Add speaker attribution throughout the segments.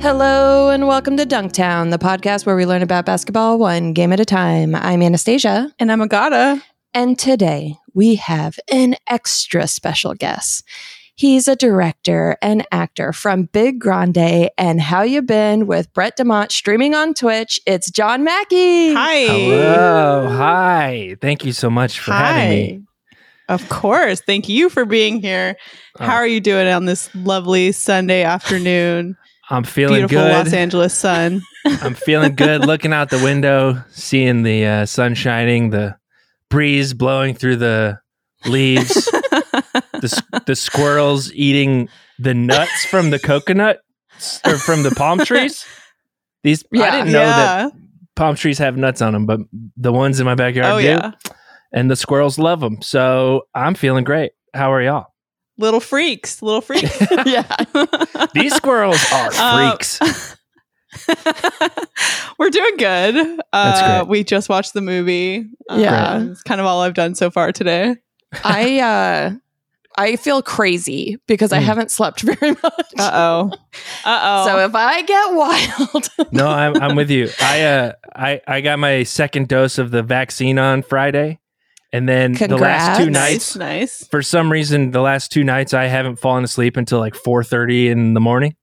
Speaker 1: Hello and welcome to Dunktown, the podcast where we learn about basketball one game at a time. I'm Anastasia,
Speaker 2: And I'm Agata.
Speaker 1: and today we have an extra special guest. He's a director and actor from Big Grande and How You Been with Brett DeMont streaming on Twitch. It's John Mackey.
Speaker 2: Hi.
Speaker 3: Hello. Hi. Thank you so much for having me.
Speaker 2: Of course. Thank you for being here. How
Speaker 3: Oh.
Speaker 2: are you doing on this lovely Sunday afternoon?
Speaker 3: I'm feeling
Speaker 2: Beautiful Los
Speaker 3: good.
Speaker 2: Angeles sun.
Speaker 3: I'm feeling good looking out the window, seeing the uh, sun shining, the breeze blowing through the leaves, the, s- the squirrels eating the nuts from the coconut or from the palm trees. These I
Speaker 1: Yeah.
Speaker 3: didn't know that palm trees have nuts on them, but the ones in my backyard
Speaker 2: Oh,
Speaker 3: do,
Speaker 2: yeah.
Speaker 3: and the squirrels love them. So I'm feeling great. How are y'all?
Speaker 2: Little freaks. Little freaks. yeah.
Speaker 3: These squirrels are
Speaker 2: Uh,
Speaker 3: freaks.
Speaker 2: We're doing good.
Speaker 3: That's
Speaker 2: Uh,
Speaker 3: great.
Speaker 2: We just watched the movie.
Speaker 1: Yeah.
Speaker 2: Uh, it's kind of all I've done so far today.
Speaker 1: I uh I feel crazy because I
Speaker 3: Mm.
Speaker 1: haven't slept very much.
Speaker 2: Uh oh. Uh oh.
Speaker 1: So if I get wild,
Speaker 3: no, I'm I'm with you. I uh I I got my second dose of the vaccine on Friday, and then the last two
Speaker 1: Congrats.
Speaker 2: nice.
Speaker 3: nights.
Speaker 2: Nice.
Speaker 3: For some reason, the last two nights I haven't fallen asleep until like four thirty in the morning.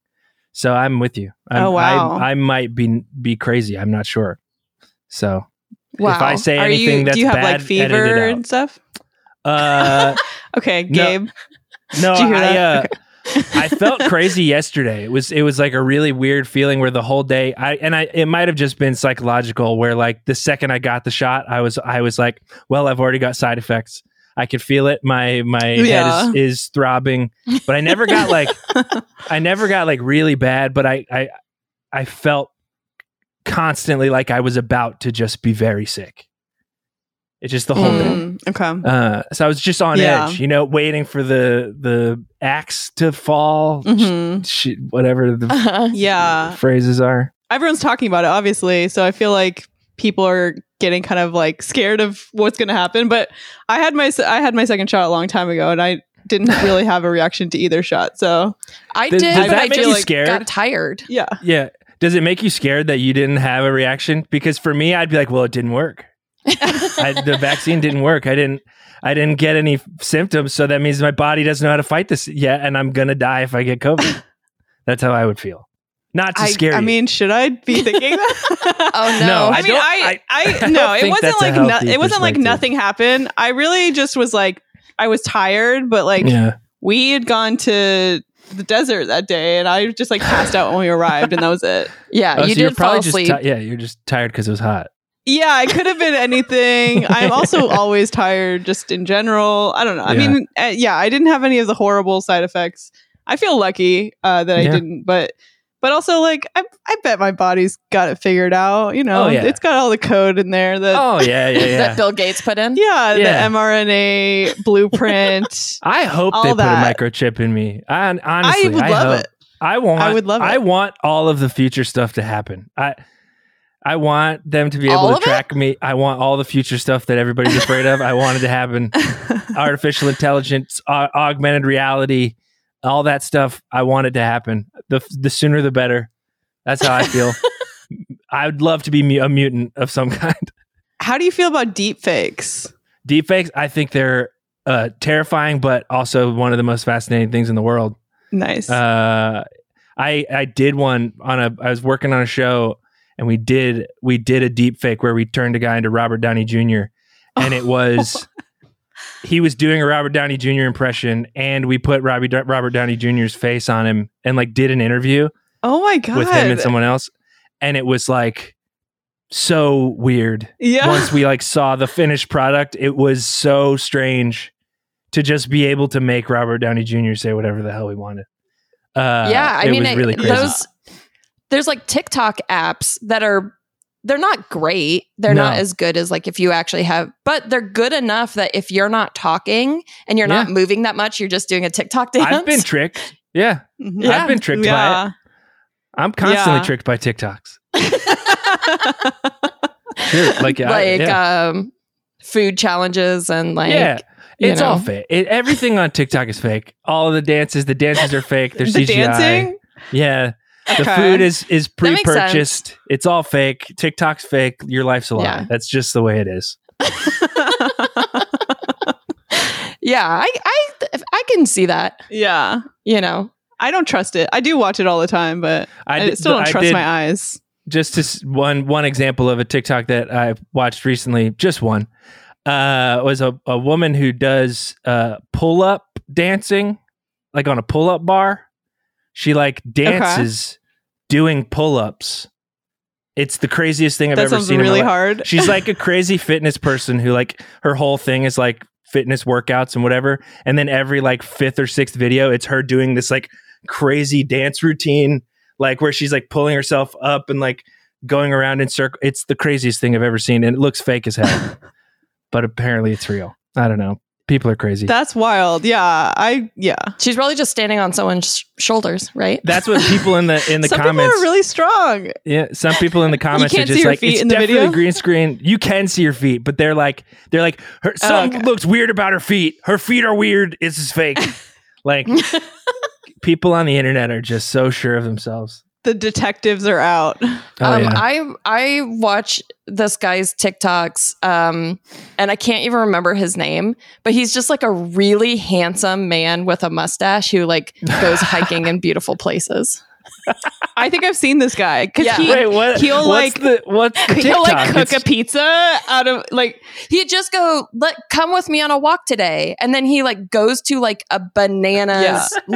Speaker 3: So I'm with you. I'm,
Speaker 2: Oh, wow.
Speaker 3: I, I might be be crazy. I'm not sure. So
Speaker 1: wow.
Speaker 3: if I say
Speaker 2: Are
Speaker 3: anything
Speaker 2: you?
Speaker 3: that's
Speaker 2: do you have
Speaker 3: bad,
Speaker 2: like fever
Speaker 3: edit it out.
Speaker 2: and stuff?
Speaker 3: Uh,
Speaker 2: Okay,
Speaker 3: No.
Speaker 2: Gabe.
Speaker 3: no,
Speaker 2: Did you hear
Speaker 3: I
Speaker 2: that?
Speaker 3: uh, I felt crazy yesterday. It was it was like a really weird feeling where the whole day I and I it might have just been psychological where like the second I got the shot I was I was like, well, I've already got side effects. I could feel it. My my
Speaker 2: Yeah.
Speaker 3: head is, is throbbing. But I never got like I never got like really bad, but I I I felt constantly like I was about to just be very sick. It's just the whole day.
Speaker 2: Mm, okay.
Speaker 3: Uh, so I was just on
Speaker 2: Yeah.
Speaker 3: edge, you know, waiting for the the axe to fall,
Speaker 1: Mm-hmm.
Speaker 2: Mhm.
Speaker 3: sh- sh- whatever the f-
Speaker 1: Uh-huh.
Speaker 2: Yeah.
Speaker 3: phrases are.
Speaker 2: Everyone's talking about it, obviously. So I feel like people are getting kind of like scared of what's going to happen. But I had my se- I had my second shot a long time ago, and I didn't really have a reaction to either shot. So
Speaker 1: I
Speaker 3: Did-
Speaker 1: did,
Speaker 3: does
Speaker 1: but
Speaker 3: that
Speaker 1: I
Speaker 3: make
Speaker 1: just
Speaker 3: you
Speaker 1: like,
Speaker 3: scared?
Speaker 1: got tired.
Speaker 2: yeah,
Speaker 3: Yeah. Does it make you scared that you didn't have a reaction? Because for me, I'd be like, well, it didn't work. I, the vaccine didn't work. I didn't. I didn't get any f- symptoms, so that means my body doesn't know how to fight this yet, and I'm gonna die if I get COVID. That's how I would feel. Not to
Speaker 1: I-
Speaker 3: scare
Speaker 2: I
Speaker 3: you.
Speaker 2: mean, should I be thinking that?
Speaker 1: Oh
Speaker 3: No,
Speaker 1: no.
Speaker 3: I
Speaker 2: I, mean, I,
Speaker 3: don't- I-
Speaker 2: I,
Speaker 3: I
Speaker 2: no,
Speaker 3: don't
Speaker 2: it
Speaker 3: think
Speaker 2: wasn't
Speaker 3: that's a
Speaker 2: like no,
Speaker 3: healthy
Speaker 2: it wasn't like
Speaker 3: perspective.
Speaker 2: nothing happened. I really just was like, I was tired, but like
Speaker 3: yeah.
Speaker 2: we had gone to the desert that day, and I just like passed out when we arrived, and that was it.
Speaker 1: yeah,
Speaker 3: Oh,
Speaker 1: you
Speaker 3: so you're
Speaker 1: did fall
Speaker 3: probably just
Speaker 1: asleep.
Speaker 3: ti- yeah, you're just tired because it was hot.
Speaker 2: Yeah, it could have been anything. I'm also always tired, just in general. I don't know. I
Speaker 3: Yeah.
Speaker 2: mean, uh, yeah, I didn't have any of the horrible side effects. I feel lucky uh, that I
Speaker 3: Yeah.
Speaker 2: didn't, but but also like I, I bet my body's got it figured out. You know,
Speaker 3: Oh, yeah.
Speaker 2: it's got all the code in there that
Speaker 3: Oh yeah, yeah, yeah.
Speaker 1: Uh, That Bill Gates put in.
Speaker 2: yeah,
Speaker 3: Yeah.
Speaker 2: the mRNA blueprint.
Speaker 3: I hope
Speaker 2: all
Speaker 3: they
Speaker 2: that.
Speaker 3: put a microchip in me. I, honestly,
Speaker 2: I would
Speaker 3: I
Speaker 2: love
Speaker 3: hope-
Speaker 2: it.
Speaker 3: I want.
Speaker 2: I would love
Speaker 3: I
Speaker 2: it.
Speaker 3: want all of the future stuff to happen. I. I want them to be able
Speaker 1: All of
Speaker 3: to track me. I want all the future stuff that everybody's afraid of. I want it to happen. Artificial intelligence, au- augmented reality, all that stuff. I want it to happen. The the sooner the better. That's how I feel. I would love to be mu- a mutant of some kind.
Speaker 2: How do you feel about deep fakes?
Speaker 3: Deepfakes, I think they're uh, terrifying, but also one of the most fascinating things in the world.
Speaker 2: Nice.
Speaker 3: Uh, I I did one on a. I was working on a show, and we did we did a deep fake where we turned a guy into Robert Downey Jr. and it was he was doing a Robert Downey Jr. impression, and we put Robbie Robert Downey Jr.'s face on him and like did an interview
Speaker 2: oh my god.
Speaker 3: with him and someone else, and it was like so weird
Speaker 2: yeah.
Speaker 3: once we like saw the finished product, it was so strange to just be able to make Robert Downey Jr. say whatever the hell we wanted. Uh,
Speaker 1: yeah, I
Speaker 3: it
Speaker 1: mean,
Speaker 3: was
Speaker 1: it-
Speaker 3: really crazy.
Speaker 1: those there's like TikTok apps that are they're not great. They're
Speaker 3: No.
Speaker 1: not as good as like if you actually have, but they're good enough that if you're not talking and you're not moving that much, you're just doing a TikTok dance.
Speaker 3: I've been tricked. Yeah,
Speaker 2: Mhm.
Speaker 1: Yeah.
Speaker 3: I've been tricked by it. I'm constantly
Speaker 2: Yeah.
Speaker 3: tricked by TikToks. Sure,
Speaker 1: like
Speaker 3: like, I- yeah.
Speaker 1: um food challenges and like
Speaker 3: yeah,
Speaker 1: you
Speaker 3: it's all
Speaker 1: know.
Speaker 3: fake. It, everything on TikTok is fake. All of the dances, the dances are fake. They're
Speaker 2: the
Speaker 3: CGI.
Speaker 2: dancing?
Speaker 3: Yeah, The
Speaker 2: Okay.
Speaker 3: food is is
Speaker 1: That makes
Speaker 3: pre-purchased. It's all fake. TikTok's fake. Your life's a lie.
Speaker 2: Yeah.
Speaker 3: That's just the way it is.
Speaker 1: yeah, I, I, I can see that.
Speaker 2: yeah.
Speaker 1: You know,
Speaker 2: I don't trust it. I do watch it all the time, but I,
Speaker 3: did-
Speaker 2: still don't
Speaker 3: I
Speaker 2: trust
Speaker 3: did-
Speaker 2: my eyes.
Speaker 3: just to s- one one example of a TikTok that I watched recently, just one, uh, was a, a woman who does uh, pull up dancing, like on a pull up bar. She like dances doing pull ups. It's the craziest thing I've
Speaker 2: that
Speaker 3: ever
Speaker 2: sounds
Speaker 3: seen. in my
Speaker 2: really
Speaker 3: life.
Speaker 2: hard.
Speaker 3: She's like a crazy fitness person who like her whole thing is like fitness workouts and whatever. And then every like fifth or sixth video, it's her doing this like crazy dance routine, like where she's like pulling herself up and like going around in circle. It's the craziest thing I've ever seen, and it looks fake as hell, but apparently it's real. I don't know. People are crazy.
Speaker 2: That's wild. Yeah. I yeah.
Speaker 1: she's probably just standing on someone's sh- shoulders, right?
Speaker 3: That's what people in the in the
Speaker 2: Some
Speaker 3: comments.
Speaker 2: people are really strong.
Speaker 3: Yeah, some people in the comments are
Speaker 2: can't see
Speaker 3: just
Speaker 2: your
Speaker 3: like
Speaker 2: feet
Speaker 3: it's
Speaker 2: in the
Speaker 3: definitely
Speaker 2: video?"
Speaker 3: green screen. You can see your feet, but they're like they're like her,
Speaker 2: Oh,
Speaker 3: something
Speaker 2: okay.
Speaker 3: looks weird about her feet. Her feet are weird. This is fake. like people on the internet are just so sure of themselves.
Speaker 2: The detectives are out.
Speaker 3: Oh
Speaker 1: um,
Speaker 3: yeah,
Speaker 1: I I watch this guy's TikToks, um, and I can't even remember his name, but he's just like a really handsome man with a mustache who like goes hiking in beautiful places.
Speaker 2: I think I've seen this guy because
Speaker 1: Yeah.
Speaker 2: he
Speaker 3: wait, what?
Speaker 2: he'll,
Speaker 3: what's
Speaker 2: like-
Speaker 3: the what's the
Speaker 2: he'll like
Speaker 3: TikTok?
Speaker 2: cook
Speaker 3: It's-
Speaker 2: a
Speaker 1: Uh,
Speaker 2: pizza out of like
Speaker 1: He'd just go, "Let come with me on a walk today," and then he like goes to like a bananas
Speaker 2: Yeah.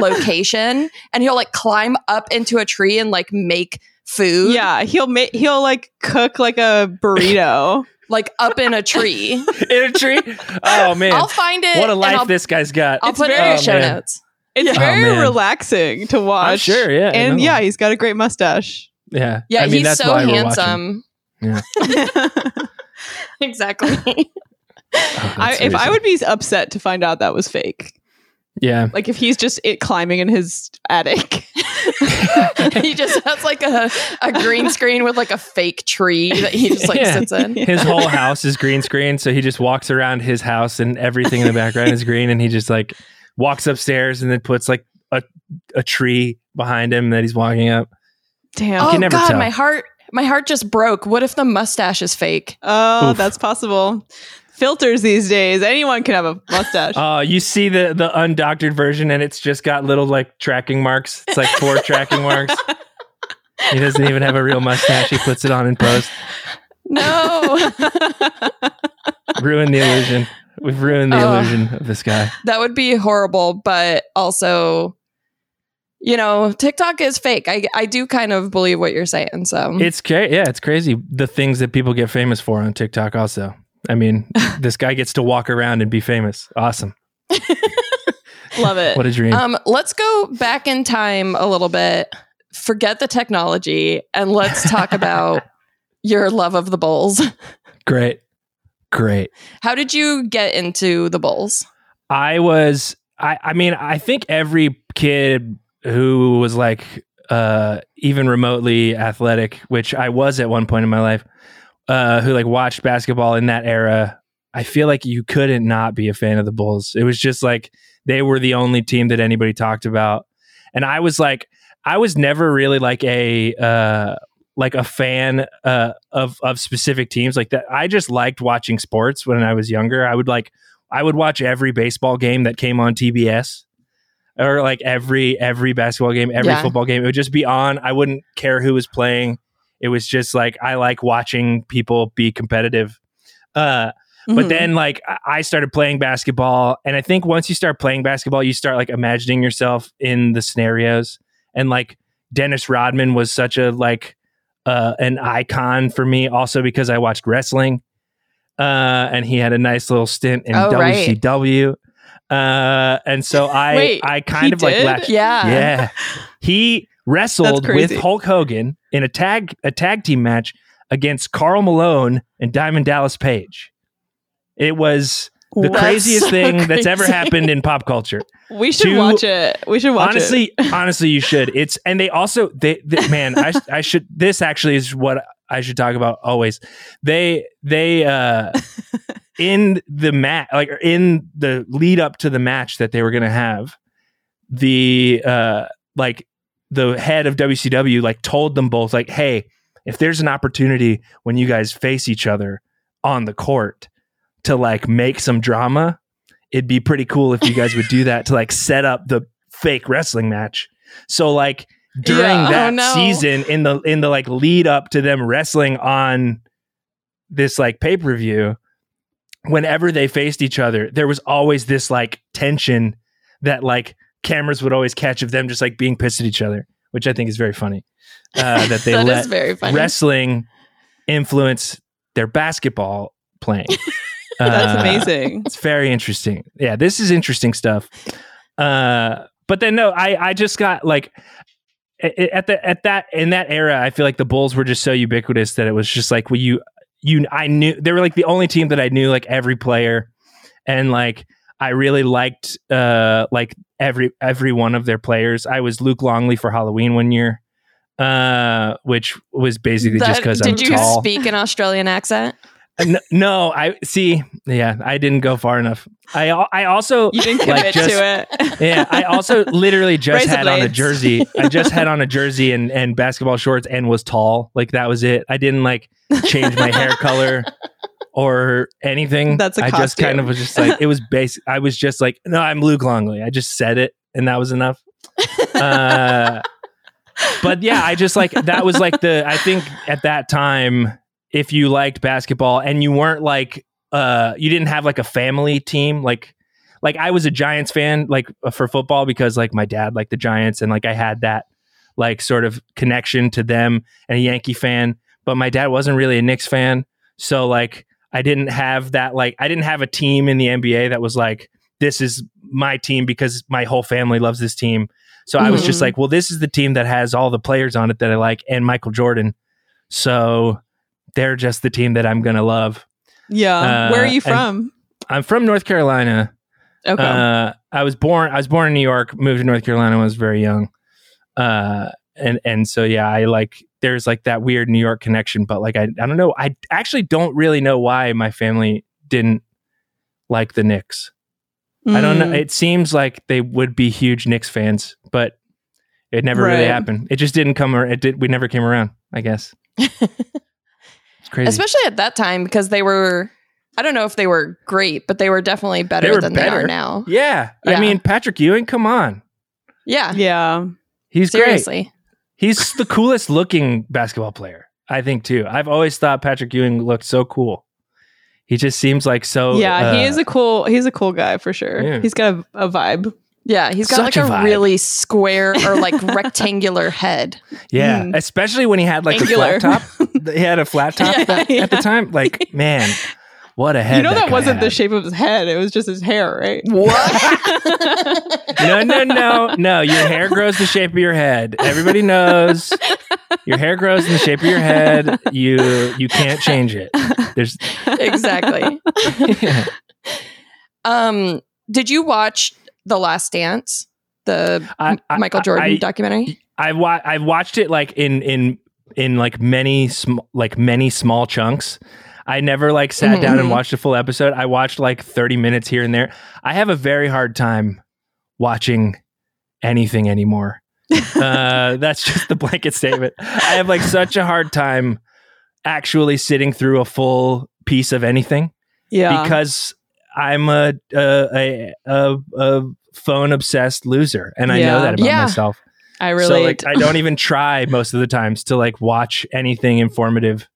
Speaker 1: location, and he'll like climb up into a tree and like make food,
Speaker 2: yeah he'll make he'll like cook like a burrito.
Speaker 1: like up in a tree.
Speaker 3: in a tree. Oh man,
Speaker 1: I'll find it.
Speaker 3: what a
Speaker 1: and
Speaker 3: life
Speaker 1: I'll,
Speaker 3: this guy's got.
Speaker 1: I'll
Speaker 2: It's
Speaker 1: put it in
Speaker 2: very-
Speaker 1: the show
Speaker 3: Oh, man.
Speaker 1: notes.
Speaker 2: It's
Speaker 1: Yeah.
Speaker 3: Oh,
Speaker 2: very
Speaker 3: man.
Speaker 2: relaxing to watch.
Speaker 3: sure, yeah, I
Speaker 2: and
Speaker 3: know.
Speaker 2: yeah, he's got a great mustache.
Speaker 3: yeah,
Speaker 1: Yeah,
Speaker 3: I mean,
Speaker 1: he's
Speaker 3: that's
Speaker 1: so
Speaker 3: why we're watching.
Speaker 1: handsome. Exactly.
Speaker 3: Oh,
Speaker 2: I,
Speaker 3: that's the
Speaker 2: if I
Speaker 3: reason.
Speaker 2: would be upset to find out that was fake,
Speaker 3: yeah,
Speaker 2: like if he's just it climbing in his attic.
Speaker 1: he just has like a, a green screen with like a fake tree that he just like
Speaker 3: Yeah.
Speaker 1: sits in.
Speaker 3: his whole house is green screen so he just walks around his house and everything in the background is green and he just like walks upstairs and then puts like a, a tree behind him that he's walking up
Speaker 2: Damn.
Speaker 1: Oh
Speaker 2: Oh,
Speaker 3: can never
Speaker 1: god,
Speaker 3: tell.
Speaker 1: my heart my heart just broke. What if the mustache is fake?
Speaker 3: Oof.
Speaker 2: Oh, that's possible. Filters these days, anyone can have a mustache.
Speaker 3: oh you see the the undoctored version and it's just got little like tracking marks it's like four tracking marks he doesn't even have a real mustache he puts it on in post
Speaker 1: No.
Speaker 3: ruin the illusion we've ruined the
Speaker 1: Oh.
Speaker 3: illusion of this guy
Speaker 1: that would be horrible, but also you know, TikTok is fake. I I do kind of believe what you're saying, so.
Speaker 3: It's cra- yeah, it's crazy the things that people get famous for on TikTok. Also, I mean, this guy gets to walk around and be famous. Awesome!
Speaker 2: Love it.
Speaker 3: What a dream.
Speaker 1: um let's go back in time a little bit. Forget the technology and let's talk about your love of the bowls.
Speaker 3: great, great.
Speaker 1: How did you get into the bowls?
Speaker 3: I was. I. I mean, I think every kid who was like uh, even remotely athletic, which I was at one point in my life, uh, who like watched basketball in that era. I feel like you couldn't not be a fan of the Bulls. It was just like they were the only team that anybody talked about, and I was like, I was never really like a uh, like a fan uh, of of specific teams like that. I just liked watching sports when I was younger. I would like I would watch every baseball game that came on TBS or like every every basketball game, every
Speaker 1: Yeah.
Speaker 3: football game. It would just be on. I wouldn't care who was playing. It was just like I like watching people be competitive. Uh but
Speaker 2: Mhm.
Speaker 3: then like I- I started playing basketball and I think once you start playing basketball you start like imagining yourself in the scenarios and like Dennis Rodman was such a like uh an icon for me also because I watched wrestling uh and he had a nice little stint in
Speaker 1: Oh, right.
Speaker 3: WCW uh and so I
Speaker 2: Wait,
Speaker 3: I
Speaker 2: he
Speaker 3: kind of
Speaker 2: did?
Speaker 3: like latched
Speaker 1: Yeah.
Speaker 3: yeah. He wrestled
Speaker 2: That's
Speaker 3: with
Speaker 2: crazy.
Speaker 3: Hulk Hogan in a tag a tag team match against Carl Malone and Diamond Dallas Page. It was the
Speaker 1: That's
Speaker 3: craziest
Speaker 1: so
Speaker 3: thing that's ever
Speaker 1: crazy.
Speaker 3: happened in pop culture.
Speaker 2: we should
Speaker 3: to-
Speaker 2: watch it. We should watch it.
Speaker 3: honestly, honestly, you should. It's and they also they, they- man, I I should. This actually is what I should talk about always. They they uh in the mat like or in the lead up to the match that they were gonna have the uh like the head of WCW like told them both like, "Hey, if there's an opportunity when you guys face each other on the court to like make some drama, it'd be pretty cool if you guys would do that to like set up the fake wrestling match." So like during
Speaker 2: Yeah. Oh,
Speaker 3: that
Speaker 1: no.
Speaker 3: season in the in the like lead up to them wrestling on this like pay-per-view, whenever they faced each other, there was always this like tension that like cameras would always catch of them just like being pissed at each other, which I think is very funny. Uh, that they
Speaker 1: That is
Speaker 3: let
Speaker 1: very funny.
Speaker 3: wrestling influence their basketball playing.
Speaker 2: That's
Speaker 3: Uh,
Speaker 2: amazing.
Speaker 3: It's very interesting. Yeah, this is interesting stuff. Uh, but then no, I I just got like a- a- at the at that in that era, I feel like the Bulls were just so ubiquitous that it was just like well, you you I knew they were like the only team that I knew like every player and like I really liked uh like every every one of their players. I was Luke Longley for Halloween one year, uh, which was basically just
Speaker 1: That-
Speaker 3: because I'm
Speaker 1: did you
Speaker 3: tall.
Speaker 1: speak an Australian accent?
Speaker 3: N- no, I see. Yeah, I didn't go far enough. I al- I also
Speaker 2: You didn't commit
Speaker 3: like, just-
Speaker 2: to it.
Speaker 3: yeah, I also literally just
Speaker 2: Razor
Speaker 3: had on a
Speaker 2: blades.
Speaker 3: jersey. I just had on a jersey and, and basketball shorts and was tall. Like that was it. I didn't like change my hair color or anything.
Speaker 2: That's a
Speaker 3: I just kind of was just like it was basic. I was just like, no, I'm Luke Longley. I just said it and that was enough. Uh, but yeah, I just like that was like the I think at that time if you liked basketball and you weren't like uh you didn't have like a family team like like I was a Giants fan like uh, for football because like my dad liked the Giants and like I had that like sort of connection to them and a Yankee fan but my dad wasn't really a Knicks fan so like I didn't have that like I didn't have a team in the NBA that was like this is my team because my whole family loves this team so I was just
Speaker 1: Mhm.
Speaker 3: like well this is the team that has all the players on it that I like and Michael Jordan so they're just the team that I'm gonna love.
Speaker 2: Yeah.
Speaker 3: Uh,
Speaker 2: Where are you
Speaker 3: and-
Speaker 2: from?
Speaker 3: I'm from North Carolina.
Speaker 2: okay.
Speaker 3: Uh, I was born I was born in New York, moved to North Carolina when I was very young. Uh, and and so yeah, I like there's like that weird New York connection, but like I, I don't know. I actually don't really know why my family didn't like the Knicks. I don't know.
Speaker 2: Mm.
Speaker 3: It seems like they would be huge Knicks fans, but it never really
Speaker 2: Right.
Speaker 3: happened. It just didn't come. ar- It did. We never came around. I guess it's crazy.
Speaker 1: Especially at that time because they were I don't know if they were great, but they were definitely better
Speaker 3: They were
Speaker 1: than they
Speaker 3: better.
Speaker 1: are now.
Speaker 3: yeah.
Speaker 1: Yeah.
Speaker 3: I mean Patrick Ewing. Come on,
Speaker 1: Yeah.
Speaker 2: Yeah.
Speaker 3: he's great.
Speaker 1: seriously.
Speaker 3: He's the coolest looking basketball player, I think too. I've always thought Patrick Ewing looked so cool. He just seems like so.
Speaker 2: yeah. he
Speaker 3: uh,
Speaker 2: is a cool. He's a cool guy for sure.
Speaker 3: Yeah.
Speaker 2: He's got a, a vibe.
Speaker 1: Yeah, he's got
Speaker 3: Such a
Speaker 1: like a,
Speaker 3: vibe.
Speaker 1: really square or like rectangular head.
Speaker 3: yeah,
Speaker 2: Mm.
Speaker 3: especially when he had like
Speaker 2: Angular.
Speaker 3: a flat top. he had a flat top
Speaker 1: Yeah,
Speaker 3: at,
Speaker 2: yeah.
Speaker 3: the time. Like man, what a head!
Speaker 2: you know that,
Speaker 3: guy
Speaker 2: wasn't the
Speaker 3: had.
Speaker 2: shape of his head. It was just his hair, right?
Speaker 1: What?
Speaker 3: no, no, no, no. Your hair grows the shape of your head. Everybody knows. Your hair grows in the shape of your head. You you can't change it. There's
Speaker 1: exactly. Um, did you watch The Last Dance, the
Speaker 3: I- I-
Speaker 1: Michael Jordan
Speaker 3: I-
Speaker 1: documentary?
Speaker 3: I've wa- I've watched it like in in in like many sm- like many small chunks. I never like sat
Speaker 2: Mm-hmm.
Speaker 3: down and
Speaker 1: Mhm.
Speaker 3: watched a full episode. I watched like 30 minutes here and there. I have a very hard time watching anything anymore. uh, that's just the blanket statement. I have like such a hard time actually sitting through a full piece of anything
Speaker 2: Yeah.
Speaker 3: because I'm a a, a, a, a phone obsessed loser and I
Speaker 2: Yeah.
Speaker 3: know that about
Speaker 1: Yeah.
Speaker 3: myself.
Speaker 2: I
Speaker 3: So
Speaker 2: really.
Speaker 3: like I don't even try most of the times to like watch anything informative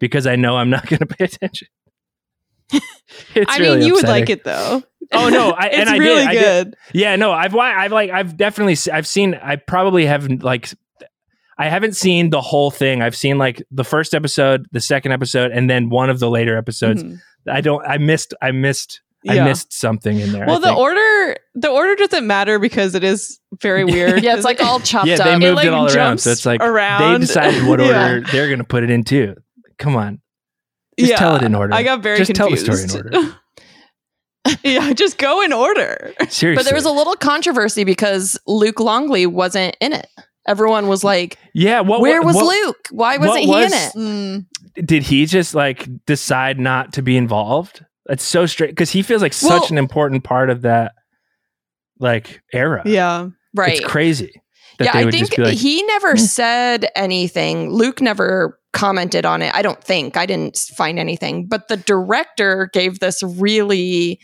Speaker 3: because I know I'm not going to pay attention. It's
Speaker 2: I
Speaker 3: really
Speaker 2: mean, you would like
Speaker 3: upsetting.
Speaker 2: it though.
Speaker 3: Oh, no, I-
Speaker 2: it's
Speaker 3: and I did,
Speaker 2: really
Speaker 3: I did.
Speaker 2: good.
Speaker 3: Yeah, no, I've wa- I've like I've definitely se- I've seen I probably have like I haven't seen the whole thing. I've seen like the first episode, the second episode, and then one of the later episodes.
Speaker 2: Mhm.
Speaker 3: I don't I missed I missed I
Speaker 2: Yeah.
Speaker 3: missed something in there.
Speaker 2: Well,
Speaker 3: I
Speaker 2: the
Speaker 3: think.
Speaker 2: order the order doesn't matter because it is very weird.
Speaker 1: Yeah, it's like all chopped
Speaker 3: yeah, they
Speaker 1: up.
Speaker 3: moved
Speaker 2: like,
Speaker 3: it, all around,
Speaker 2: jumps
Speaker 3: so it's like they
Speaker 2: around.
Speaker 3: decided what
Speaker 2: Yeah.
Speaker 3: order they're going to put it in too. Come on, just tell it in order.
Speaker 2: I got very
Speaker 3: just
Speaker 2: confused.
Speaker 3: tell the story in order.
Speaker 2: yeah, just go in order.
Speaker 3: Seriously,
Speaker 1: but there was a little controversy because Luke Longley wasn't in it. Everyone was like,
Speaker 3: yeah. What
Speaker 1: "Where
Speaker 3: what-
Speaker 1: was
Speaker 3: what-
Speaker 1: Luke? Why
Speaker 3: what
Speaker 1: wasn't
Speaker 3: was-
Speaker 1: he in it?"
Speaker 3: Did he just like decide not to be involved? That's so straight because he feels like
Speaker 1: Well-
Speaker 3: such an important part of that like era.
Speaker 2: Yeah.
Speaker 1: Right.
Speaker 3: it's crazy. That
Speaker 1: yeah,
Speaker 3: they
Speaker 1: I
Speaker 3: would
Speaker 1: think
Speaker 3: just be like, "Hmm."
Speaker 1: he never said anything. Luke never commented on it. I don't think. I didn't find anything. But the director gave this really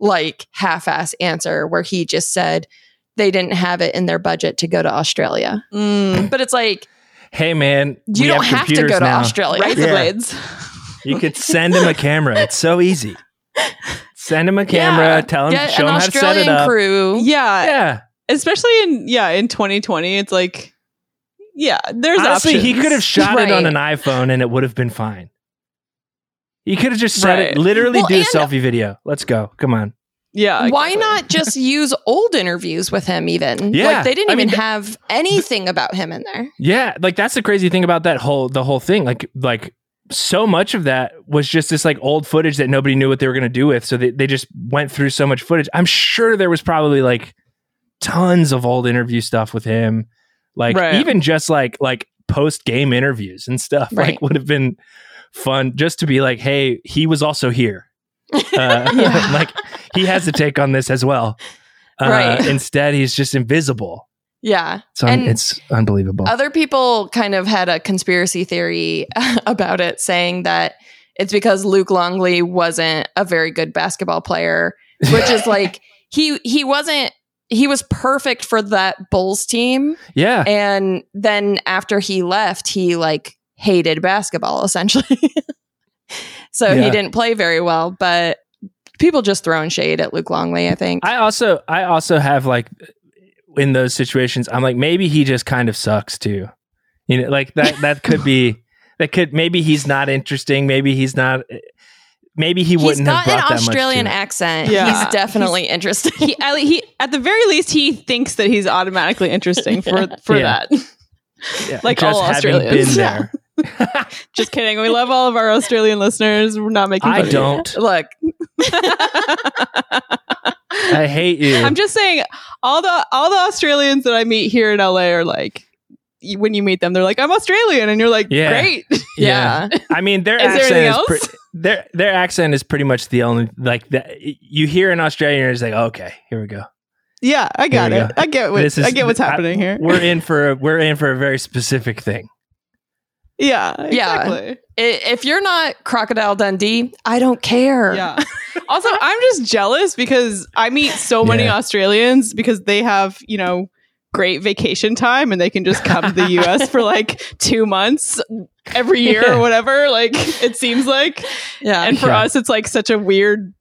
Speaker 1: like half ass answer where he just said they didn't have it in their budget to go to Australia.
Speaker 2: Mm.
Speaker 1: But it's like,
Speaker 3: "Hey man,
Speaker 1: you
Speaker 3: we
Speaker 1: don't have, to
Speaker 3: computers
Speaker 1: go to
Speaker 3: now.
Speaker 1: Australia.
Speaker 2: Razor
Speaker 3: Yeah.
Speaker 2: blades.
Speaker 3: You could send him a camera. It's so easy. Send him a camera.
Speaker 1: Yeah.
Speaker 3: Tell him,
Speaker 1: Get
Speaker 3: Um, show
Speaker 1: an
Speaker 3: him how to set
Speaker 1: Australian
Speaker 3: it up.
Speaker 1: crew.
Speaker 2: Yeah,
Speaker 3: Yeah,
Speaker 2: especially in yeah in 2020, it's like yeah, there's
Speaker 3: honestly, he
Speaker 2: options.
Speaker 3: could have shot it on
Speaker 1: Right.
Speaker 3: an iPhone and it would have been fine. He could have just said
Speaker 2: Right.
Speaker 3: it. Literally,
Speaker 1: Well,
Speaker 3: do a
Speaker 1: and-
Speaker 3: selfie video. Let's go. Come on.
Speaker 2: Yeah,
Speaker 1: Why
Speaker 2: exactly.
Speaker 1: not just use old interviews with him? Even
Speaker 3: Yeah.
Speaker 1: like they didn't
Speaker 3: I
Speaker 1: even
Speaker 3: mean, th-
Speaker 1: have anything about him in there.
Speaker 3: Yeah, like that's the crazy thing about that whole the whole thing. Like like so much of that was just this like old footage that nobody knew what they were gonna do with. So they, they just went through so much footage. I'm sure there was probably like tons of old interview stuff with him. Like
Speaker 2: Right.
Speaker 3: even just like like post game interviews and stuff.
Speaker 1: Right.
Speaker 3: Like would have been fun just to be like, hey, he was also here. Uh,
Speaker 1: Yeah.
Speaker 3: like he has a take on this as well. Uh,
Speaker 1: Right.
Speaker 3: Instead, he's just invisible.
Speaker 1: Yeah.
Speaker 3: So un-
Speaker 1: And-
Speaker 3: it's unbelievable.
Speaker 1: Other people kind of had a conspiracy theory about it, saying that it's because Luke Longley wasn't a very good basketball player, which is like he he wasn't he was perfect for that Bulls team,
Speaker 3: yeah.
Speaker 1: and then after he left, he like hated basketball essentially. so
Speaker 3: Yeah.
Speaker 1: he didn't play very well, but people just throwing shade at Luke Longley. I think
Speaker 3: I also I also have like in those situations I'm like maybe he just kind of sucks too. You know like that that could be that could maybe he's not interesting, maybe he's not maybe he
Speaker 1: he's
Speaker 3: wouldn't have
Speaker 1: got an
Speaker 3: brought that
Speaker 1: Australian
Speaker 3: much.
Speaker 1: accent.
Speaker 2: Yeah.
Speaker 1: He's definitely interesting.
Speaker 2: He, at, le- he at the very least he thinks that he's automatically interesting for for
Speaker 3: Yeah.
Speaker 2: that.
Speaker 3: To it. Yeah,
Speaker 2: like
Speaker 3: just
Speaker 2: all
Speaker 3: having
Speaker 2: Australians.
Speaker 3: been there.
Speaker 2: Just kidding. We love all of our Australian listeners. We're not making.
Speaker 3: I
Speaker 2: fun of you.
Speaker 3: don't.
Speaker 1: Look,
Speaker 3: I hate you.
Speaker 2: I'm just saying all the all the Australians that I meet here in LA are like y- when you meet them they're like I'm Australian and you're like
Speaker 3: Yeah.
Speaker 2: great.
Speaker 1: yeah.
Speaker 3: I mean their
Speaker 2: Is there
Speaker 3: accent
Speaker 2: anything
Speaker 3: is
Speaker 2: else?
Speaker 3: pre- their their accent is pretty much the only like that you hear an Australian it's like okay, here we go.
Speaker 2: yeah, I got
Speaker 3: There we
Speaker 2: it. I get what
Speaker 3: This is-
Speaker 2: I get what's
Speaker 3: I-
Speaker 2: happening here.
Speaker 3: We're in for a, we're in for a very specific thing.
Speaker 2: Yeah,
Speaker 1: Yeah.
Speaker 2: exactly.
Speaker 1: I- if you're not Crocodile Dundee, I don't care.
Speaker 2: Yeah. also, I'm just jealous because I meet so many
Speaker 3: Yeah.
Speaker 2: Australians because they have, you know, great vacation time and they can just come to the US for like two months every year
Speaker 3: Yeah. Uh,
Speaker 2: or whatever. Like it seems like.
Speaker 1: Yeah.
Speaker 2: And for
Speaker 3: Yeah.
Speaker 2: us, it's like such a weird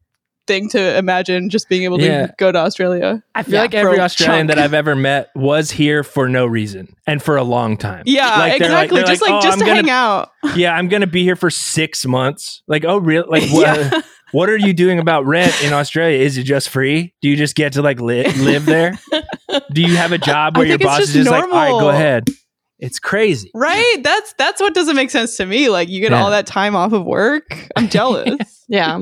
Speaker 2: thing to imagine just being able to
Speaker 3: Yeah.
Speaker 2: go to Australia.
Speaker 3: I feel
Speaker 1: Yeah,
Speaker 3: like
Speaker 2: for
Speaker 3: every
Speaker 2: a
Speaker 3: Australian
Speaker 2: chunk.
Speaker 3: that I've ever met was here for no reason and for a long time.
Speaker 2: Yeah,
Speaker 3: Like, they're like-
Speaker 2: exactly.
Speaker 3: they're
Speaker 2: just like,
Speaker 3: like, "Oh,
Speaker 2: just
Speaker 3: I'm
Speaker 2: to
Speaker 3: gonna-
Speaker 2: hang out.
Speaker 3: Yeah, I'm gonna be here for six months. Like, oh, real? Like, what?
Speaker 2: Yeah.
Speaker 3: What are you doing about rent in Australia? Is it just free? Do you just get to like li- live there? Do you have a job
Speaker 2: I
Speaker 3: where your
Speaker 2: think it's
Speaker 3: boss is
Speaker 2: just
Speaker 3: just like, all right, go
Speaker 2: normal."
Speaker 3: ahead? It's crazy.
Speaker 2: Right? That's that's what doesn't make sense to me. Like you get
Speaker 3: Yeah.
Speaker 2: all that time off of work. I'm jealous.
Speaker 1: yeah.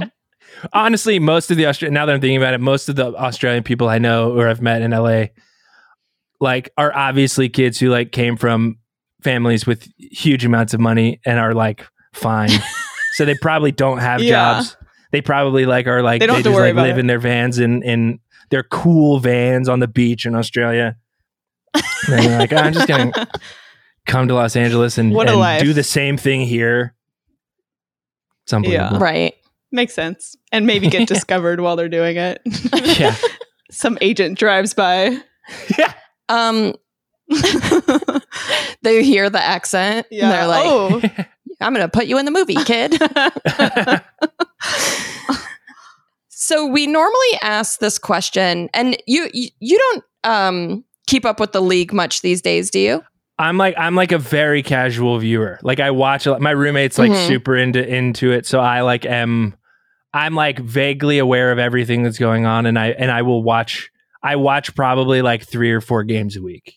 Speaker 3: Honestly, most of the Austra- now that I'm thinking about it, most of the Australian people I know or I've met in LA, like, are obviously kids who like came from families with huge amounts of money and are like fine, so they probably don't have
Speaker 2: Yeah.
Speaker 3: jobs. They probably like are like
Speaker 2: They
Speaker 3: they,
Speaker 2: don't have to
Speaker 3: just
Speaker 2: worry
Speaker 3: like
Speaker 2: about
Speaker 3: live
Speaker 2: it.
Speaker 3: in their vans in in their cool vans on the beach in Australia. And they're like, I'm just gonna come to Los Angeles and,
Speaker 2: What a
Speaker 3: and
Speaker 2: life.
Speaker 3: do the same thing here. It's unbelievable.
Speaker 1: Right.
Speaker 2: Makes sense. And maybe get discovered while they're doing it.
Speaker 3: Yeah.
Speaker 2: Some agent drives by.
Speaker 1: Um, they hear the accent.
Speaker 2: yeah.
Speaker 1: And they're like,
Speaker 2: oh.
Speaker 1: I'm going to put you in the movie, kid. so we normally ask this question, and you, you, you don't um, keep up with the league much these days, do you?
Speaker 3: I'm like I'm like a very casual viewer. Like I watch a lot. My roommate's like
Speaker 2: Mm-hmm.
Speaker 1: Mhm.
Speaker 3: super into into it, so I like am I'm like vaguely aware of everything that's going on, and I and I will watch. I watch probably like three or four games a week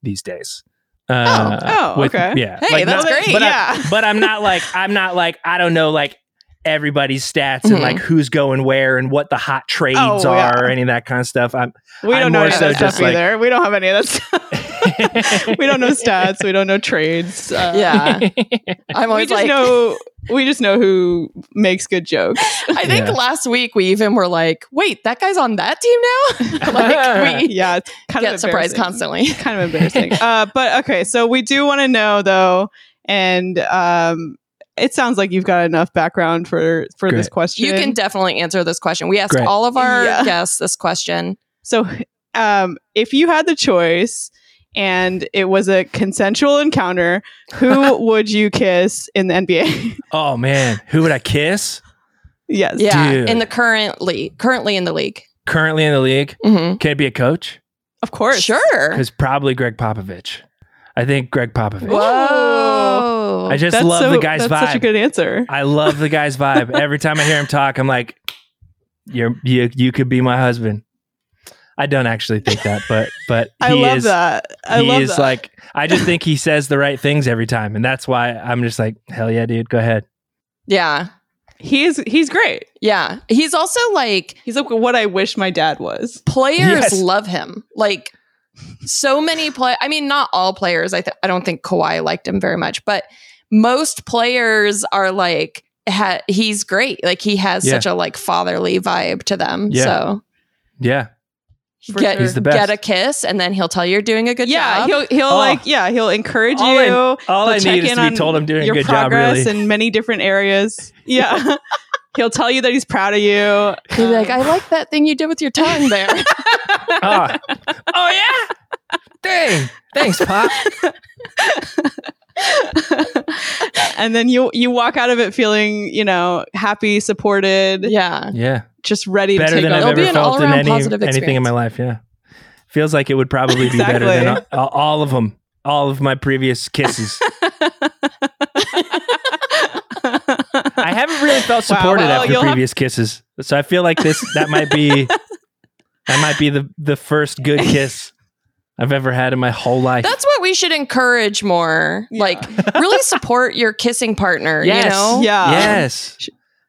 Speaker 3: these days. Uh,
Speaker 2: oh, okay.
Speaker 3: Yeah.
Speaker 1: Hey,
Speaker 3: Like,
Speaker 1: that's
Speaker 3: not-
Speaker 1: great.
Speaker 3: But,
Speaker 2: yeah.
Speaker 3: I, but I'm not like I'm not like I don't know like everybody's stats and
Speaker 1: Mhm.
Speaker 3: like who's going where and what the hot trades
Speaker 2: Mm-hmm. Oh,
Speaker 3: are
Speaker 2: yeah.
Speaker 3: or any of that kind of stuff. I'm
Speaker 2: we don't
Speaker 3: I'm
Speaker 2: know
Speaker 3: more
Speaker 2: any of
Speaker 3: so
Speaker 2: that
Speaker 3: just
Speaker 2: stuff
Speaker 3: like-
Speaker 2: either. We don't have any of that stuff. we don't know stats. We don't know trades. Uh,
Speaker 1: yeah. I'm
Speaker 2: We
Speaker 1: always
Speaker 2: just
Speaker 1: like,
Speaker 2: know we just know who makes good jokes.
Speaker 1: I think
Speaker 3: Yeah.
Speaker 1: last week we even were like, wait, that guy's on that team now? like, we
Speaker 2: Yeah, it's kind
Speaker 1: get
Speaker 2: of
Speaker 1: surprised
Speaker 2: embarrassing.
Speaker 1: constantly.
Speaker 2: kind of embarrassing. uh, but okay, so we do want to know though, and um, it sounds like you've got enough background for for this
Speaker 3: Great.
Speaker 2: question.
Speaker 1: You can definitely answer this question. We asked
Speaker 3: Great.
Speaker 1: all of our
Speaker 2: Yeah.
Speaker 1: guests this question.
Speaker 2: so, um, if you had the choice and it was a consensual encounter, who would you kiss in the NBA?
Speaker 3: oh man, who would I kiss
Speaker 2: yes.
Speaker 1: Yeah,
Speaker 3: Dude.
Speaker 1: in the current league, currently in the league.
Speaker 3: currently in the league?
Speaker 1: Mm-hmm.
Speaker 3: Can it be a coach?
Speaker 2: Of course.
Speaker 1: Sure.
Speaker 3: Because probably Greg Popovich. I think Greg Popovich.
Speaker 1: Whoa.
Speaker 3: I just
Speaker 2: That's
Speaker 3: love
Speaker 2: so-
Speaker 3: the guy's
Speaker 2: that's
Speaker 3: vibe. Uh,
Speaker 2: such a good answer.
Speaker 3: I love the guy's vibe. Every time I hear him talk, I'm like, "You're you you could be my husband." I don't actually think that, but but
Speaker 2: I
Speaker 3: he
Speaker 2: love
Speaker 3: is
Speaker 2: that. I
Speaker 3: he
Speaker 2: love
Speaker 3: is
Speaker 2: that.
Speaker 3: like I just think he says the right things every time, and that's why I'm just like, "Hell yeah, dude, go ahead."
Speaker 1: yeah.
Speaker 2: he is. He's great.
Speaker 1: Yeah. He's also like,
Speaker 2: He's like what I wish my dad was.
Speaker 1: players
Speaker 3: Yes.
Speaker 1: love him. Like so many play. I mean, not all players. I th- I don't think Kawhi liked him very much, but most players are like ha- he's great. Like he has
Speaker 3: Yeah.
Speaker 1: such a like fatherly vibe to them.
Speaker 3: Yeah.
Speaker 1: So
Speaker 3: Yeah,
Speaker 2: for
Speaker 1: get
Speaker 3: He's the best.
Speaker 1: get a kiss, and then he'll tell you you're doing a good
Speaker 2: yeah,
Speaker 1: job.
Speaker 2: he'll he'll
Speaker 3: Oh.
Speaker 2: like yeah he'll encourage
Speaker 3: All
Speaker 2: you.
Speaker 3: I- all
Speaker 2: He'll
Speaker 3: I
Speaker 2: check
Speaker 3: need is
Speaker 2: in
Speaker 3: to
Speaker 2: on
Speaker 3: be told I'm doing a
Speaker 2: your
Speaker 3: good job.
Speaker 2: progress
Speaker 3: Really,
Speaker 2: in many different areas. Yeah, he'll tell you that he's proud of you.
Speaker 1: He'll be like,
Speaker 2: Um,
Speaker 1: I like that thing you did with your tongue there.
Speaker 3: Ah. oh yeah, dang, thanks, Pop.
Speaker 2: and then you you walk out of it feeling you know happy, supported,
Speaker 1: yeah.
Speaker 3: Yeah,
Speaker 2: just ready to
Speaker 3: better
Speaker 2: take
Speaker 3: than
Speaker 2: over.
Speaker 3: I've
Speaker 1: It'll be
Speaker 3: ever
Speaker 1: an
Speaker 3: felt in
Speaker 1: all-around
Speaker 3: any
Speaker 1: positive
Speaker 3: anything in my life. Yeah, feels like it would probably be better than all,
Speaker 2: Exactly.
Speaker 3: all of them, all of my previous kisses. I haven't really felt
Speaker 2: Wow.
Speaker 3: supported
Speaker 2: Well,
Speaker 3: after
Speaker 2: you'll have-
Speaker 3: previous kisses, so I feel like this that might be that might be the the first good kiss I've ever had in my whole life.
Speaker 1: That's what we should encourage more.
Speaker 2: Yeah.
Speaker 1: Like, really support your kissing partner,
Speaker 3: Yes.
Speaker 1: you know?
Speaker 2: yeah,
Speaker 3: yes,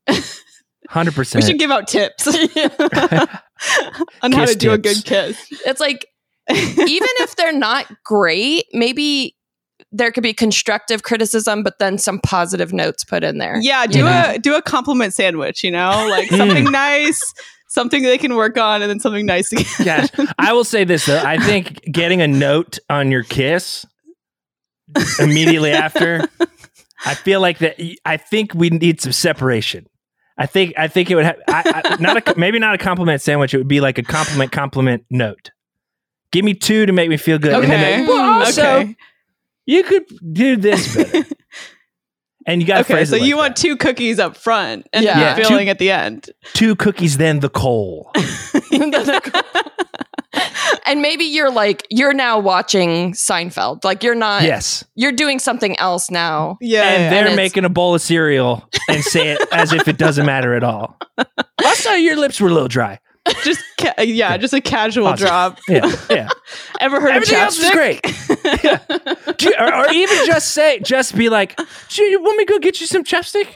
Speaker 3: hundred
Speaker 2: we
Speaker 3: percent.
Speaker 2: should give out tips on how
Speaker 3: Kiss
Speaker 2: to do a
Speaker 3: tips.
Speaker 2: good kiss.
Speaker 1: It's like even if they're not great, maybe there could be constructive criticism, but then some positive notes put in there.
Speaker 2: Yeah,
Speaker 1: you
Speaker 2: do
Speaker 1: know?
Speaker 2: a do a compliment sandwich, you know? Like
Speaker 3: Mm.
Speaker 2: something nice, something they can work on and then something nice again.
Speaker 3: Yes, I will say this though. I think getting a note on your kiss immediately after, I feel like that. I think we need some separation. I think I think it would have I, I, not a, maybe not a compliment sandwich. It would be like a compliment compliment note. Give me two to make me feel good, and then
Speaker 2: Okay.
Speaker 3: like, well, also
Speaker 2: Mm, okay.
Speaker 3: you could do this, better. and you got to
Speaker 2: Okay,
Speaker 3: phrase
Speaker 2: so
Speaker 3: it like
Speaker 2: you want
Speaker 3: that.
Speaker 2: two cookies up front and
Speaker 1: Yeah.
Speaker 2: yeah.
Speaker 3: Yeah.
Speaker 2: filling at the end.
Speaker 3: two cookies, then the coal.
Speaker 1: And maybe you're like, you're now watching Seinfeld. Like, you're not,
Speaker 3: yes,
Speaker 1: you're doing something else now.
Speaker 3: and
Speaker 2: yeah.
Speaker 1: And
Speaker 3: they're
Speaker 1: it's-
Speaker 3: making a bowl of cereal and say it as if it doesn't matter at all. Also, your lips were a little dry.
Speaker 2: just ca- yeah, just a casual
Speaker 3: Awesome.
Speaker 2: drop.
Speaker 3: Yeah, yeah.
Speaker 2: Ever heard
Speaker 3: Everything
Speaker 2: of
Speaker 3: else was
Speaker 2: chapstick?
Speaker 3: great. Yeah. Do you- or, or even just say, just be like, "Do you want me to go get you some chapstick?"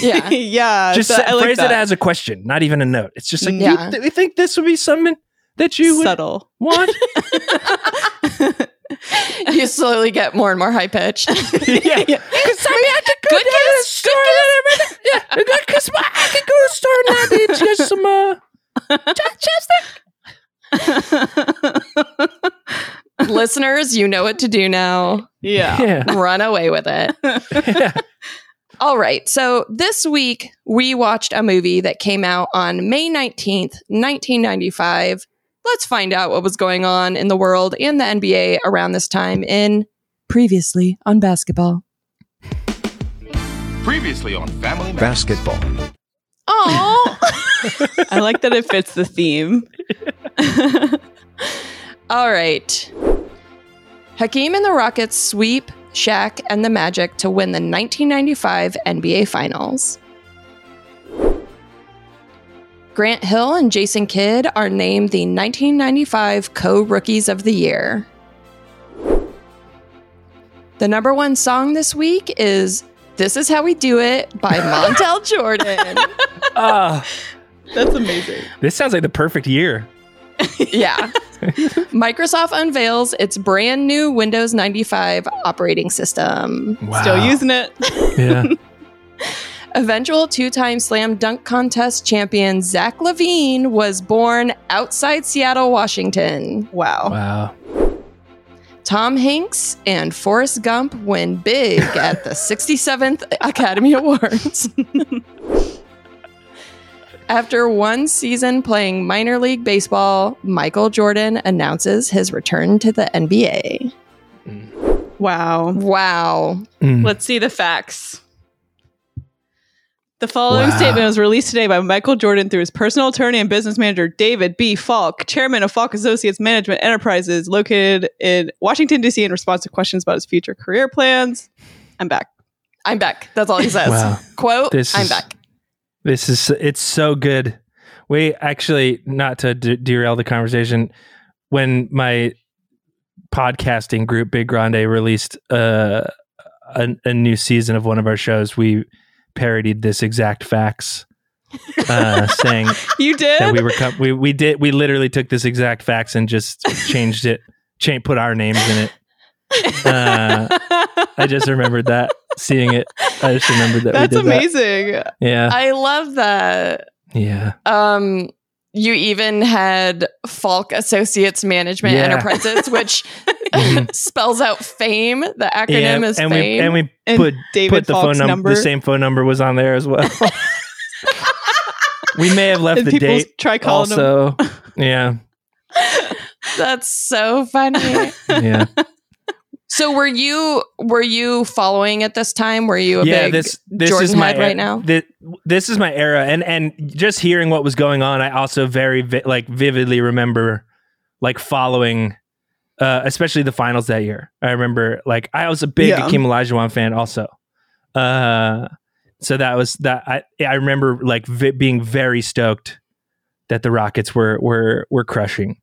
Speaker 1: Yeah.
Speaker 2: yeah.
Speaker 3: Just
Speaker 2: that-
Speaker 3: say-
Speaker 2: I like
Speaker 3: phrase
Speaker 2: that.
Speaker 3: it as a question, not even a note. It's just like, "Do
Speaker 1: Yeah.
Speaker 3: you, th- you think this would be something that you would
Speaker 2: subtle.
Speaker 3: want?
Speaker 1: you slowly get more and more high pitched.
Speaker 3: yeah.
Speaker 2: Yeah.
Speaker 3: Cause I mean, I could go
Speaker 1: Good
Speaker 3: down to the store. Yeah, I could- cause my- I could go to the store and I did just some uh, ch- chapstick.
Speaker 1: Listeners, you know what to do now.
Speaker 2: yeah.
Speaker 1: Run away with it.
Speaker 3: yeah.
Speaker 1: All right. So this week we watched a movie that came out on May 19th, 1995. Let's find out what was going on in the world and the NBA around this time in previously on basketball.
Speaker 4: Previously on Family Matters.
Speaker 5: basketball.
Speaker 1: Oh.
Speaker 2: I like that it fits the theme.
Speaker 1: All right. Hakeem and the Rockets sweep Shaq and the Magic to win the 1995 NBA Finals. Grant Hill and Jason Kidd are named the 1995 Co Rookies of the Year. The number one song this week is This Is How We Do It by Montel Jordan.
Speaker 3: Uh,
Speaker 2: That's amazing.
Speaker 3: this sounds like the perfect year.
Speaker 1: yeah. Microsoft unveils its brand new Windows 95 operating system.
Speaker 3: Wow.
Speaker 2: Still using it.
Speaker 3: Yeah.
Speaker 1: Eventual two time slam dunk contest champion Zach Levine was born outside Seattle, Washington.
Speaker 2: Wow.
Speaker 3: Wow.
Speaker 1: Tom Hanks and Forrest Gump win big at the 67th Academy Awards. After one season playing minor league baseball, Michael Jordan announces his return to the NBA.
Speaker 2: Wow.
Speaker 1: Wow.
Speaker 3: Mm.
Speaker 2: Let's see the facts. The following
Speaker 3: Wow.
Speaker 2: statement was released today by Michael Jordan through his personal attorney and business manager, David B. Falk, chairman of Falk Associates Management Enterprises, located in Washington, D.C., in response to questions about his future career plans. I'm back.
Speaker 1: I'm back. That's all he says.
Speaker 3: Wow.
Speaker 1: Quote,
Speaker 3: This
Speaker 1: I'm
Speaker 3: is-
Speaker 1: back.
Speaker 3: This is it's so good. We actually not to d- derail the conversation when my podcasting group Big Grande released uh, a a new season of one of our shows. We parodied this exact facts, uh, saying
Speaker 2: You did?
Speaker 3: that we were com- we we did we literally took this exact facts and just changed it, cha- put our names in it. Uh, I just remembered that seeing it. I just remembered that
Speaker 2: That's
Speaker 3: we did that.
Speaker 2: amazing.
Speaker 3: Yeah,
Speaker 1: I love that.
Speaker 3: yeah.
Speaker 1: Um, you even had Falk Associates Management
Speaker 3: Yeah.
Speaker 1: Enterprises, which
Speaker 3: Mhm.
Speaker 1: spells out FAME. The acronym is
Speaker 3: and
Speaker 1: FAME.
Speaker 3: we and we
Speaker 2: And
Speaker 3: put
Speaker 2: David
Speaker 3: put the
Speaker 2: Falk's
Speaker 3: phone number.
Speaker 2: number.
Speaker 3: The same phone number was on there as well. we may have left
Speaker 2: and
Speaker 3: the
Speaker 2: people
Speaker 3: date.
Speaker 2: try calling him.
Speaker 3: Also, yeah,
Speaker 1: That's so funny.
Speaker 3: yeah,
Speaker 1: so were you were you following at this time? Were you a
Speaker 3: yeah.
Speaker 1: big
Speaker 3: This this
Speaker 1: Jordan
Speaker 3: is my
Speaker 1: head right now?
Speaker 3: This, this is my era, and and just hearing what was going on, I also very vi- like vividly remember like following. Uh, especially the finals that year. I remember like I was a big
Speaker 2: Yeah.
Speaker 3: Akeem Olajuwon fan also. Uh, so that was that. I I remember like vi- being very stoked that the Rockets were were were crushing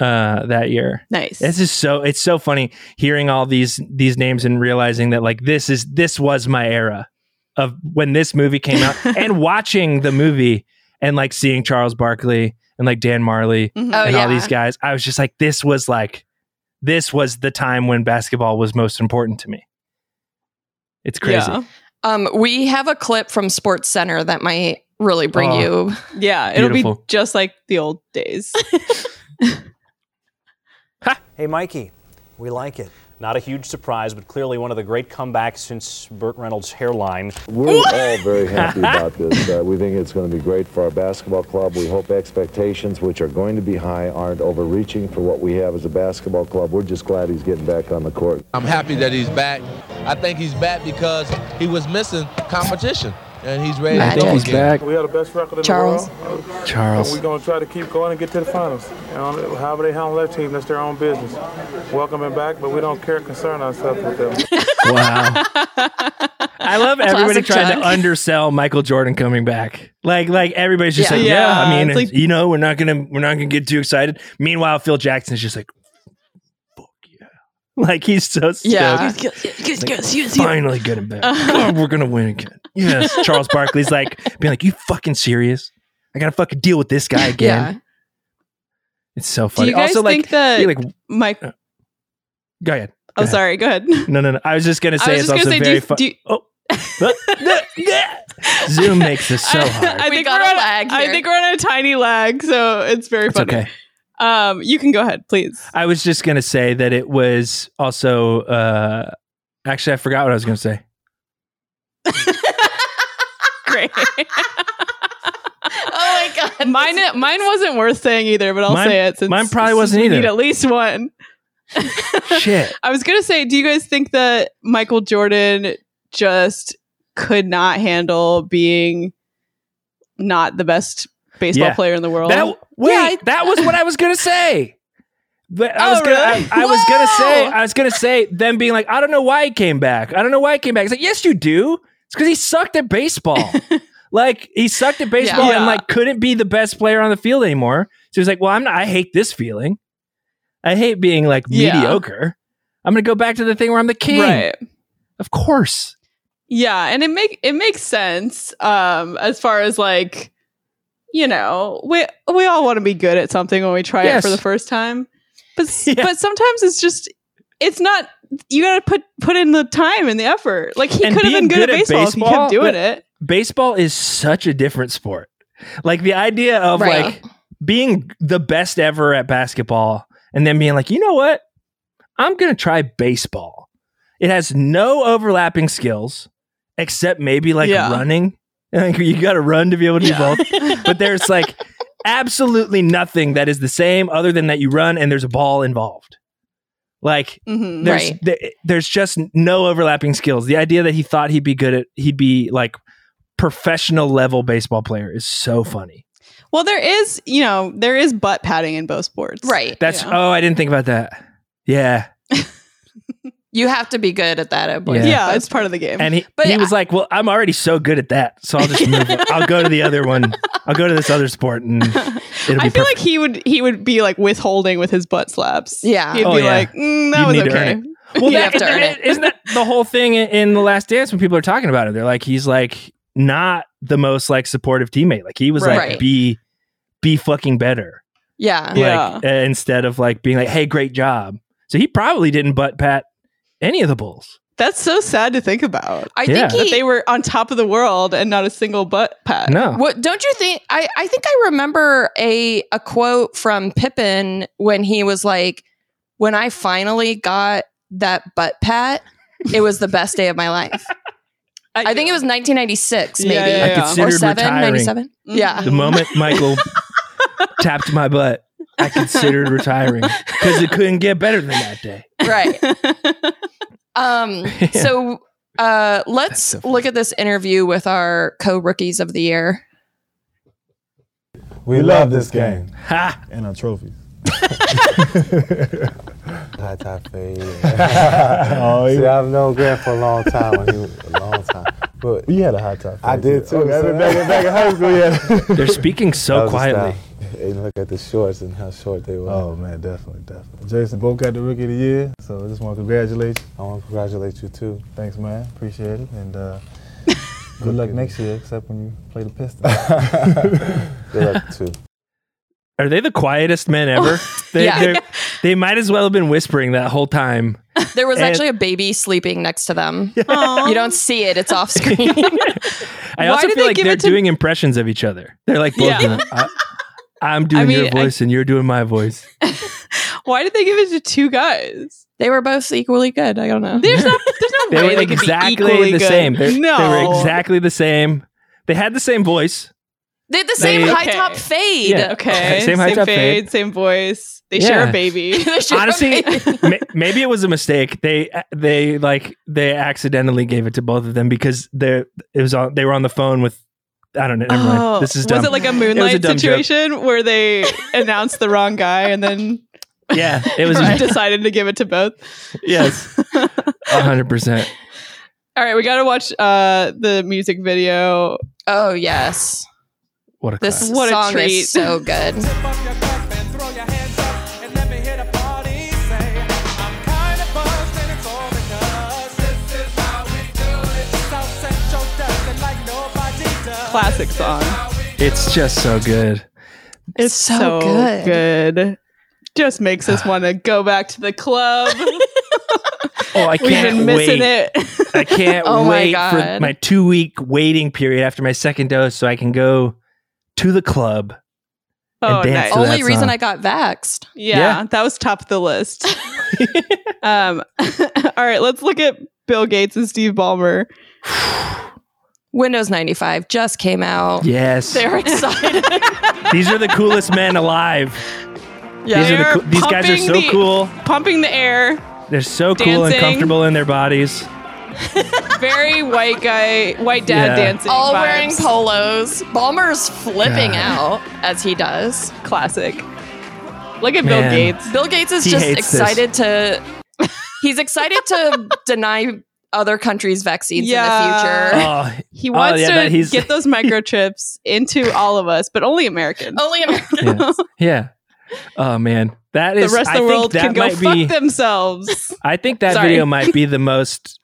Speaker 3: uh, that year.
Speaker 2: Nice.
Speaker 3: This is so it's so funny hearing all these these names and realizing that like this is this was my era of when this movie came out and watching the movie and like seeing Charles Barkley and like Dan Marley
Speaker 2: Mhm.
Speaker 1: Oh,
Speaker 3: and
Speaker 1: yeah.
Speaker 3: all these guys. I was just like this was like this was the time when basketball was most important to me. It's crazy.
Speaker 2: Yeah.
Speaker 1: Um, we have a clip from Sports Center that might really bring
Speaker 3: Oh.
Speaker 1: you.
Speaker 2: Yeah, it'll
Speaker 3: Beautiful.
Speaker 2: be just like the old days.
Speaker 4: Hey, Mikey, we like it.
Speaker 5: Not a huge surprise, but clearly one of the great comebacks since Burt Reynolds' hairline.
Speaker 6: We're all very happy about this. Uh, we think it's going to be great for our basketball club. We hope expectations, which are going to be high, aren't overreaching for what we have as a basketball club. We're just glad he's getting back on the court.
Speaker 7: I'm happy that he's back. I think he's back because he was missing competition, and he's ready
Speaker 1: Magic.
Speaker 7: to go
Speaker 1: He's
Speaker 7: again.
Speaker 8: We have the best record in
Speaker 1: Charles.
Speaker 8: the world. And
Speaker 3: Charles.
Speaker 8: we're going to try to keep going and get to the finals. And on- however they handle their team, that's their own business. Welcome him back, but we don't care, concern ourselves with them.
Speaker 3: Wow. I love everybody
Speaker 1: Classic
Speaker 3: trying
Speaker 1: Chuck.
Speaker 3: to undersell Michael Jordan coming back. Like like everybody's just
Speaker 1: Yeah.
Speaker 3: like, yeah,
Speaker 2: Yeah,
Speaker 3: I mean,
Speaker 2: it's like-
Speaker 3: you know, we're not gonna we're not gonna get too excited. Meanwhile, Phil Jackson's just like, fuck yeah. Like he's so stoked.
Speaker 1: Yeah.
Speaker 3: Finally getting back. God, we're gonna win again. Yes. Charles Barkley's like being like, You fucking serious? I gotta fucking deal with this guy again.
Speaker 1: Yeah.
Speaker 3: It's so
Speaker 2: Do
Speaker 3: funny.
Speaker 2: you guys
Speaker 3: also
Speaker 2: think
Speaker 3: like,
Speaker 2: that
Speaker 3: you're like
Speaker 2: Mike?
Speaker 3: go ahead.
Speaker 2: Oh,
Speaker 3: ahead.
Speaker 2: sorry. Go ahead.
Speaker 3: No, no, no. I was just gonna
Speaker 2: I
Speaker 3: say
Speaker 2: was
Speaker 3: it's
Speaker 2: just gonna say,
Speaker 3: also
Speaker 2: do
Speaker 3: very
Speaker 2: you-
Speaker 3: fun.
Speaker 2: do you-
Speaker 3: oh, Zoom makes this so
Speaker 2: I-
Speaker 3: hard.
Speaker 2: I
Speaker 1: We
Speaker 2: think
Speaker 1: got
Speaker 2: we're
Speaker 1: a
Speaker 2: on.
Speaker 1: lag
Speaker 2: I
Speaker 1: here.
Speaker 2: think we're on a tiny lag, so it's very
Speaker 3: It's
Speaker 2: funny.
Speaker 3: okay.
Speaker 2: Um, you can go ahead, please.
Speaker 3: I was just gonna say that it was also. Uh, actually, I forgot what I was gonna say.
Speaker 2: Great.
Speaker 1: Oh my god.
Speaker 2: mine, mine wasn't worth saying either, but I'll
Speaker 3: Mine-
Speaker 2: say it. Since,
Speaker 3: mine probably wasn't
Speaker 2: since we
Speaker 3: either.
Speaker 2: Need at least one.
Speaker 3: Shit.
Speaker 2: I was gonna say, do you guys think that Michael Jordan just could not handle being not the best baseball
Speaker 3: Yeah.
Speaker 2: player in the world?
Speaker 3: That wait,
Speaker 2: Yeah, I-
Speaker 3: that was what I was gonna say. But I was
Speaker 2: Oh,
Speaker 3: gonna,
Speaker 2: really?
Speaker 3: I, I was gonna say,
Speaker 2: Whoa!
Speaker 3: I was gonna say them being like, I don't know why he came back. I don't know why he came back. It's like, yes, you do. It's because he sucked at baseball. like he sucked at baseball
Speaker 2: Yeah.
Speaker 3: and like couldn't be the best player on the field anymore. So he's like, well, I'm not. I hate this feeling. I hate being like
Speaker 2: Yeah.
Speaker 3: mediocre. I'm gonna go back to the thing where I'm the king.
Speaker 2: right.
Speaker 3: Of course.
Speaker 2: Yeah, and it make it makes sense um as far as like you know, we we all want to be good at something when we try it for
Speaker 3: Yes.
Speaker 2: the first time. But s-
Speaker 3: Yeah.
Speaker 2: but sometimes it's just it's not you got to put put in the time and the effort. Like he
Speaker 3: And
Speaker 2: could have
Speaker 3: being
Speaker 2: been good, at
Speaker 3: good at
Speaker 2: baseball, if he
Speaker 3: baseball,
Speaker 2: kept doing
Speaker 3: but-
Speaker 2: it.
Speaker 3: baseball is such a different sport. Like the idea of
Speaker 1: Right.
Speaker 3: like being the best ever at basketball and then being like, you know what? I'm going to try baseball. It has no overlapping skills except maybe like
Speaker 2: Yeah.
Speaker 3: running. Like you got to run to be able to
Speaker 2: Yeah.
Speaker 3: do both. but there's like absolutely nothing that is the same other than that you run and there's a ball involved. Like
Speaker 2: Mhm.
Speaker 3: there's
Speaker 1: Right.
Speaker 3: th- there's just no overlapping skills. The idea that he thought he'd be good at he'd be like professional level baseball player is so funny.
Speaker 2: Well, there is, you know, there is butt padding in both sports.
Speaker 1: Right.
Speaker 3: That's
Speaker 2: Yeah.
Speaker 3: oh, I didn't think about that. Yeah,
Speaker 1: You have to be good at that at boys.
Speaker 3: Yeah.
Speaker 2: Yeah,
Speaker 1: and boys.
Speaker 2: it's part of the game.
Speaker 3: and he
Speaker 1: But
Speaker 3: he
Speaker 1: I-
Speaker 3: was like, well, I'm already so good at that, so I'll just move. I'll go to the other one. I'll go to this other sport, and it'll be
Speaker 2: I feel
Speaker 3: perfect.
Speaker 2: like he would he would be like withholding with his butt slaps.
Speaker 1: Yeah.
Speaker 2: He'd
Speaker 3: Oh,
Speaker 2: be
Speaker 3: yeah.
Speaker 2: like, mm, that
Speaker 3: You'd
Speaker 2: was
Speaker 3: need to earn
Speaker 2: okay.
Speaker 3: it. well,
Speaker 1: You
Speaker 3: that,
Speaker 1: have to earn it.
Speaker 3: isn't that the whole thing in, in the Last Dance when people are talking about it? They're like, he's like not the most like supportive teammate. Like he was
Speaker 1: Right.
Speaker 3: like be be fucking better.
Speaker 1: Yeah.
Speaker 2: Yeah.
Speaker 3: like uh, instead of like being like, "Hey, great job." So he probably didn't butt pat any of the bulls.
Speaker 2: That's so sad to think about.
Speaker 1: I
Speaker 3: Yeah.
Speaker 1: think
Speaker 2: That
Speaker 1: he.
Speaker 2: they were on top of the world and not a single butt pat.
Speaker 3: No,
Speaker 1: What don't you think? I, I think I remember a a quote from Pippin when he was like, "When I finally got that butt pat, it was the best day of my life." I think it was 1996, maybe
Speaker 2: Yeah, yeah,
Speaker 3: I
Speaker 2: yeah.
Speaker 1: or
Speaker 3: considered
Speaker 1: seven,
Speaker 3: retiring
Speaker 1: 97. Yeah,
Speaker 3: the moment Michael tapped my butt. I considered retiring because it couldn't get better than that day.
Speaker 1: right.
Speaker 2: Mm-hmm.
Speaker 1: Um, so uh, let's
Speaker 3: so funny.
Speaker 1: look at this interview with our co rookies of the year.
Speaker 9: We love this game
Speaker 3: Ha!
Speaker 9: and our trophies.
Speaker 4: High top for you.
Speaker 9: oh,
Speaker 4: See,
Speaker 9: yeah.
Speaker 4: I've known Grant for a long time. when he was- a long time. But
Speaker 9: You had a hot top.
Speaker 4: I did too.
Speaker 9: Okay,
Speaker 4: so-
Speaker 9: back, in- back in high school, yeah.
Speaker 3: They're speaking
Speaker 4: that
Speaker 3: so
Speaker 4: was the
Speaker 3: quietly.
Speaker 4: style. And look at the shorts and how short they were.
Speaker 9: oh man, definitely, definitely. Jason both got the rookie of the year, so I just want to congratulate you.
Speaker 4: I want to congratulate you too.
Speaker 9: Thanks, man. Appreciate it, and uh, good luck next year, except when you play the Pistons.
Speaker 4: Good luck too.
Speaker 3: Are they the quietest men ever? They,
Speaker 1: Yeah.
Speaker 3: they're- they might as well have been whispering that whole time.
Speaker 1: There was
Speaker 3: And-
Speaker 1: actually a baby sleeping next to them. You don't see it; it's off screen.
Speaker 3: I
Speaker 2: Why
Speaker 3: also
Speaker 2: did
Speaker 3: feel
Speaker 2: they
Speaker 3: like
Speaker 2: give
Speaker 3: they're
Speaker 2: it to-
Speaker 3: doing impressions of each other. They're like both.
Speaker 2: Yeah.
Speaker 3: doing, I, I'm doing your
Speaker 2: mean, I-
Speaker 3: voice and you're doing my voice.
Speaker 2: Why did they give it to two guys?
Speaker 1: they were both equally good. I don't know.
Speaker 2: There's not. There's no
Speaker 3: they
Speaker 2: way
Speaker 3: were
Speaker 2: could be
Speaker 3: exactly
Speaker 2: equally
Speaker 3: the
Speaker 2: good.
Speaker 3: same. They're-
Speaker 2: no.
Speaker 3: They were exactly the same. They had the same voice.
Speaker 1: They had the same
Speaker 3: They-
Speaker 1: high
Speaker 2: Okay.
Speaker 1: top fade.
Speaker 3: Yeah.
Speaker 2: Okay.
Speaker 3: Same
Speaker 2: Same,
Speaker 3: height, top
Speaker 2: fade,
Speaker 3: fade.
Speaker 2: Same voice. They share
Speaker 3: Yeah.
Speaker 2: a baby.
Speaker 3: Honestly, ma- maybe it was a mistake. They they like they accidentally gave it to both of them because they it was on they were on the phone with I don't know. Never
Speaker 2: Oh,
Speaker 3: mind. This is dumb.
Speaker 2: Was it like a
Speaker 3: was a
Speaker 2: moonlight
Speaker 3: dumb joke.
Speaker 2: situation where they announced the wrong guy and then
Speaker 3: yeah, it was
Speaker 2: decided to give it to both?
Speaker 3: yes, hundred percent.
Speaker 2: All right, we got to watch uh, the music video.
Speaker 1: oh yes,
Speaker 3: What a
Speaker 1: this
Speaker 3: class.
Speaker 2: What a
Speaker 1: song
Speaker 2: treat.
Speaker 1: is so good.
Speaker 2: Classic song.
Speaker 3: It's just so good.
Speaker 1: It's so, good.
Speaker 2: good. Just makes us want to go back to the club.
Speaker 3: Oh, I
Speaker 2: We've
Speaker 3: can't
Speaker 2: been missing
Speaker 3: wait.
Speaker 2: it.
Speaker 3: I can't
Speaker 1: Oh my
Speaker 3: wait for
Speaker 1: God.
Speaker 3: my two week waiting period after my second dose so I can go to the club.
Speaker 2: oh,
Speaker 3: dance
Speaker 2: nice.
Speaker 3: to that.
Speaker 1: Only reason
Speaker 3: song.
Speaker 1: I got vaxxed.
Speaker 2: yeah,
Speaker 3: Yeah.
Speaker 2: that was top of the list. um, all right, let's look at Bill Gates and Steve Ballmer.
Speaker 1: Windows 95 just came out.
Speaker 3: Yes.
Speaker 1: They're excited.
Speaker 3: These are the coolest men alive.
Speaker 2: Yeah,
Speaker 3: these are the coo- these guys are so cool.
Speaker 2: Pumping the air.
Speaker 3: They're so cool and
Speaker 2: Dancing.
Speaker 3: comfortable in their bodies.
Speaker 2: Very white guy, white dad
Speaker 3: Yeah.
Speaker 2: dancing.
Speaker 1: All
Speaker 2: vibes.
Speaker 1: wearing polos. Ballmer's flipping out as he does.
Speaker 2: Classic. Look at
Speaker 3: Man.
Speaker 2: Bill Gates.
Speaker 1: Bill Gates is
Speaker 3: He
Speaker 1: just
Speaker 3: hates this.
Speaker 1: excited to he's excited to deny other countries vaccines in the future.
Speaker 2: Yeah.
Speaker 3: Oh,
Speaker 2: He
Speaker 3: Oh,
Speaker 2: wants
Speaker 3: yeah,
Speaker 2: to
Speaker 3: that he's-
Speaker 2: get those microchips into all of us, but only
Speaker 3: Oh.
Speaker 2: Americans.
Speaker 1: Only America.
Speaker 3: yeah. yeah. Oh man, that
Speaker 2: the
Speaker 3: is.
Speaker 2: rest
Speaker 3: I
Speaker 2: of the
Speaker 3: think
Speaker 2: world
Speaker 3: that
Speaker 2: can go
Speaker 3: might
Speaker 2: fuck
Speaker 3: be,
Speaker 2: themselves.
Speaker 3: I think that
Speaker 2: Sorry.
Speaker 3: video might be the most,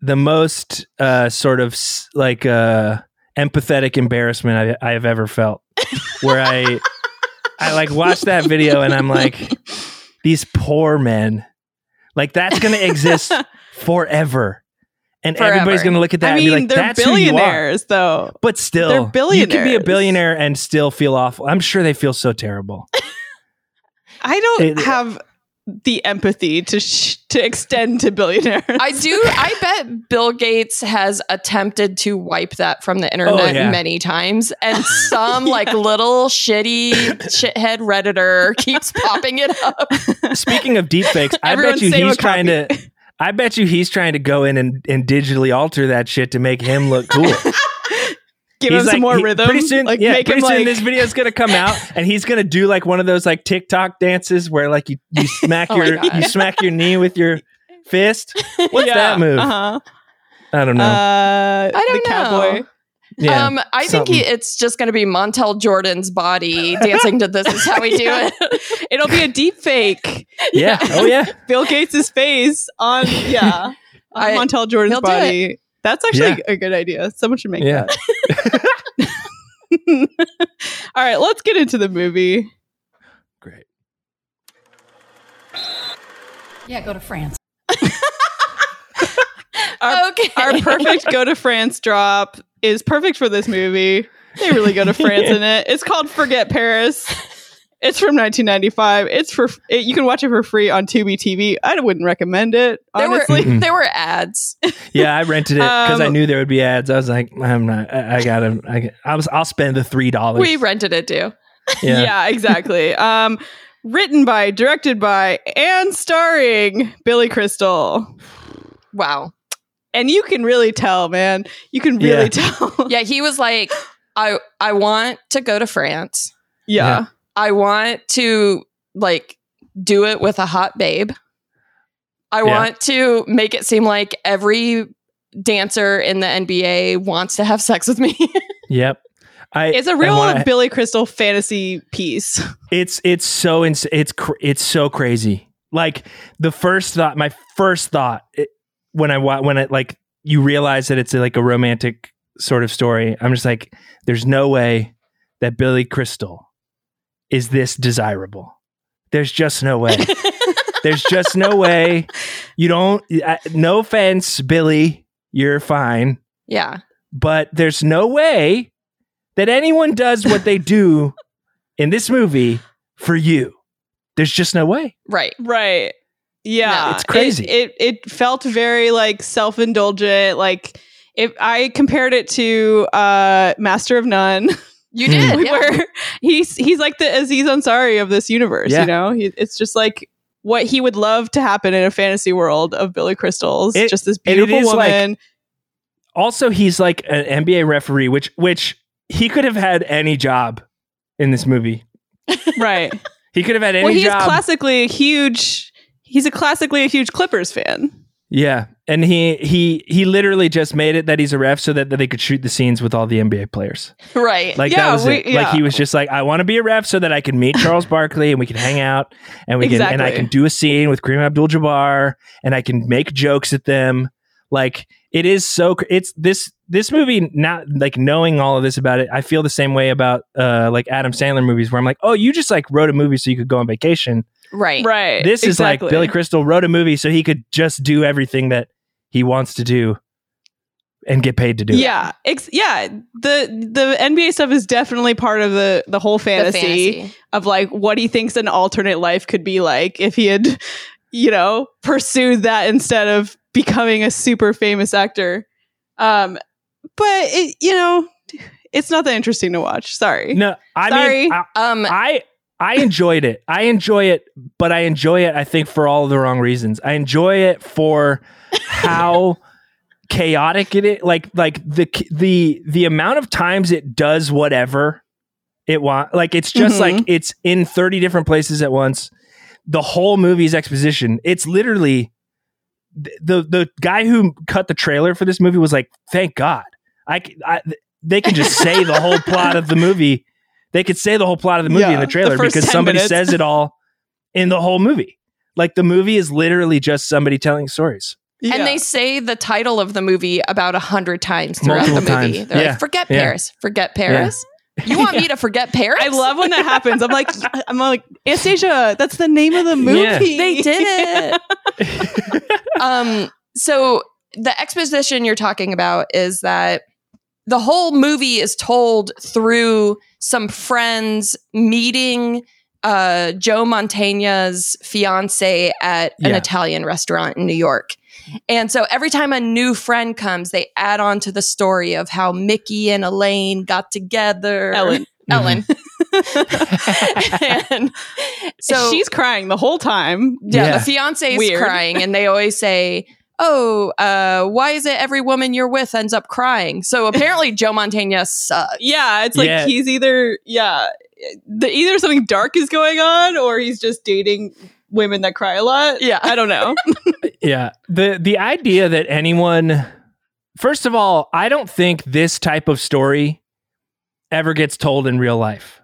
Speaker 3: the most uh, sort of s- like uh, empathetic embarrassment I, I have ever felt. where I I like watch that video and I'm like, these poor men, like that's gonna exist forever, and everybody's
Speaker 2: Forever.
Speaker 3: gonna look at that
Speaker 2: I
Speaker 3: and
Speaker 2: mean,
Speaker 3: be like,
Speaker 2: they're
Speaker 3: that's who you are.
Speaker 2: billionaires, though.
Speaker 3: But still,
Speaker 2: They're
Speaker 3: You can be a
Speaker 2: billionaires.
Speaker 3: billionaire and still feel awful. I'm sure they feel so terrible.
Speaker 2: I don't
Speaker 3: It-
Speaker 2: have the empathy to sh- to extend to billionaires.
Speaker 1: I do. I bet Bill Gates has attempted to wipe that from the internet
Speaker 3: Oh, yeah.
Speaker 1: many times, and some like little shitty shithead redditor keeps popping it up.
Speaker 3: Speaking of deepfakes, I
Speaker 2: Everyone
Speaker 3: bet you
Speaker 2: save a
Speaker 3: he's trying to. I bet you he's trying to go in and, and digitally alter that shit to make him look cool.
Speaker 2: Give
Speaker 3: He's
Speaker 2: him some
Speaker 3: like-
Speaker 2: more
Speaker 3: he-
Speaker 2: rhythm.
Speaker 3: Pretty soon,
Speaker 2: like
Speaker 3: yeah,
Speaker 2: make
Speaker 3: pretty
Speaker 2: him
Speaker 3: soon
Speaker 2: like
Speaker 3: this video's gonna come out, and he's gonna do like one of those like TikTok dances where like you, you smack
Speaker 1: Oh my
Speaker 3: your
Speaker 1: God.
Speaker 3: you smack your knee with your fist. What's
Speaker 2: yeah,
Speaker 3: that move?
Speaker 2: Uh-huh.
Speaker 3: I don't know.
Speaker 2: Uh,
Speaker 1: I don't
Speaker 2: the
Speaker 1: know.
Speaker 2: Cowboy.
Speaker 3: yeah,
Speaker 1: um, I think he, it's just going to be Montel Jordan's body dancing to "This Is How We
Speaker 2: Yeah.
Speaker 1: Do It."
Speaker 2: It'll be a deep fake.
Speaker 3: yeah. Oh yeah.
Speaker 2: Bill Gates' face on yeah on
Speaker 1: I-
Speaker 2: Montel Jordan's
Speaker 1: he'll do
Speaker 2: body. That's actually a good idea. Someone should make
Speaker 3: Yeah.
Speaker 2: that. All right, let's get into the movie.
Speaker 3: Great.
Speaker 10: Yeah, go to France.
Speaker 2: Our,
Speaker 1: okay,
Speaker 2: our perfect go to France drop is perfect for this movie. They really go to France in it. It's called Forget Paris. It's from 1995. It's for it, you can watch it for free on Tubi TV. I wouldn't recommend it.
Speaker 1: there
Speaker 2: Honestly,
Speaker 1: were
Speaker 3: Mm-mm.
Speaker 1: there were ads.
Speaker 3: Yeah, I rented it because I
Speaker 2: Um,
Speaker 3: knew there would be ads. I was like, I'm not. I, I gotta. I, g- I was. I'll spend the three dollars.
Speaker 1: We rented it too.
Speaker 2: Yeah,
Speaker 3: Yeah.
Speaker 2: exactly. um, written by, directed by, and starring Billy Crystal.
Speaker 1: Wow.
Speaker 2: And you can really tell, man. You can really
Speaker 3: Yeah.
Speaker 2: tell.
Speaker 1: Yeah, he was like, "I I want to go to France.
Speaker 2: yeah.
Speaker 1: I want to like do it with a hot babe. I
Speaker 3: Yeah.
Speaker 1: want to make it seem like every dancer in the NBA wants to have sex with me."
Speaker 3: Yep. I.
Speaker 2: It's a
Speaker 3: and
Speaker 2: real
Speaker 3: when I-
Speaker 2: Billy Crystal fantasy piece.
Speaker 3: It's it's so ins- it's cr- it's so crazy. Like the first thought, my first thought it, when I wa- when it like you realize that it's like a romantic sort of story. I'm just like, there's no way that Billy Crystal is this desirable. There's just no way. there's just no way. You don't. I, no offense, Billy, you're fine,
Speaker 1: yeah.
Speaker 3: but there's no way that anyone does what they do in this movie for you. There's just no way.
Speaker 1: Right.
Speaker 2: Right.
Speaker 1: No,
Speaker 2: Yeah.
Speaker 3: it's crazy.
Speaker 2: It, it it felt very like self-indulgent. Like if I compared it to uh Master of None,
Speaker 1: You
Speaker 3: Hmm.
Speaker 1: did. yeah.
Speaker 2: where he's he's like the Aziz Ansari of this universe,
Speaker 3: Yeah.
Speaker 2: you know? He, it's just like what he would love to happen in a fantasy world of Billy Crystal's,
Speaker 3: It-
Speaker 2: just this
Speaker 3: and it
Speaker 2: beautiful
Speaker 3: is, like,
Speaker 2: woman.
Speaker 3: Also, he's like an NBA referee, which which he could have had any job in this movie.
Speaker 2: right.
Speaker 3: He could have had any
Speaker 2: Well, he's
Speaker 3: job.
Speaker 2: classically a huge he's a classically a huge Clippers fan.
Speaker 3: yeah, and he he he literally just made it that he's a ref so that, that they could shoot the scenes with all the NBA players.
Speaker 1: Right.
Speaker 3: Like
Speaker 2: Yeah,
Speaker 3: that was
Speaker 2: we-
Speaker 3: it.
Speaker 2: yeah.
Speaker 3: Like he was just like, I want to be a ref so that I can meet Charles Barkley and we can hang out and we can and I
Speaker 2: Exactly.
Speaker 3: can do a scene with Kareem Abdul-Jabbar and I can make jokes at them. Like it is so cr- it's this this movie not like knowing all of this about it. I feel the same way about uh like Adam Sandler movies where I'm like, oh, you just like wrote a movie so you could go on vacation.
Speaker 1: right.
Speaker 2: Right.
Speaker 3: This
Speaker 2: E, exactly.
Speaker 3: is like Billy Crystal wrote a movie so he could just do everything that he wants to do and get paid to do. it.
Speaker 2: yeah, ex- yeah. The the NBA stuff is definitely part of the the whole
Speaker 1: The
Speaker 2: fantasy, of like what he thinks an alternate life could be like if he had, you know, pursued that instead of becoming a super famous actor. Um, but it, you know, it's not that interesting to watch. Sorry.
Speaker 3: No, I
Speaker 2: Sorry.
Speaker 3: mean I-
Speaker 1: Um.
Speaker 3: I I enjoyed it. I enjoy it, but I enjoy it. I think for all the wrong reasons. I enjoy it for how chaotic it is. Like like the the the amount of times it does whatever it want. Like it's just
Speaker 2: Mhm.
Speaker 3: like it's in thirty different places at once. The whole movie's exposition. It's literally th- the the guy who cut the trailer for this movie was like, "Thank God, I, c- I- th- they can just say the whole plot of the movie. They could say the whole plot of the movie
Speaker 2: Yeah,
Speaker 3: in the
Speaker 2: the
Speaker 3: trailer
Speaker 2: first
Speaker 3: because
Speaker 2: 10
Speaker 3: somebody
Speaker 2: minutes.
Speaker 3: says it all in the whole movie. Like the movie is literally just somebody telling stories.
Speaker 2: Yeah.
Speaker 1: And they say the title of the movie about a hundred times throughout
Speaker 3: Multiple
Speaker 1: the movie.
Speaker 3: times.
Speaker 1: They're
Speaker 3: Yeah.
Speaker 1: like, "Forget
Speaker 3: Yeah.
Speaker 1: Paris, forget Paris, You want me to forget Paris?
Speaker 2: I love when that happens. I'm like, I'm like, Anastasia, that's the name of the movie.
Speaker 3: Yeah.
Speaker 1: They did it. um, so the exposition you're talking about is that the whole movie is told through some friends meeting uh, Joe Montana's fiance at an
Speaker 3: Yeah.
Speaker 1: Italian restaurant in New York. And so every time a new friend comes, they add on to the story of how Mickey and Elaine got together.
Speaker 2: Ellen.
Speaker 1: Ellen.
Speaker 3: Mm-hmm.
Speaker 1: and so
Speaker 2: she's crying the whole time.
Speaker 1: yeah,
Speaker 3: Yeah.
Speaker 1: the fiance is
Speaker 2: Weird.
Speaker 1: crying, and they always say, "Oh, uh, why is it every woman you're with ends up crying?" So apparently, Joe Montana sucks.
Speaker 2: Yeah, it's like
Speaker 3: Yeah.
Speaker 2: he's either yeah, the, either something dark is going on or he's just dating women that cry a lot.
Speaker 1: Yeah.
Speaker 2: I don't know.
Speaker 3: yeah the the idea that anyone first of all i don't think this type of story ever gets told in real life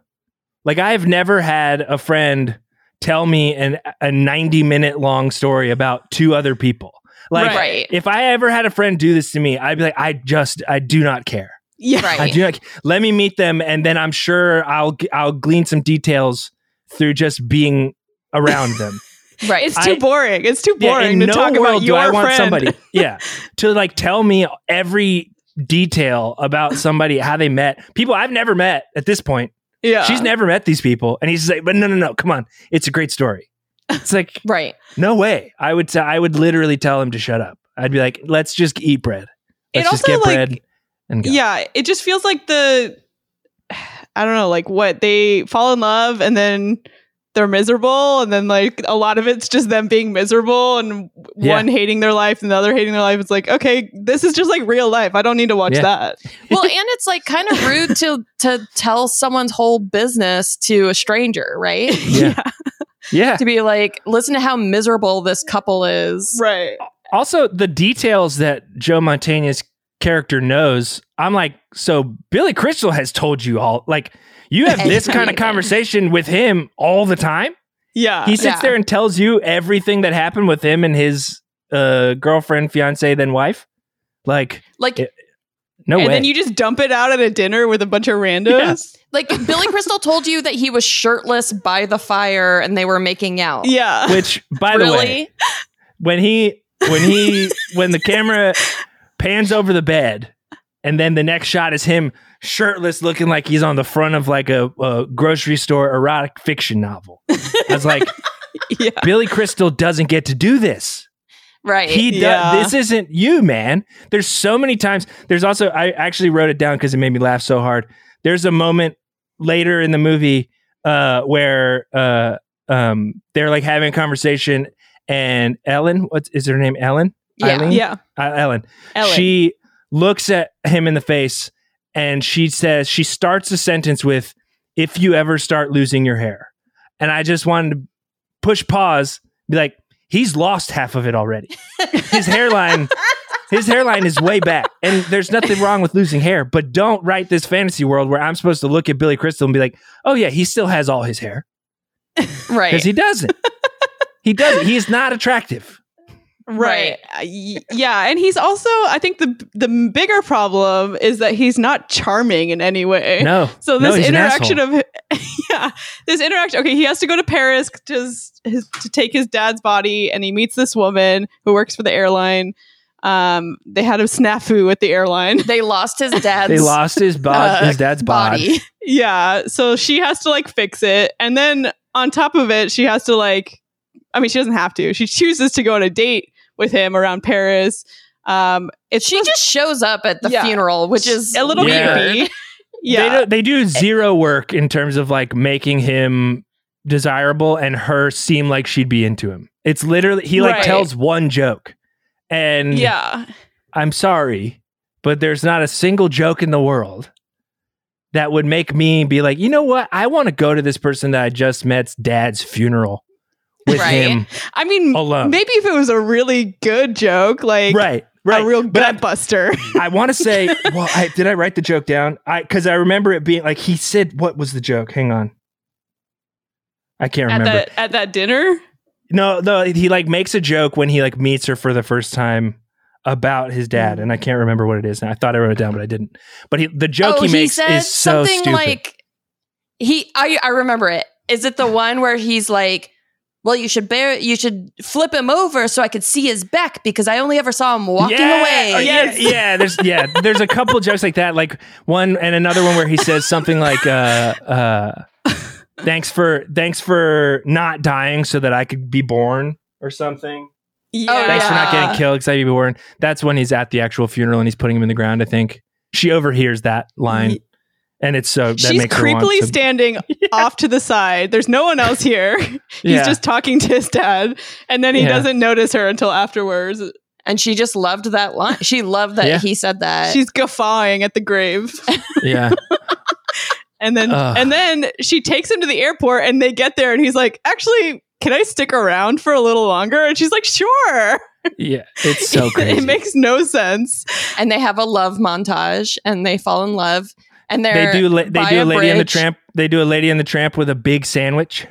Speaker 3: like i've never had a friend tell me an a 90 minute long story about two other people like
Speaker 1: Right.
Speaker 3: if i ever had a friend do this to me i'd be like i just i do not care
Speaker 2: yeah.
Speaker 1: Right.
Speaker 3: i do not ca- let me meet them and then i'm sure i'll g- i'll glean some details through just being around them
Speaker 1: Right.
Speaker 2: It's too
Speaker 3: I-
Speaker 2: boring. It's too
Speaker 3: yeah,
Speaker 2: boring
Speaker 3: in
Speaker 2: to
Speaker 3: no
Speaker 2: talk
Speaker 3: world
Speaker 2: about your
Speaker 3: do I want
Speaker 2: friend.
Speaker 3: somebody, yeah, to like tell me every detail about somebody, how they met, people I've never met at this point.
Speaker 2: Yeah.
Speaker 3: She's never met these people, and he's like, "But no, no, no, come on, it's a great story." It's like,
Speaker 1: right.
Speaker 3: no way. I would, t- I would literally tell him to shut up. I'd be like, "Let's just eat bread.
Speaker 2: It
Speaker 3: Let's just
Speaker 2: also,
Speaker 3: get
Speaker 2: like-
Speaker 3: bread and go."
Speaker 2: yeah it just feels like the i don't know like what they fall in love and then they're miserable and then like a lot of it's just them being miserable and
Speaker 3: Yeah.
Speaker 2: one hating their life and the other hating their life it's like okay this is just like real life i don't need to watch
Speaker 3: Yeah.
Speaker 2: that
Speaker 1: Well, and it's like kind of rude to to tell someone's whole business to a stranger, right?
Speaker 3: Yeah. yeah.
Speaker 1: to be like, listen to how miserable this couple is.
Speaker 2: right
Speaker 3: Also, the details that Joe Montana's character knows, I'm like, so Billy Crystal has told you all, like, you have this kind of conversation with him all the time.
Speaker 2: Uh, yeah
Speaker 3: He sits
Speaker 1: Yeah.
Speaker 3: there and tells you everything that happened with him and his uh, girlfriend, fiance, then wife. Like,
Speaker 1: Like
Speaker 3: It- no
Speaker 2: and
Speaker 3: way.
Speaker 2: then you just dump it out at a dinner with a bunch of randos
Speaker 1: like Billy Crystal told you that he was shirtless by the fire and they were making out.
Speaker 2: yeah,
Speaker 3: Which, by the
Speaker 1: really?
Speaker 3: way, when he, when he, when the camera pans over the bed, and then the next shot is him shirtless, looking like he's on the front of like a, a grocery store erotic fiction novel. I was like,
Speaker 2: Yeah.
Speaker 3: Billy Crystal doesn't get to do this.
Speaker 1: Right.
Speaker 3: He does.
Speaker 2: Yeah.
Speaker 3: This isn't you, man. There's so many times. There's also I actually wrote it down because it made me laugh so hard. There's a moment later in the movie uh, where uh, um, they're like having a conversation, and Ellen, what is her name? Ellen.
Speaker 1: Yeah.
Speaker 3: Eileen?
Speaker 2: yeah
Speaker 3: Uh, Ellen.
Speaker 2: Ellen.
Speaker 3: She looks at him in the face and she says, she starts a sentence with, if you ever start losing your hair. And I just wanted to push pause, be like, he's lost half of it already. His hairline, his hairline is way back. And there's nothing wrong with losing hair, but don't write this fantasy world where I'm supposed to look at Billy Crystal and be like, oh yeah, he still has all his hair.
Speaker 1: right.
Speaker 3: Because he doesn't. he doesn't. He is not attractive.
Speaker 2: right Uh, y- yeah and he's also i think the the bigger problem is that he's not charming in any way
Speaker 3: No.
Speaker 2: So
Speaker 3: No,
Speaker 2: this
Speaker 3: he's an
Speaker 2: interaction
Speaker 3: asshole.
Speaker 2: of yeah, this interaction. Okay, he has to go to Paris to his, his- to take his dad's body, and he meets this woman who works for the airline. Um, they had a snafu at the airline.
Speaker 1: they lost his dad's
Speaker 3: They lost his bod,
Speaker 1: uh,
Speaker 3: his dad's bod.
Speaker 1: body.
Speaker 2: yeah, so she has to like fix it, and then on top of it, she has to like. I mean, she doesn't have to. She chooses to go on a date with him around Paris. Um, it's
Speaker 1: She just shows up at the
Speaker 2: Yeah.
Speaker 1: funeral, which is
Speaker 2: a little
Speaker 3: Yeah.
Speaker 2: creepy.
Speaker 3: They,
Speaker 2: Yeah,
Speaker 3: do, they do zero work in terms of like making him desirable and her seem like she'd be into him. It's literally he like
Speaker 2: Right.
Speaker 3: tells one joke, and
Speaker 2: yeah.
Speaker 3: I'm sorry, but there's not a single joke in the world that would make me be like, you know what? I want to go to this person that I just met's dad's funeral with
Speaker 1: Right.
Speaker 3: him
Speaker 2: I mean,
Speaker 3: alone.
Speaker 2: maybe if it was a really good joke, like
Speaker 3: right, right.
Speaker 2: a real
Speaker 3: But I'm-
Speaker 2: gut buster.
Speaker 3: I want to say, well, I, did I write the joke down? I because I remember it being like he said, what was the joke? Hang on, I can't
Speaker 2: at
Speaker 3: remember.
Speaker 2: that at that dinner.
Speaker 3: no, no, he like makes a joke when he like meets her for the first time about his dad,
Speaker 1: Mm.
Speaker 3: and I can't remember what it is. And I thought I wrote it down, but I didn't. But he, the joke
Speaker 1: oh,
Speaker 3: he makes
Speaker 1: said
Speaker 3: is so
Speaker 1: something
Speaker 3: stupid.
Speaker 1: like he. I I remember it. Is it the one where he's like, "Well, you should bear, you should flip him over so I could see his back because I only ever saw him walking
Speaker 3: yeah,
Speaker 1: away."
Speaker 3: or Yeah, yeah. There's yeah. There's a couple jokes like that. Like one and another one where he says something like, uh, uh, "Thanks for thanks for not dying so that I could be born." or something.
Speaker 2: Yeah.
Speaker 3: Thanks for not getting killed because I'd be born. That's when he's at the actual funeral and he's putting him in the ground. I think she overhears that line, and it's so that
Speaker 2: She's
Speaker 3: makes her want
Speaker 2: creepily
Speaker 3: to-
Speaker 2: standing off to the side. There's no one else here. He's
Speaker 3: Yeah.
Speaker 2: just talking to his dad, and then he
Speaker 3: Yeah.
Speaker 2: doesn't notice her until afterwards.
Speaker 1: And she just loved that line. She loved that
Speaker 3: Yeah.
Speaker 1: he said that.
Speaker 2: She's guffawing at the grave,
Speaker 3: Yeah,
Speaker 2: and then
Speaker 3: Ugh.
Speaker 2: and then she takes him to the airport, and they get there, and he's like, "Actually, can I stick around for a little longer?" And she's like, "Sure."
Speaker 3: yeah. It's so crazy.
Speaker 2: it makes no sense.
Speaker 1: and they have a love montage and they fall in love and
Speaker 3: they
Speaker 1: they're
Speaker 3: do. La- they
Speaker 1: by
Speaker 3: do
Speaker 1: a
Speaker 3: a lady in the
Speaker 1: bridge.
Speaker 3: tramp. They do a lady in the tramp with a big sandwich.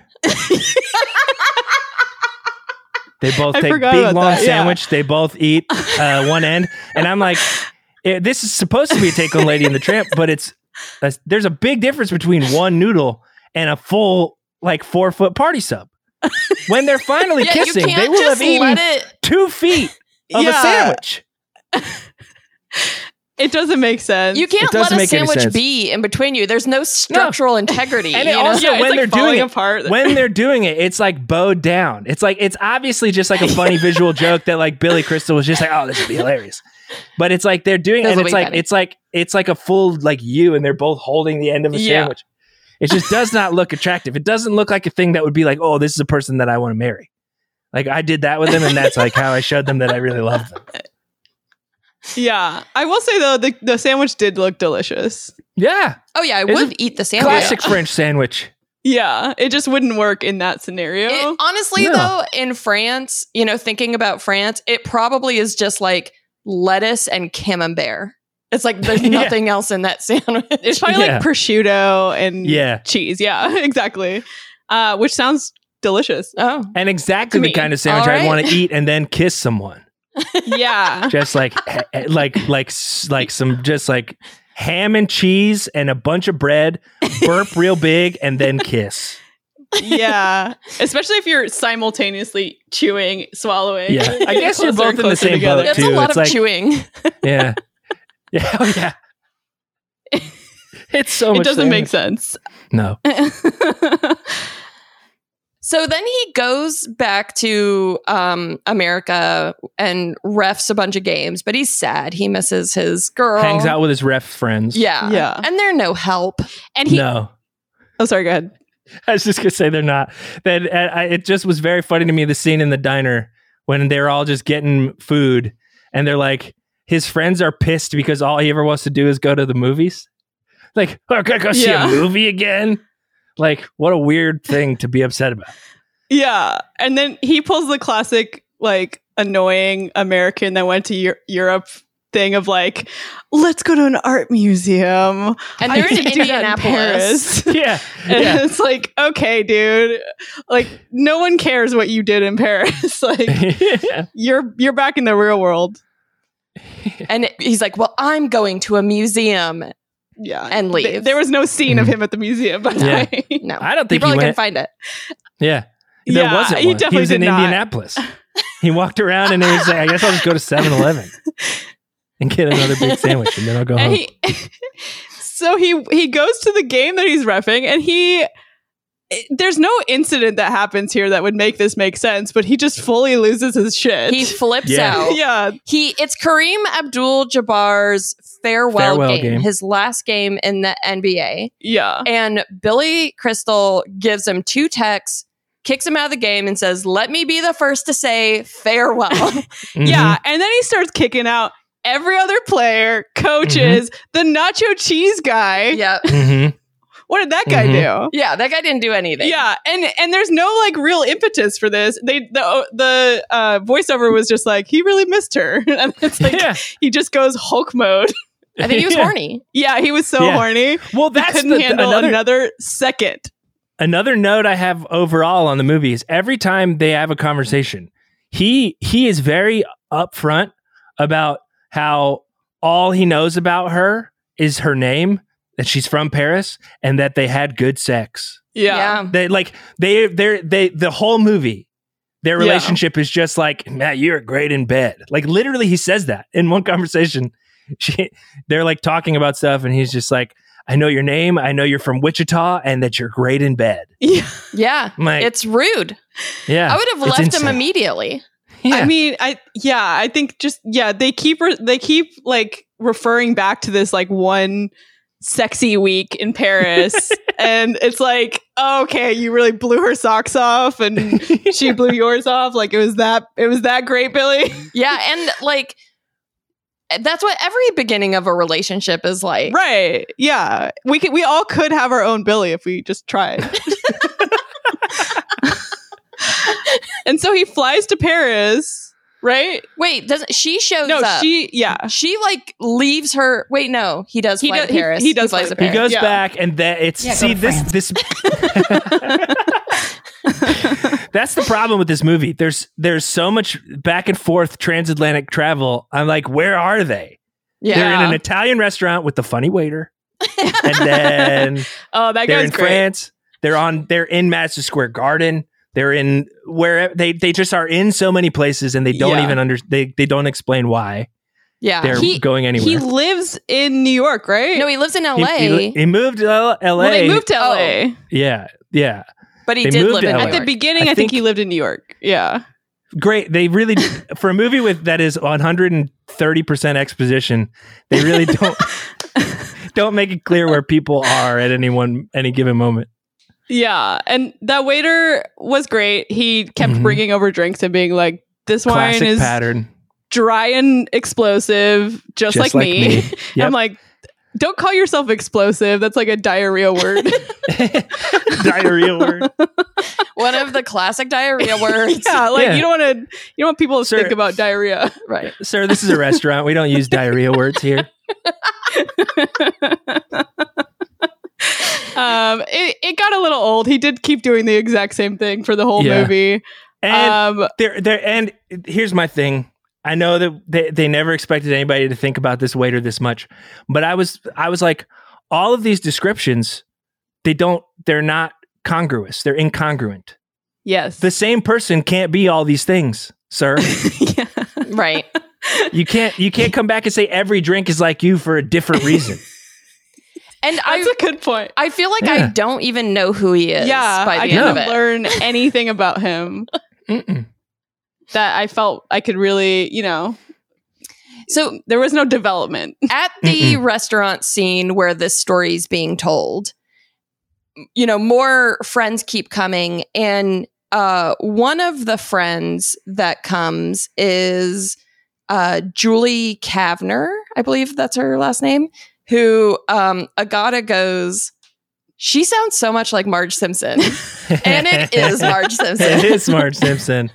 Speaker 3: they both
Speaker 2: I
Speaker 3: take big
Speaker 2: forgot
Speaker 3: long
Speaker 2: about that, yeah.
Speaker 3: sandwich. They both eat uh, one end, and I'm like, eh, this is supposed to be a take on Lady in the Tramp, but it's that's- there's a big difference between one noodle and a full like four foot party sub. When they're finally
Speaker 1: Yeah,
Speaker 3: kissing,
Speaker 1: you
Speaker 3: they
Speaker 1: can't
Speaker 3: will
Speaker 1: just
Speaker 3: have eaten
Speaker 1: let it.
Speaker 3: two feet of a
Speaker 2: Yeah.
Speaker 3: sandwich.
Speaker 2: It doesn't make sense.
Speaker 1: You
Speaker 3: It
Speaker 1: can't
Speaker 3: doesn't
Speaker 1: let a
Speaker 3: make any
Speaker 1: sandwich
Speaker 3: sense.
Speaker 1: be in between you. There's no structural integrity.
Speaker 3: And it
Speaker 1: you know?
Speaker 3: also,
Speaker 2: Yeah, it's
Speaker 3: when
Speaker 2: like
Speaker 3: they're doing
Speaker 2: falling
Speaker 3: it,
Speaker 2: apart.
Speaker 3: when they're doing it, it's like bowed down. It's like it's obviously just like a funny visual joke that like Billy Crystal was just like, oh, this would be hilarious. But it's like they're doing,
Speaker 1: This
Speaker 3: and
Speaker 1: will
Speaker 3: it's
Speaker 1: be
Speaker 3: like
Speaker 1: funny.
Speaker 3: it's like it's like a full like you, and they're both holding the end of a
Speaker 2: Yeah.
Speaker 3: sandwich. It just does not look attractive. It doesn't look like a thing that would be like, oh, this is a person that I want to marry. Like I did that with them, and that's like how I showed them that I really love them.
Speaker 2: yeah, I will say though, the, the sandwich did look delicious.
Speaker 3: Yeah,
Speaker 1: oh yeah, I
Speaker 3: It's
Speaker 1: would eat the sandwich.
Speaker 3: classic French sandwich.
Speaker 2: Yeah, it just wouldn't work in that scenario.
Speaker 1: It- honestly,
Speaker 3: No.
Speaker 1: though, in France, you know, thinking about France, it probably is just like lettuce and camembert. It's like there's
Speaker 3: Yeah.
Speaker 1: nothing else in that sandwich.
Speaker 2: it's probably
Speaker 3: Yeah.
Speaker 2: like prosciutto and
Speaker 3: Yeah.
Speaker 2: cheese. Yeah, exactly. Uh, which sounds delicious.
Speaker 1: oh,
Speaker 3: And exactly
Speaker 2: To
Speaker 3: the
Speaker 2: me.
Speaker 3: kind of sandwich
Speaker 1: All right.
Speaker 3: I want to eat and then kiss someone.
Speaker 2: Yeah.
Speaker 3: just like eh, eh, like like s- like some just like ham and cheese and a bunch of bread burp real big and then kiss
Speaker 2: yeah. Especially if you're simultaneously chewing, swallowing.
Speaker 3: Yeah. I
Speaker 2: Get
Speaker 3: guess you're
Speaker 2: closer and
Speaker 3: both in the
Speaker 2: closer
Speaker 3: same
Speaker 2: together.
Speaker 3: boat.
Speaker 1: that's a
Speaker 3: too,
Speaker 1: lot
Speaker 3: it's
Speaker 1: of
Speaker 3: like-
Speaker 1: chewing.
Speaker 3: yeah yeah oh yeah it's so much
Speaker 2: It doesn't make
Speaker 3: sandwich.
Speaker 2: sense.
Speaker 3: no
Speaker 1: So then he goes back to um, America and refs a bunch of games, but he's sad. He misses his girl.
Speaker 3: hangs out with his ref friends
Speaker 1: Yeah.
Speaker 2: Yeah.
Speaker 1: And they're no help.
Speaker 2: And he,
Speaker 3: no
Speaker 2: oh, sorry, go ahead.
Speaker 3: I was just gonna say they're not. That uh, I, it just was very funny to me the scene in the diner when they're all just getting food and they're like, his friends are pissed because all he ever wants to do is go to the movies. Like, oh, can I go see
Speaker 2: Yeah.
Speaker 3: a movie again? Like, what a weird thing to be upset about.
Speaker 2: Yeah. And then he pulls the classic, like, annoying American that went to Eu- Europe thing of like, let's go to an art museum.
Speaker 1: And
Speaker 2: I
Speaker 1: they're in
Speaker 2: used to do that in
Speaker 1: Indianapolis.
Speaker 2: Paris.
Speaker 3: Yeah,
Speaker 2: And
Speaker 3: yeah,
Speaker 2: it's like, okay, dude, like no one cares what you did in Paris. like
Speaker 3: yeah.
Speaker 2: you're you're back in the real world.
Speaker 1: And he's like, Well, I'm going to a museum.
Speaker 2: Yeah.
Speaker 1: And
Speaker 2: Th-
Speaker 1: leaves.
Speaker 2: there was no scene of
Speaker 3: Mhm.
Speaker 2: him at the museum, by the
Speaker 3: Yeah.
Speaker 2: way.
Speaker 1: No.
Speaker 3: I don't
Speaker 1: You
Speaker 3: think he
Speaker 1: probably couldn't
Speaker 3: went.
Speaker 1: find it.
Speaker 3: yeah, there
Speaker 2: Yeah,
Speaker 3: wasn't.
Speaker 2: he
Speaker 3: One. He,
Speaker 2: definitely
Speaker 3: was in
Speaker 2: did not.
Speaker 3: Indianapolis. he walked around and he was like, I guess I'll just go to 7-Eleven and get another big sandwich, and then I'll go
Speaker 2: And
Speaker 3: home.
Speaker 1: Uh-huh.
Speaker 2: he, so he he goes to the game that he's refing and he it- there's no incident that happens here that would make this make sense, but he just fully loses his shit.
Speaker 1: He flips
Speaker 3: Yeah.
Speaker 1: out.
Speaker 2: yeah.
Speaker 1: He it's Kareem Abdul Jabbar's farewell,
Speaker 3: Farewell
Speaker 1: game,
Speaker 3: game.
Speaker 1: his last game in the NBA.
Speaker 2: Yeah.
Speaker 1: And Billy Crystal gives him two texts, kicks him out of the game, and says, Let me be the first to say farewell.
Speaker 2: Yeah. And then he starts kicking out every other player, coaches, the nacho cheese guy.
Speaker 1: Mm-hmm. yeah. Mm-hmm.
Speaker 3: hmm
Speaker 2: What did that guy do?
Speaker 1: Yeah, that guy didn't do anything.
Speaker 2: Yeah, and and there's no like real impetus for this. They the the uh, voiceover was just like he really missed her, and it's like
Speaker 3: yeah.
Speaker 2: he just goes Hulk mode.
Speaker 1: I think he was
Speaker 3: Yeah.
Speaker 1: horny.
Speaker 2: Yeah, he was so
Speaker 3: Yeah.
Speaker 2: horny.
Speaker 3: Well,
Speaker 2: He
Speaker 3: that's
Speaker 2: couldn't
Speaker 3: the- the-
Speaker 2: handle
Speaker 3: another,
Speaker 2: another,
Speaker 3: another
Speaker 2: second.
Speaker 3: note I have overall on the movie is every time they have a conversation, he he is very upfront about how all he knows about her is her name, that she's from Paris, and that they had good sex.
Speaker 2: Yeah. yeah.
Speaker 3: They like they they they the whole movie. Their
Speaker 2: Yeah.
Speaker 3: relationship is just like Matt. You're great in bed. Like literally, he says that in one conversation. She, they're like talking about stuff, and he's just like, "I know your name. I know you're from Wichita, and that you're great in bed."
Speaker 1: Yeah.
Speaker 3: Like-
Speaker 1: it's rude.
Speaker 3: Yeah,
Speaker 1: I would have
Speaker 3: it's
Speaker 1: left him
Speaker 3: insane.
Speaker 1: immediately.
Speaker 2: I mean, I yeah, I think just yeah, they keep re- they keep like referring back to this like one sexy week in Paris, and it's like oh, okay, you really blew her socks off, and she blew yours off. Like it was that it was that great, Billy.
Speaker 1: Yeah. And like, that's what every beginning of a relationship is like.
Speaker 2: right? Yeah, we could we all could have our own Billy if we just tried. and so he flies to Paris, right?
Speaker 1: Wait, doesn't she shows
Speaker 2: No,
Speaker 1: up?
Speaker 2: she yeah.
Speaker 1: she like leaves her. Wait, no, he does.
Speaker 2: He
Speaker 1: fly
Speaker 2: does-
Speaker 1: to
Speaker 2: he-
Speaker 1: Paris.
Speaker 2: he does fly
Speaker 1: flies
Speaker 2: to
Speaker 1: to
Speaker 3: He
Speaker 1: Paris.
Speaker 3: goes
Speaker 2: Yeah.
Speaker 3: back, and that it's
Speaker 10: Yeah, go
Speaker 3: see
Speaker 10: to
Speaker 3: this
Speaker 10: France.
Speaker 3: this. That's the problem with this movie. There's there's so much back and forth transatlantic travel. I'm like, where are they? They're in an Italian restaurant with the funny waiter, and then
Speaker 2: Oh, that
Speaker 3: they're
Speaker 2: guy's
Speaker 3: in
Speaker 2: great.
Speaker 3: France. They're on. They're in Madison Square Garden. They're in where they they just are in so many places, and they don't
Speaker 2: Yeah. Uh,
Speaker 3: even under they they don't explain why
Speaker 1: Yeah.
Speaker 3: they're
Speaker 1: He-
Speaker 3: going anywhere.
Speaker 2: He lives in New York, right?
Speaker 1: no, he lives in
Speaker 3: He-
Speaker 1: L.A.
Speaker 3: he, he moved to L- L.A.
Speaker 2: well, they moved to
Speaker 1: Oh.
Speaker 2: LA.
Speaker 3: yeah, yeah.
Speaker 1: but he
Speaker 3: they
Speaker 1: did
Speaker 3: moved
Speaker 1: live
Speaker 3: to
Speaker 1: in
Speaker 3: LA.
Speaker 1: New
Speaker 2: At the
Speaker 1: York.
Speaker 2: beginning, I,
Speaker 3: I
Speaker 2: think,
Speaker 3: think-
Speaker 2: he lived in New York. Yeah.
Speaker 3: great. They really for a movie with that is 130 percent exposition. They really don't don't make it clear where people are at any one any given moment.
Speaker 2: Yeah. And that waiter was great. He kept
Speaker 3: Mhm.
Speaker 2: bringing over drinks and being like, this
Speaker 3: Classic
Speaker 2: wine is
Speaker 3: pattern,
Speaker 2: dry and explosive, just, like, me.
Speaker 3: Yep.
Speaker 2: I'm like, don't call yourself explosive. That's like a diarrhea word.
Speaker 3: diarrhea word.
Speaker 1: One of the classic diarrhea words.
Speaker 2: yeah, like
Speaker 3: Yeah.
Speaker 2: you don't want to. You don't want people to
Speaker 3: Sir.
Speaker 2: think about diarrhea.
Speaker 1: Right.
Speaker 3: Sir, this is a restaurant. We don't use diarrhea words here.
Speaker 2: Um, it, it got a little old. He did keep doing the exact same thing for the whole
Speaker 3: Yeah.
Speaker 2: movie.
Speaker 3: And
Speaker 2: um,
Speaker 3: there, there, and here's my thing. I know that they, they never expected anybody to think about this waiter this much, but I was, I was like, all of these descriptions, they don't, they're not congruous. They're incongruent.
Speaker 2: yes.
Speaker 3: the same person can't be all these things sir
Speaker 2: yeah.
Speaker 1: Right.
Speaker 3: you can't you can't come back and say every drink is like you for a different reason
Speaker 1: And I
Speaker 2: That's a good point.
Speaker 1: I feel like I
Speaker 3: Yeah.
Speaker 1: don't even know who he is
Speaker 2: yeah,
Speaker 1: by the
Speaker 2: I
Speaker 1: end of
Speaker 2: didn't
Speaker 1: it.
Speaker 2: learn anything about him
Speaker 3: Mm-mm.
Speaker 2: that I felt I could really, you know,
Speaker 1: So
Speaker 2: there was no development.
Speaker 1: at the restaurant scene where this story's being told you know more friends keep coming and uh one of the friends that comes is uh Julie Kavner I believe that's her last name who um Agata goes she sounds so much like Marge Simpson and it is Marge
Speaker 3: it
Speaker 1: Simpson
Speaker 3: is marge simpson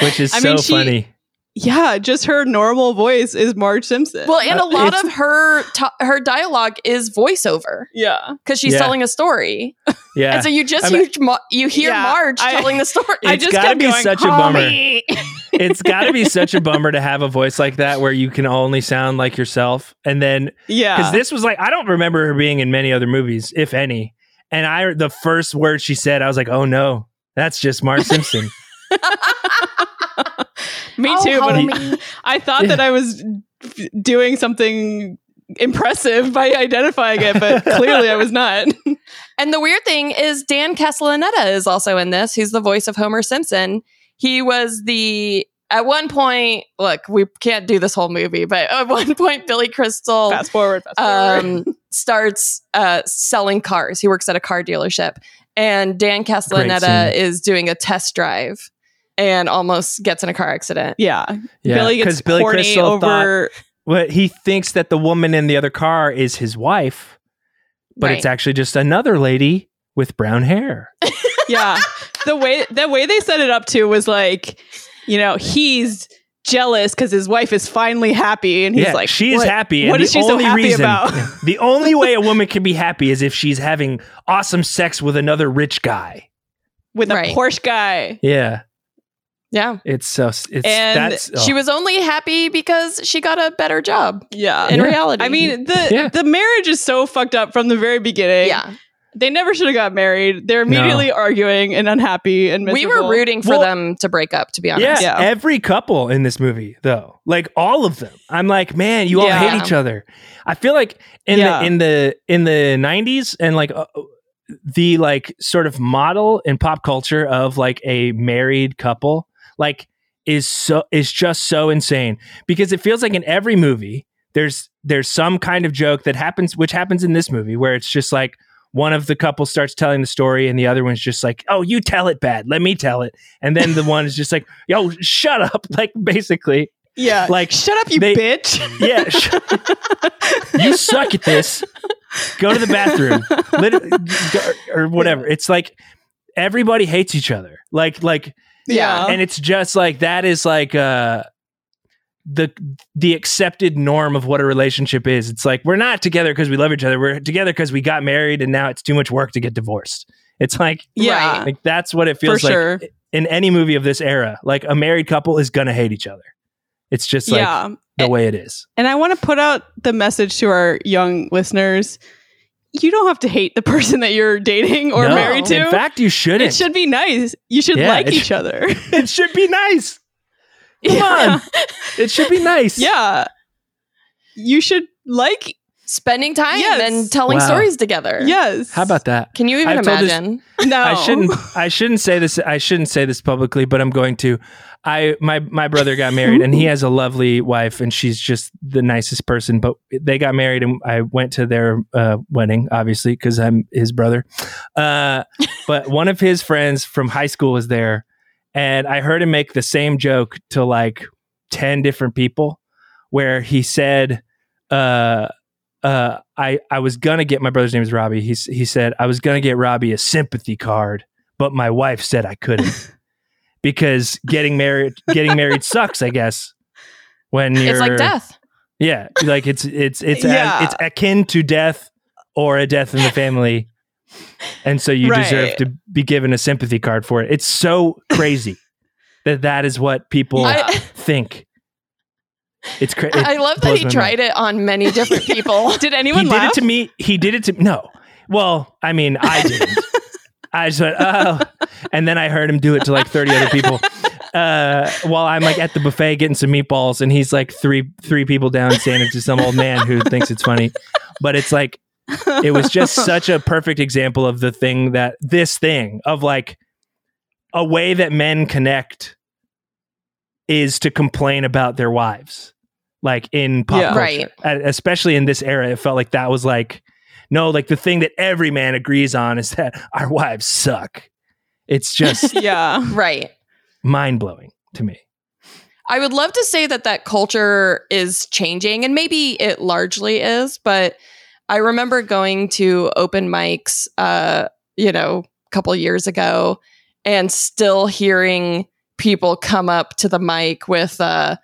Speaker 3: which is
Speaker 2: I
Speaker 3: so
Speaker 2: mean, she-
Speaker 3: funny
Speaker 2: Yeah, just her normal voice is Marge Simpson.
Speaker 1: well and a
Speaker 3: Uh,
Speaker 1: lot
Speaker 3: it's-
Speaker 1: of her to- her dialogue is voiceover
Speaker 2: yeah.
Speaker 1: because she's
Speaker 3: Yeah.
Speaker 1: telling a story
Speaker 3: yeah
Speaker 1: And so you just
Speaker 3: I
Speaker 1: you,
Speaker 3: mean-
Speaker 1: Ma- you hear
Speaker 2: Yeah,
Speaker 1: Marge
Speaker 2: I-
Speaker 1: telling the story.
Speaker 2: I
Speaker 3: It's
Speaker 2: just
Speaker 3: gotta
Speaker 2: kept
Speaker 3: be
Speaker 2: going,
Speaker 3: such a
Speaker 2: "Call
Speaker 3: bummer."
Speaker 2: me."
Speaker 3: it's got to be such a bummer to have a voice like that where you can only sound like yourself and then because
Speaker 2: Yeah.
Speaker 3: this was like i don't remember her being in many other movies if any and i the first word she said i was like oh no that's just marge simpson
Speaker 2: me
Speaker 1: Oh,
Speaker 2: too. But
Speaker 1: homie.
Speaker 2: I thought
Speaker 3: Yeah.
Speaker 2: that I was f- doing something impressive by identifying it, but clearly I was not.
Speaker 1: and the weird thing is Dan Castellaneta is also in this, who's the voice of Homer Simpson. He was the at one point, look, we can't do this whole movie, but at one point Billy Crystal
Speaker 2: fast forward, fast forward.
Speaker 1: um, starts uh, selling cars. He works at a car dealership, and Dan Castellaneta
Speaker 3: scene.
Speaker 1: is doing a test drive and almost gets in a car accident.
Speaker 2: yeah. Billy gets horny over
Speaker 3: Well, he thinks that the woman in the other car is his wife, but
Speaker 1: Right.
Speaker 3: it's actually just another lady with brown hair.
Speaker 2: yeah the way the way they set it up too was like you know he's jealous because his wife is finally happy and he's
Speaker 3: yeah,
Speaker 2: like
Speaker 3: she is
Speaker 2: "What-
Speaker 3: happy. and
Speaker 2: what
Speaker 3: the
Speaker 2: is she so
Speaker 3: only
Speaker 2: happy
Speaker 3: reason,
Speaker 2: about?"
Speaker 3: the only way a woman can be happy is if she's having awesome sex with another rich guy.
Speaker 2: with
Speaker 1: Right.
Speaker 2: a porsche guy
Speaker 3: Yeah,
Speaker 1: Yeah.
Speaker 3: It's so it's
Speaker 1: and
Speaker 3: that's oh.
Speaker 1: she was only happy because she got a better job.
Speaker 2: Yeah.
Speaker 1: In reality.
Speaker 2: I mean, the
Speaker 3: Yeah.
Speaker 2: the marriage is so fucked up from the very beginning.
Speaker 1: yeah.
Speaker 2: They never should have got married. They're immediately arguing and unhappy and
Speaker 1: We
Speaker 2: miserable.
Speaker 1: were rooting for
Speaker 3: Well-
Speaker 1: them to break up, to be honest.
Speaker 3: yeah,
Speaker 2: Yeah.
Speaker 3: every couple in this movie though. Like all of them. I'm like, man, you all
Speaker 2: Yeah.
Speaker 3: hate each other. I feel like in
Speaker 2: Yeah.
Speaker 3: the in the in the 90s and like uh, the like sort of model in pop culture of like a married couple like is so is just so insane because it feels like in every movie there's there's some kind of joke that happens which happens in this movie where it's just like one of the couple starts telling the story and the other one's just like oh you tell it bad let me tell it and then the one is just like yo shut up like basically
Speaker 2: yeah.
Speaker 3: like,
Speaker 2: shut up, you
Speaker 3: they-
Speaker 2: bitch.
Speaker 3: yeah sh- you suck at this go to the bathroom Literally, or whatever it's like everybody hates each other like like
Speaker 2: Yeah.
Speaker 3: and it's just like that is like uh the the accepted norm of what a relationship is it's like we're not together because we love each other we're together because we got married and now it's too much work to get divorced it's like
Speaker 2: yeah.
Speaker 3: like that's what it feels
Speaker 2: For
Speaker 3: like
Speaker 2: sure.
Speaker 3: in any movie of this era like a married couple is gonna hate each other it's just like
Speaker 2: yeah.
Speaker 3: the way it is
Speaker 2: And I want to put out the message to our young listeners. You don't have to hate the person that you're dating or
Speaker 3: No.
Speaker 2: married to.
Speaker 3: in fact you
Speaker 2: it
Speaker 3: shouldn't
Speaker 2: should be nice. You should
Speaker 3: Yeah,
Speaker 2: like
Speaker 3: it
Speaker 2: each
Speaker 3: should-
Speaker 2: other.
Speaker 3: it should be nice come on it should be nice
Speaker 2: Yeah. You should like
Speaker 1: Spending time
Speaker 2: Yes.
Speaker 1: and telling
Speaker 3: Wow.
Speaker 1: stories together.
Speaker 2: yes.
Speaker 3: how about that
Speaker 1: Can you even
Speaker 3: I've told this-
Speaker 1: imagine?
Speaker 2: no?
Speaker 3: I shouldn't. I shouldn't say this. I shouldn't say this publicly, but I'm going to. I my my brother got married, and he has a lovely wife, and she's just the nicest person. But they got married, and I went to their uh, wedding, obviously, because I'm his brother. Uh, but one of his friends from high school was there, and I heard him make the same joke to like ten different people, where he said. Uh, uh, I I was gonna get my brother's name is Robbie. He s- he said I was gonna get Robbie a sympathy card, but my wife said I couldn't because getting married getting married sucks. I guess when you're
Speaker 1: It's like death.
Speaker 3: Yeah, like it's it's it's
Speaker 2: Yeah.
Speaker 3: a, it's akin to death or a death in the family, and so you deserve
Speaker 2: Right.
Speaker 3: to be given a sympathy card for it. It's so crazy that that is what people
Speaker 1: Yeah. I-
Speaker 3: think. It's crazy.
Speaker 1: I love that
Speaker 3: blows
Speaker 1: he
Speaker 3: my
Speaker 1: tried it on many different people.
Speaker 2: Did anyone
Speaker 3: he
Speaker 2: laugh?
Speaker 3: did it to me. He did it to no. Well, I mean, I didn't. I just went oh, and then I heard him do it to like thirty other people. Uh, while I'm like at the buffet getting some meatballs, and he's like three three people down saying it to some old man who thinks it's funny, but it's like it was just such a perfect example of the thing that this thing of like a way that men connect is to complain about their wives like in pop
Speaker 2: Yeah.
Speaker 3: culture
Speaker 1: Right.
Speaker 3: And especially in this era it felt like that was like no like the thing that every man agrees on is that our wives suck it's just
Speaker 2: yeah.
Speaker 1: right.
Speaker 3: mind-blowing to me
Speaker 1: I would love to say that that culture is changing, and maybe it largely is, but I remember going to open mics, uh, you know, a couple years ago, and still hearing people come up to the mic with uh,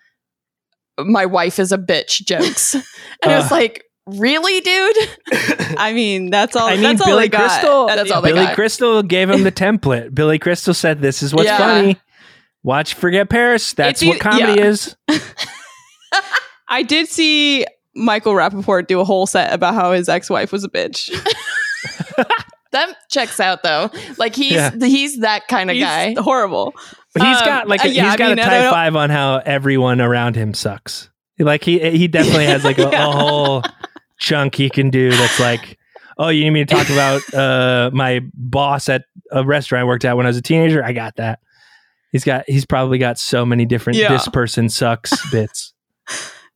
Speaker 1: "my wife is a bitch" jokes, and it's
Speaker 3: Uh.
Speaker 1: like, really, dude?
Speaker 2: I mean, that's all.
Speaker 3: I mean,
Speaker 2: that's all
Speaker 3: Billy
Speaker 2: they got.
Speaker 3: Crystal-
Speaker 1: That's all they
Speaker 3: billy
Speaker 1: got.
Speaker 3: crystal gave him the template billy crystal said this is what's
Speaker 1: Yeah.
Speaker 3: funny watch forget paris that's
Speaker 2: It's
Speaker 3: what
Speaker 2: e-
Speaker 3: comedy
Speaker 2: yeah.
Speaker 3: is
Speaker 2: I did see Michael Rappaport do a whole set about how his ex-wife was a bitch.
Speaker 1: That checks out though. Like he's
Speaker 3: Yeah.
Speaker 1: he's that kind of
Speaker 2: He's
Speaker 1: guy.
Speaker 2: horrible.
Speaker 3: He's
Speaker 2: Um,
Speaker 3: got like
Speaker 2: uh,
Speaker 3: a,
Speaker 2: yeah,
Speaker 3: he's
Speaker 2: I
Speaker 3: got
Speaker 2: mean,
Speaker 3: a
Speaker 2: I
Speaker 3: type
Speaker 2: don't-
Speaker 3: five on how everyone around him sucks. Like he he definitely has like a,
Speaker 2: Yeah.
Speaker 3: a whole chunk he can do that's like, oh, you need me to talk about uh, my boss at a restaurant I worked at when I was a teenager. I got that. He's got he's probably got so many different
Speaker 2: Yeah.
Speaker 3: this person sucks bits.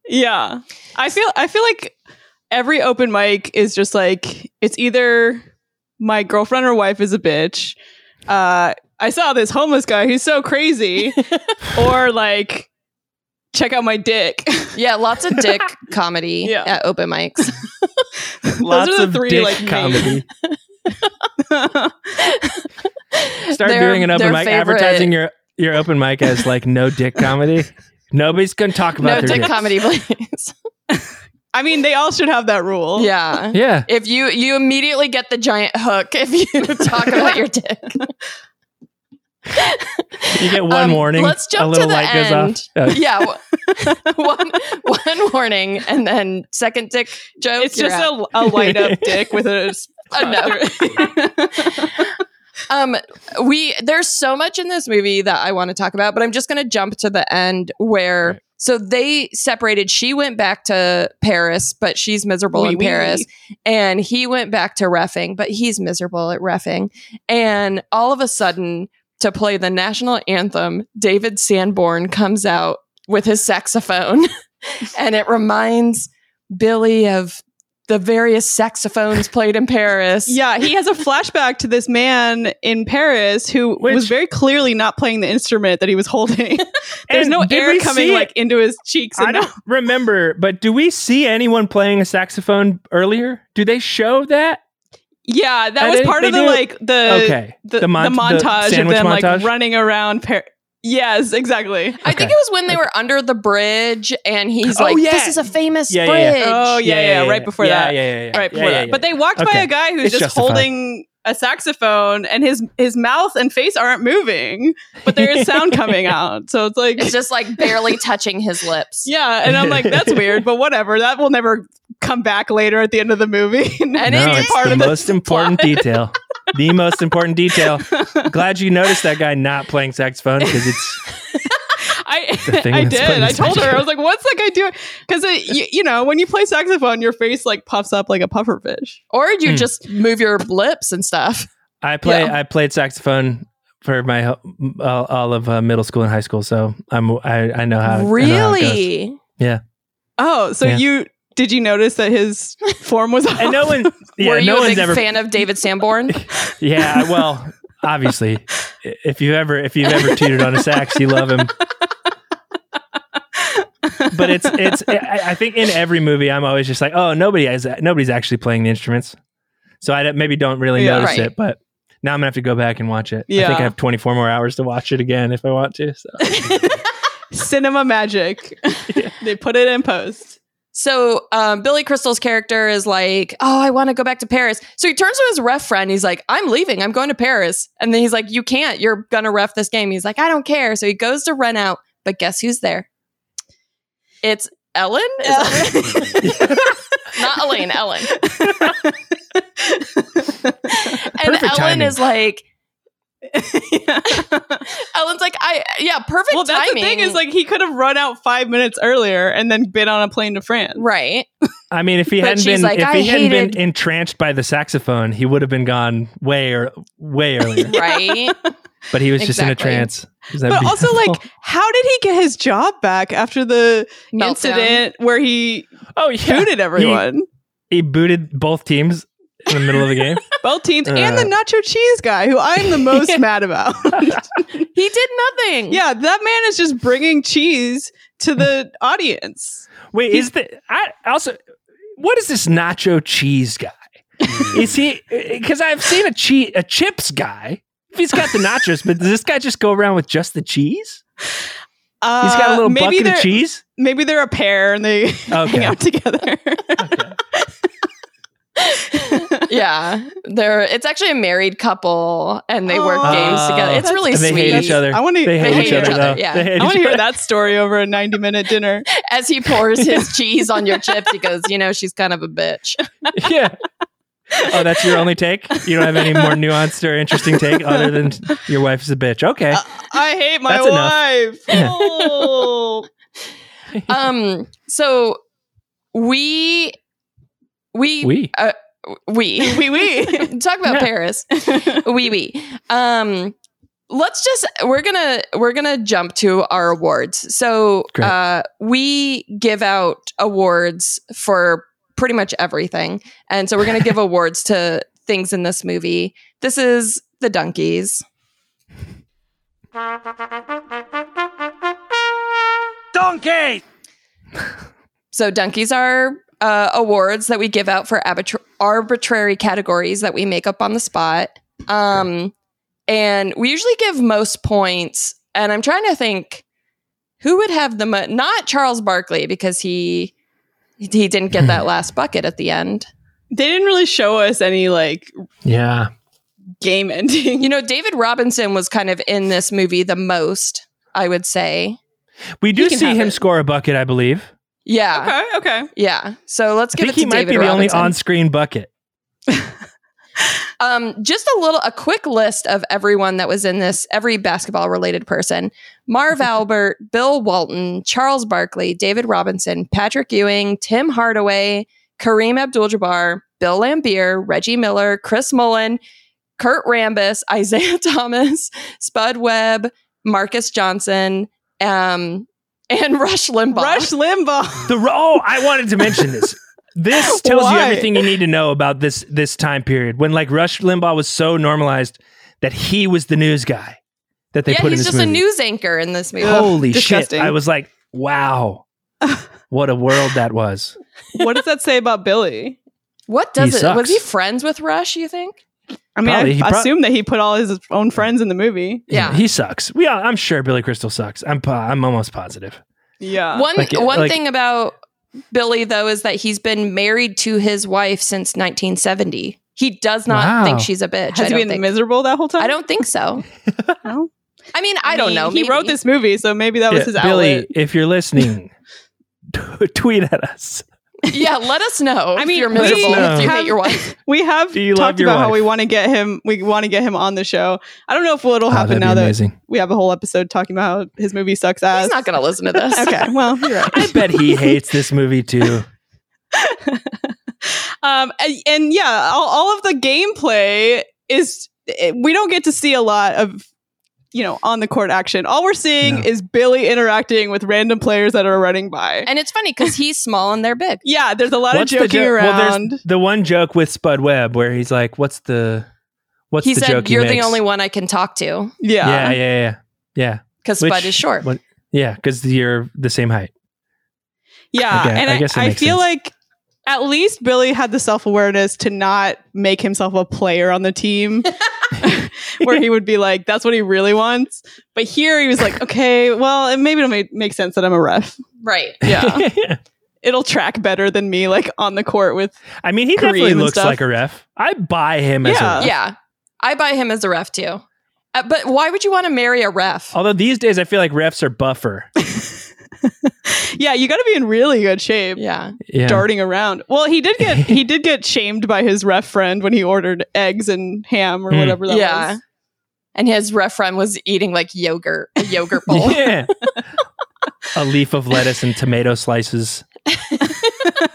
Speaker 2: Yeah. I feel I feel like every open mic is just like it's either my girlfriend or wife is a bitch. Uh I saw this homeless guy who's so crazy or like check out my dick.
Speaker 1: Yeah, lots of dick comedy
Speaker 2: Yeah.
Speaker 1: at open mics.
Speaker 3: Lots
Speaker 2: are the
Speaker 3: of
Speaker 2: three,
Speaker 3: dick
Speaker 2: like, main-
Speaker 3: comedy. Start
Speaker 1: Their-
Speaker 3: doing an open
Speaker 1: their
Speaker 3: mic,
Speaker 1: favorite-
Speaker 3: advertising your your open mic as like no dick comedy. Nobody's gonna talk about
Speaker 1: No dick
Speaker 3: their dicks.
Speaker 1: comedy, please.
Speaker 2: I mean, they all should have that rule.
Speaker 1: yeah.
Speaker 3: Yeah.
Speaker 1: If you you immediately get the giant hook if you talk about your dick.
Speaker 3: You get one
Speaker 1: Um,
Speaker 3: warning.
Speaker 1: Let's jump
Speaker 3: a little
Speaker 1: to the
Speaker 3: light
Speaker 1: end.
Speaker 3: goes off. Uh,
Speaker 1: yeah, w- one one warning, and then second dick joke.
Speaker 2: It's
Speaker 1: you're
Speaker 2: just
Speaker 1: out.
Speaker 2: a, a light up dick with a. s-
Speaker 1: Oh, no. um, we there's so much in this movie that I want to talk about, but I'm just going to jump to the end where. So they separated. She went back to Paris, but she's miserable
Speaker 2: Oui,
Speaker 1: in
Speaker 2: oui.
Speaker 1: Paris. And he went back to refing, but he's miserable at refing. And all of a sudden, to play the national anthem, David Sanborn comes out with his saxophone and it reminds Billy of the various saxophones played in Paris.
Speaker 2: Yeah, he has a flashback to this man in Paris who was
Speaker 3: Which-
Speaker 2: very clearly not playing the instrument that he was holding. There's
Speaker 3: And
Speaker 2: no
Speaker 3: did
Speaker 2: air
Speaker 3: we
Speaker 2: coming
Speaker 3: see it?
Speaker 2: like into his cheeks.
Speaker 3: I
Speaker 2: And
Speaker 3: don't remember, but do we see anyone playing a saxophone earlier? Do they show that?
Speaker 2: yeah, that
Speaker 3: I
Speaker 2: was
Speaker 3: didn't-
Speaker 2: part
Speaker 3: they
Speaker 2: of the
Speaker 3: do-
Speaker 2: like the
Speaker 3: Okay.
Speaker 2: the, the,
Speaker 3: The mon- the
Speaker 2: montage of
Speaker 3: sandwich
Speaker 2: them like
Speaker 3: montage?
Speaker 2: running around Paris. Yes, exactly.
Speaker 1: I think it was when they were under the bridge and he's
Speaker 3: Oh,
Speaker 1: like,
Speaker 3: yeah.
Speaker 1: this is a famous
Speaker 3: Yeah, yeah, yeah.
Speaker 1: bridge.
Speaker 2: Oh yeah, yeah, yeah, right before
Speaker 3: yeah,
Speaker 2: that.
Speaker 3: Yeah, yeah, yeah.
Speaker 2: Right
Speaker 3: yeah,
Speaker 2: before
Speaker 3: yeah,
Speaker 2: that.
Speaker 3: yeah.
Speaker 2: But they walked by
Speaker 3: Okay.
Speaker 2: a guy who's
Speaker 3: It's
Speaker 2: just
Speaker 3: justified.
Speaker 2: holding a saxophone and his his mouth and face aren't moving, but there is sound coming out. So it's like
Speaker 1: It's just like barely touching his lips.
Speaker 2: Yeah, and I'm like, that's weird, but whatever. That will never come back later at the end of the movie. and
Speaker 3: no,
Speaker 2: it's
Speaker 3: it's the most important detail. The most important detail. Glad you noticed that guy not playing saxophone because it's
Speaker 2: I,
Speaker 3: thing
Speaker 2: I
Speaker 3: that's
Speaker 2: did.
Speaker 3: putting
Speaker 2: I
Speaker 3: this
Speaker 2: told her, I
Speaker 3: picture.
Speaker 2: was like, what's that guy doing? Because you, you know, when you play saxophone, your face like puffs up like a pufferfish.
Speaker 1: Or you
Speaker 3: Hmm.
Speaker 1: just move your lips and stuff.
Speaker 3: I play
Speaker 2: Yeah.
Speaker 3: I played saxophone for my ho- all, all of uh, middle school and high school, so I'm I, I know how I know how it goes.
Speaker 1: really?
Speaker 2: Oh, so
Speaker 3: Yeah.
Speaker 2: you did you notice that his form was off?
Speaker 3: And no one,
Speaker 1: Were
Speaker 3: yeah,
Speaker 1: you
Speaker 3: no
Speaker 1: a
Speaker 3: one's
Speaker 1: big
Speaker 3: ever
Speaker 1: fan of David Sanborn?
Speaker 3: Yeah, well, obviously, i- if you ever if you've ever cheated on a sax, you love him. But it's it's I I think in every movie I'm always just like, oh, nobody is nobody's actually playing the instruments, so I don't- maybe don't really
Speaker 2: Yeah.
Speaker 3: notice
Speaker 1: Right.
Speaker 3: it. But now I'm gonna have to go back and watch it. I
Speaker 2: Yeah.
Speaker 3: think I have 24 more hours to watch it again if I want to. So.
Speaker 2: Cinema magic. they put it in post.
Speaker 1: So um, Billy Crystal's character is like, "Oh, I want to go back to Paris." So he turns to his ref friend. He's like, "I'm leaving. I'm going to Paris." And then he's like, "You can't. You're gonna ref this game." He's like, "I don't care." So he goes to run out, but guess who's there? It's Ellen, Is that right? not Elaine. Ellen. and
Speaker 3: Perfect
Speaker 1: Ellen
Speaker 3: timing.
Speaker 1: is like,
Speaker 2: Yeah.
Speaker 1: Ellen's like, I yeah, perfect.
Speaker 2: Well, that's
Speaker 1: timing.
Speaker 2: the thing is like he could have run out five minutes earlier and then been on a plane to France.
Speaker 1: right.
Speaker 3: I mean, if he
Speaker 1: But
Speaker 3: hadn't
Speaker 1: she's
Speaker 3: been
Speaker 1: like,
Speaker 3: if
Speaker 1: "I
Speaker 3: he hadn't
Speaker 1: hated-"
Speaker 3: been entranced by the saxophone, he would have been gone way or way earlier.
Speaker 1: Right.
Speaker 3: But he was just in a
Speaker 1: Exactly.
Speaker 3: trance. That'd
Speaker 2: But
Speaker 3: be
Speaker 2: also,
Speaker 3: helpful.
Speaker 2: like, how did he get his job back after the
Speaker 1: Meltdown.
Speaker 2: incident where he
Speaker 3: oh yeah,
Speaker 2: booted everyone?
Speaker 3: he booted both teams in the middle of the game.
Speaker 2: Both teams and the
Speaker 3: Uh.
Speaker 2: nacho cheese guy, who I'm the most mad about.
Speaker 1: He did nothing.
Speaker 2: yeah, that man is just bringing cheese to the audience.
Speaker 3: Wait, is the I also what is this nacho cheese guy? is he because I've seen a cheese a chips guy. If he's got the nachos, but does this guy just go around with just the cheese?
Speaker 2: Uh,
Speaker 3: He's got a little
Speaker 2: maybe
Speaker 3: bucket of
Speaker 2: they're-
Speaker 3: cheese.
Speaker 2: Maybe they're a pair and they hang
Speaker 3: Okay.
Speaker 2: out together.
Speaker 1: yeah, they're it's actually a married couple, and they work
Speaker 2: Oh,
Speaker 1: games together. It's
Speaker 2: that's
Speaker 1: really
Speaker 3: and they
Speaker 1: sweet.
Speaker 3: hate each other.
Speaker 2: I wanna-
Speaker 3: they hate, each, other, though.
Speaker 1: yeah.
Speaker 3: They hate
Speaker 2: I want to
Speaker 3: each
Speaker 2: hear
Speaker 3: other.
Speaker 2: that story over a 90 minute dinner.
Speaker 1: As he pours his cheese on your chips, he goes, "You know, she's kind of a bitch."
Speaker 3: yeah. Oh, that's your only take? You don't have any more nuanced or interesting take other than your wife is a bitch. Okay.
Speaker 2: I hate my
Speaker 3: That's enough.
Speaker 2: wife. Oh.
Speaker 1: Um, so we we
Speaker 3: We.
Speaker 1: uh, we
Speaker 2: Wee wee.
Speaker 1: talk about
Speaker 3: Yeah.
Speaker 1: Paris. Wee wee. Um, let's just we're gonna we're gonna jump to our awards. So
Speaker 3: Great.
Speaker 1: uh, we give out awards for pretty much everything, and so we're gonna give awards to things in this movie. This is the donkeys.
Speaker 3: Donkey!
Speaker 1: So donkeys are uh, awards that we give out for arbitra- arbitrary categories that we make up on the spot. Um, and we usually give most points. And I'm trying to think who would have the mo- not Charles Barkley because he he didn't get that last bucket at the end.
Speaker 2: they didn't really show us any like
Speaker 3: Yeah.
Speaker 2: game ending.
Speaker 1: You know, David Robinson was kind of in this movie the most, I would say.
Speaker 3: We do
Speaker 1: He can
Speaker 3: see
Speaker 1: have
Speaker 3: him
Speaker 1: it.
Speaker 3: score a bucket, I believe.
Speaker 1: Yeah.
Speaker 2: Okay, okay.
Speaker 1: Yeah. So let's
Speaker 3: I
Speaker 1: give
Speaker 3: think
Speaker 1: it to
Speaker 3: he might
Speaker 1: David
Speaker 3: be the only
Speaker 1: Robinson.
Speaker 3: on-screen bucket.
Speaker 1: Um, just a little, a quick list of everyone that was in this, every basketball related person Marv Albert, Bill Walton, Charles Barkley, David Robinson, Patrick Ewing, Tim Hardaway, Kareem Abdul Jabbar, Bill Lambier, Reggie Miller, Chris Mullen, Kurt Rambis, Isaiah Thomas, Spud Webb, Marcus Johnson, um, and Rush Limbaugh.
Speaker 2: Rush Limbaugh.
Speaker 3: The ro- oh, I wanted to mention this. This tells you
Speaker 2: Why?
Speaker 3: everything you need to know about this this time period when like Rush Limbaugh was so normalized that he was the news guy that they
Speaker 1: yeah,
Speaker 3: put
Speaker 1: he's
Speaker 3: in this
Speaker 1: just a
Speaker 3: movie.
Speaker 1: news anchor in this movie.
Speaker 3: Holy
Speaker 2: Disgusting.
Speaker 3: shit! I was like, wow, what a world that was.
Speaker 2: what does that say about Billy?
Speaker 1: What does
Speaker 3: He
Speaker 1: it? Was
Speaker 3: sucks.
Speaker 1: he friends with Rush? You think?
Speaker 2: I mean,
Speaker 3: Probably, he
Speaker 2: I
Speaker 3: prob-
Speaker 2: assume that he put all his own friends in the movie.
Speaker 1: Yeah.
Speaker 3: he sucks. We, all, I'm sure Billy Crystal sucks. I'm, po- I'm almost positive.
Speaker 2: Yeah.
Speaker 1: one
Speaker 3: Like,
Speaker 1: one
Speaker 3: like-
Speaker 1: thing about Billy though is that he's been married to his wife since 1970. He does not
Speaker 3: Wow.
Speaker 1: think she's a bitch.
Speaker 2: Has
Speaker 1: I
Speaker 2: he
Speaker 1: don't
Speaker 2: been
Speaker 1: think.
Speaker 2: miserable that whole time?
Speaker 1: I don't think so.
Speaker 2: No?
Speaker 1: I mean, I, don't
Speaker 2: mean,
Speaker 1: know.
Speaker 2: He
Speaker 1: maybe.
Speaker 2: wrote this movie, so maybe that was his
Speaker 3: Yeah, Billy,
Speaker 2: outlet.
Speaker 3: if you're listening, t- tweet at us.
Speaker 1: Yeah, let us know.
Speaker 2: I
Speaker 1: I mean,
Speaker 2: mean,
Speaker 1: if you're miserable. If
Speaker 2: we
Speaker 1: you
Speaker 2: have-
Speaker 1: hate your wife.
Speaker 2: We have
Speaker 3: Do you
Speaker 2: talked
Speaker 3: love your
Speaker 2: about how
Speaker 3: wife?
Speaker 2: we want to get him. We want to get him on the show. I don't know if it'll happen
Speaker 3: Ah, that'd be
Speaker 2: now that
Speaker 3: amazing.
Speaker 2: we have a whole episode talking about how his movie sucks ass.
Speaker 1: He's not going to listen to this.
Speaker 2: okay, well, you're right.
Speaker 3: I bet he hates this movie too.
Speaker 2: um, and, and yeah, all, all of the gameplay is it- we don't get to see a lot of you know on the court action. All we're seeing
Speaker 3: No.
Speaker 2: is Billy interacting with random players that are running by.
Speaker 1: And it's funny because he's small and they're big.
Speaker 2: yeah, there's a lot
Speaker 3: What's
Speaker 2: of joking
Speaker 3: jo- well, there's
Speaker 2: around.
Speaker 3: the one joke with Spud Webb where he's like, "What's the what's
Speaker 1: he
Speaker 3: the
Speaker 1: said,
Speaker 3: joke?" he
Speaker 1: "You're the
Speaker 3: makes?"
Speaker 1: only one I can talk to
Speaker 3: Yeah, yeah,
Speaker 2: yeah,
Speaker 3: yeah, yeah, yeah.
Speaker 1: because
Speaker 3: Which-
Speaker 1: Spud is short."
Speaker 3: what- yeah, because you're the same height.
Speaker 2: yeah.
Speaker 3: Okay,
Speaker 2: and
Speaker 3: I
Speaker 2: I,
Speaker 3: guess that
Speaker 2: I
Speaker 3: makes
Speaker 2: feel
Speaker 3: sense.
Speaker 2: like at least Billy had the self awareness to not make himself a player on the team. where he would be like, that's what he really wants. But here he was like, okay, well, it maybe it'll make, make sense that I'm a ref.
Speaker 1: right.
Speaker 2: Yeah. it'll track better than me like on the court with
Speaker 3: I mean, he
Speaker 2: Korean
Speaker 3: definitely
Speaker 2: and
Speaker 3: looks
Speaker 2: stuff.
Speaker 3: like a ref. I buy him as a
Speaker 2: Yeah.
Speaker 3: ref.
Speaker 1: Yeah, I buy him as a ref too. Uh, but why would you want to marry a ref?
Speaker 3: Although these days, I feel like refs are buffer.
Speaker 2: yeah you got to be in really good shape
Speaker 1: Yeah.
Speaker 3: Yeah.
Speaker 2: darting around well he did get he did get shamed by his ref friend when he ordered eggs and ham or
Speaker 3: Hmm.
Speaker 2: whatever that
Speaker 1: yeah.
Speaker 2: was
Speaker 1: And his ref friend was eating like yogurt, a yogurt bowl.
Speaker 3: yeah. a leaf of lettuce and tomato slices.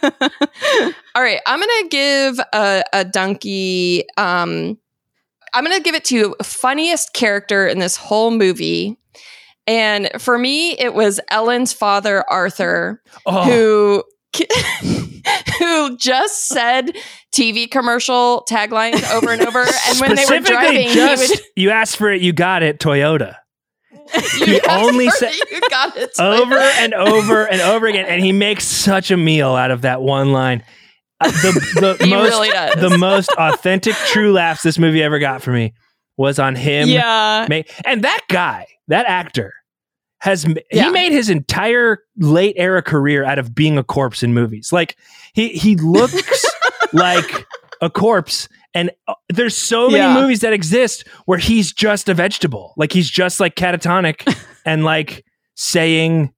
Speaker 1: All right, I'm gonna give a, a donkey. Um, I'm gonna give it to funniest character in this whole movie, and for me, it was Ellen's father, Arthur,
Speaker 3: Oh,
Speaker 1: who who just said TV commercial taglines over and over, and when they were
Speaker 3: specifically
Speaker 1: driving,
Speaker 3: just
Speaker 1: he would.
Speaker 3: you asked for it, you got it. Toyota. he
Speaker 1: asked
Speaker 3: only Uh,
Speaker 1: for
Speaker 3: said-
Speaker 1: it, you got it
Speaker 3: over and over and over again, and he makes such a meal out of that one line. Uh, the the
Speaker 1: He
Speaker 3: most
Speaker 1: really does.
Speaker 3: the most authentic true laughs this movie ever got for me was on him.
Speaker 2: yeah
Speaker 3: ma- and that guy, that actor, has m
Speaker 1: Yeah.
Speaker 3: he made his entire late era career out of being a corpse in movies. Like he he looks like a corpse. And uh, there's so many
Speaker 2: Yeah.
Speaker 3: movies that exist where he's just a vegetable. Like he's just like catatonic and like saying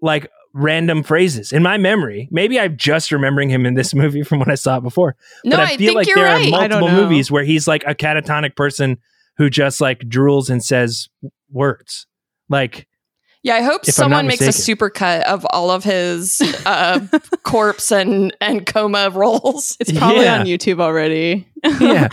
Speaker 3: like random phrases. In my memory, maybe I'm just remembering him in this movie from when I saw it before.
Speaker 1: No,
Speaker 3: but I,
Speaker 1: I,
Speaker 3: feel
Speaker 1: think
Speaker 3: like
Speaker 1: you're
Speaker 3: there
Speaker 1: right.
Speaker 3: are
Speaker 2: I don't
Speaker 3: multiple
Speaker 2: know.
Speaker 3: movies where he's like a catatonic person who just like drools and says w- words. Like
Speaker 1: Yeah, I hope
Speaker 3: if I'm
Speaker 1: someone
Speaker 3: not
Speaker 1: makes
Speaker 3: mistaken.
Speaker 1: a supercut of all of his uh, corpse and and coma rolls.
Speaker 2: it's probably
Speaker 3: Yeah.
Speaker 2: on youtube already
Speaker 3: yeah,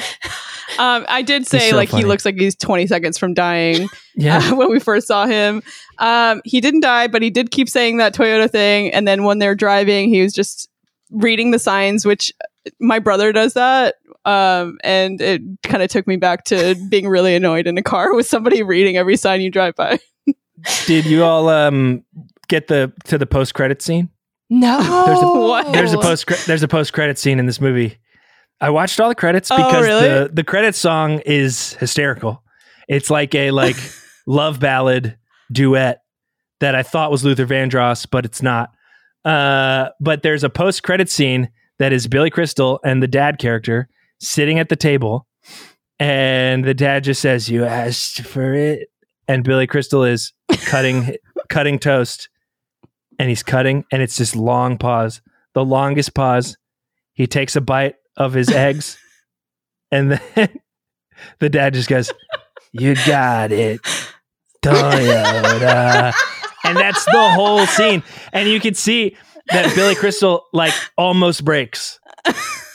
Speaker 2: um i did say
Speaker 3: so
Speaker 2: like
Speaker 3: funny.
Speaker 2: he looks like he's 20 seconds from dying
Speaker 3: yeah.
Speaker 1: Oh.
Speaker 2: uh, when we first saw him. Um, he didn't die, but he did keep saying that Toyota thing. And then when they're driving, he was just reading the signs, which uh, my brother does that. Um, and it kind of took me back to being really annoyed in a car with somebody reading every sign you drive by.
Speaker 3: Did you all um get the to the post credit scene?
Speaker 1: No,
Speaker 3: There's a-
Speaker 2: What?
Speaker 1: Oh.
Speaker 3: There's a post cre- there's a post credit scene in this movie. I watched all the credits
Speaker 2: Oh,
Speaker 3: because
Speaker 2: really?
Speaker 3: the the credit song is hysterical. It's like a like love ballad duet that I thought was Luther Vandross, but it's not. Uh, but there's a post credit scene that is Billy Crystal and the dad character sitting at the table, and the dad just says, "You asked for it." And Billy Crystal is cutting cutting toast, and he's cutting, and it's this long pause, the longest pause. He takes a bite of his eggs, and then the dad just goes, "You got it, Toyota," and that's the whole scene. And you can see that Billy Crystal like almost breaks.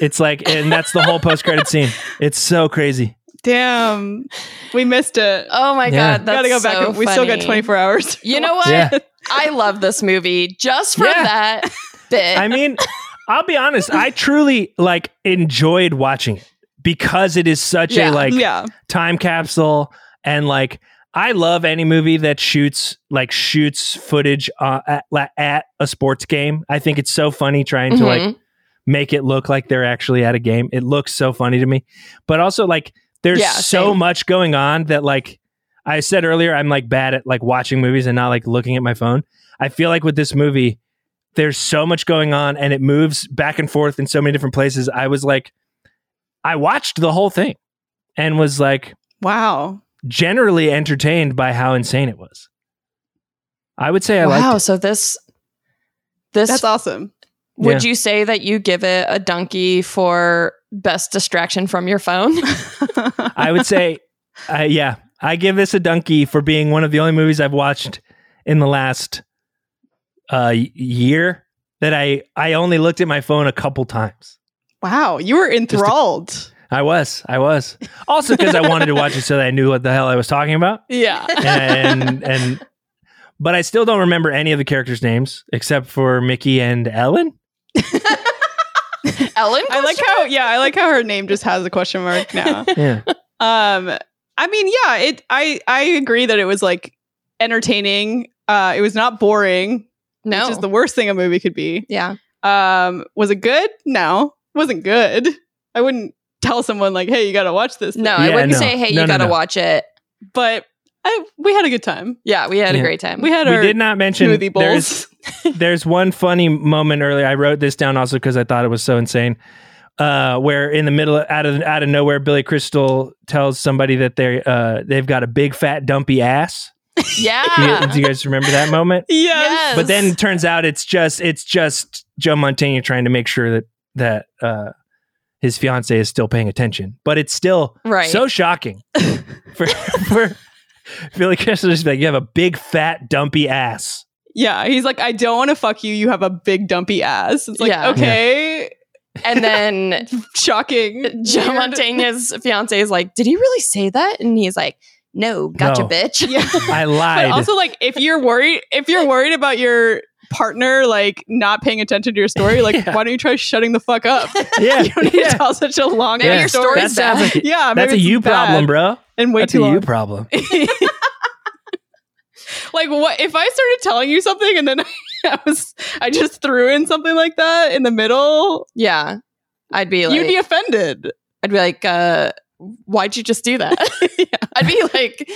Speaker 3: It's like, and that's the whole post credit scene. It's so crazy.
Speaker 2: Damn, we missed it.
Speaker 1: Oh my
Speaker 3: Yeah.
Speaker 1: god, that's
Speaker 2: Gotta go back.
Speaker 1: so
Speaker 2: we still got
Speaker 1: funny.
Speaker 2: 24 hours.
Speaker 1: You know what?
Speaker 3: Yeah.
Speaker 1: I love this movie just for
Speaker 3: Yeah.
Speaker 1: that bit.
Speaker 3: I mean, I'll be honest. I truly like enjoyed watching it because it is such
Speaker 1: Yeah.
Speaker 3: a like
Speaker 2: yeah.
Speaker 3: time capsule and like I love any movie that shoots like shoots footage uh, at, la- at a sports game. I think it's so funny trying to like
Speaker 1: Mm-hmm.
Speaker 3: make it look like they're actually at a game. It looks so funny to me. But also like there's
Speaker 1: Yeah,
Speaker 3: so
Speaker 1: same.
Speaker 3: much going on that like I said earlier I'm like bad at like watching movies and not like looking at my phone. I feel like with this movie there's so much going on and it moves back and forth in so many different places. I was like I watched the whole thing and was like
Speaker 2: Wow.
Speaker 3: generally entertained by how insane it was. I would say I
Speaker 1: wow,
Speaker 3: liked
Speaker 1: so this this
Speaker 2: That's awesome.
Speaker 1: would you say that you give it a donkey for best distraction from your phone?
Speaker 3: it. I would say uh, yeah, I give this a donkey for being one of the only movies I've watched in the last uh y- year that I I only looked at my phone a couple times.
Speaker 2: Wow. You were enthralled.
Speaker 3: I was, I was. Also cuz I wanted to watch it so that I knew what the hell I was talking about.
Speaker 2: yeah.
Speaker 3: And and but I still don't remember any of the characters' names except for Mickey and Ellen.
Speaker 1: Ellen?
Speaker 2: I like how yeah, I like how her name just has a question mark now.
Speaker 3: Yeah.
Speaker 2: Um, I mean, yeah, it. I I agree that it was like entertaining. Uh, it was not boring,
Speaker 1: no.
Speaker 2: which is the worst thing a movie could be.
Speaker 1: yeah.
Speaker 2: Um, was it good? No, it wasn't good. I wouldn't tell someone like, "Hey, you got to watch this."
Speaker 1: No,
Speaker 2: thing.
Speaker 1: I
Speaker 3: Yeah,
Speaker 1: wouldn't
Speaker 3: no.
Speaker 1: say, hey,
Speaker 3: No,
Speaker 1: you
Speaker 3: no,
Speaker 1: gotta
Speaker 3: no.
Speaker 1: watch it.
Speaker 2: but I, we had a good time.
Speaker 1: Yeah, we had a
Speaker 3: Yeah.
Speaker 1: great time.
Speaker 2: We had
Speaker 3: we
Speaker 2: our
Speaker 3: did not mention
Speaker 2: smoothie
Speaker 3: there's,
Speaker 2: bowls.
Speaker 3: there's one funny moment earlier. I wrote this down also because I thought it was so insane. Uh, where in the middle out of out of nowhere, Billy Crystal tells somebody that they uh they've got a big fat dumpy ass. Do you,
Speaker 1: yeah.
Speaker 3: do you guys remember that moment?
Speaker 2: Yes.
Speaker 1: Yes.
Speaker 3: But then it turns out it's just it's just Joe Montana trying to make sure that that uh his fiance is still paying attention. But it's still
Speaker 1: Right.
Speaker 3: so shocking for for Billy Crystal to just be like you have a big fat dumpy ass.
Speaker 2: Yeah, he's like, I don't want to fuck you. You have a big dumpy ass. It's like,
Speaker 1: Yeah.
Speaker 2: okay,
Speaker 1: and then
Speaker 2: shocking.
Speaker 1: Joe
Speaker 2: Weird.
Speaker 1: Montana's fiance is like, Did he really say that? And he's like, No, gotcha,
Speaker 3: No.
Speaker 1: bitch.
Speaker 2: Yeah.
Speaker 3: I
Speaker 2: But
Speaker 3: lied.
Speaker 2: also, like, if you're worried, if you're worried about your partner like not paying attention to your story, like,
Speaker 3: Yeah.
Speaker 2: why don't you try shutting the fuck up?
Speaker 3: yeah,
Speaker 2: You don't need
Speaker 3: yeah.
Speaker 2: to tell such a long
Speaker 1: Maybe
Speaker 2: ass
Speaker 1: your
Speaker 2: story.
Speaker 1: story's
Speaker 3: That sounds
Speaker 1: bad.
Speaker 3: like
Speaker 2: yeah, maybe
Speaker 3: that's a
Speaker 2: it's
Speaker 3: you
Speaker 2: bad
Speaker 3: problem, bro.
Speaker 2: and way
Speaker 3: that's
Speaker 2: too
Speaker 3: a
Speaker 2: long.
Speaker 3: you problem.
Speaker 2: like, what if I started telling you something and then I was I just threw in something like that in the middle?
Speaker 1: Yeah. I'd be like
Speaker 2: You'd be offended.
Speaker 1: I'd be like, uh, why'd you just do that? I'd be like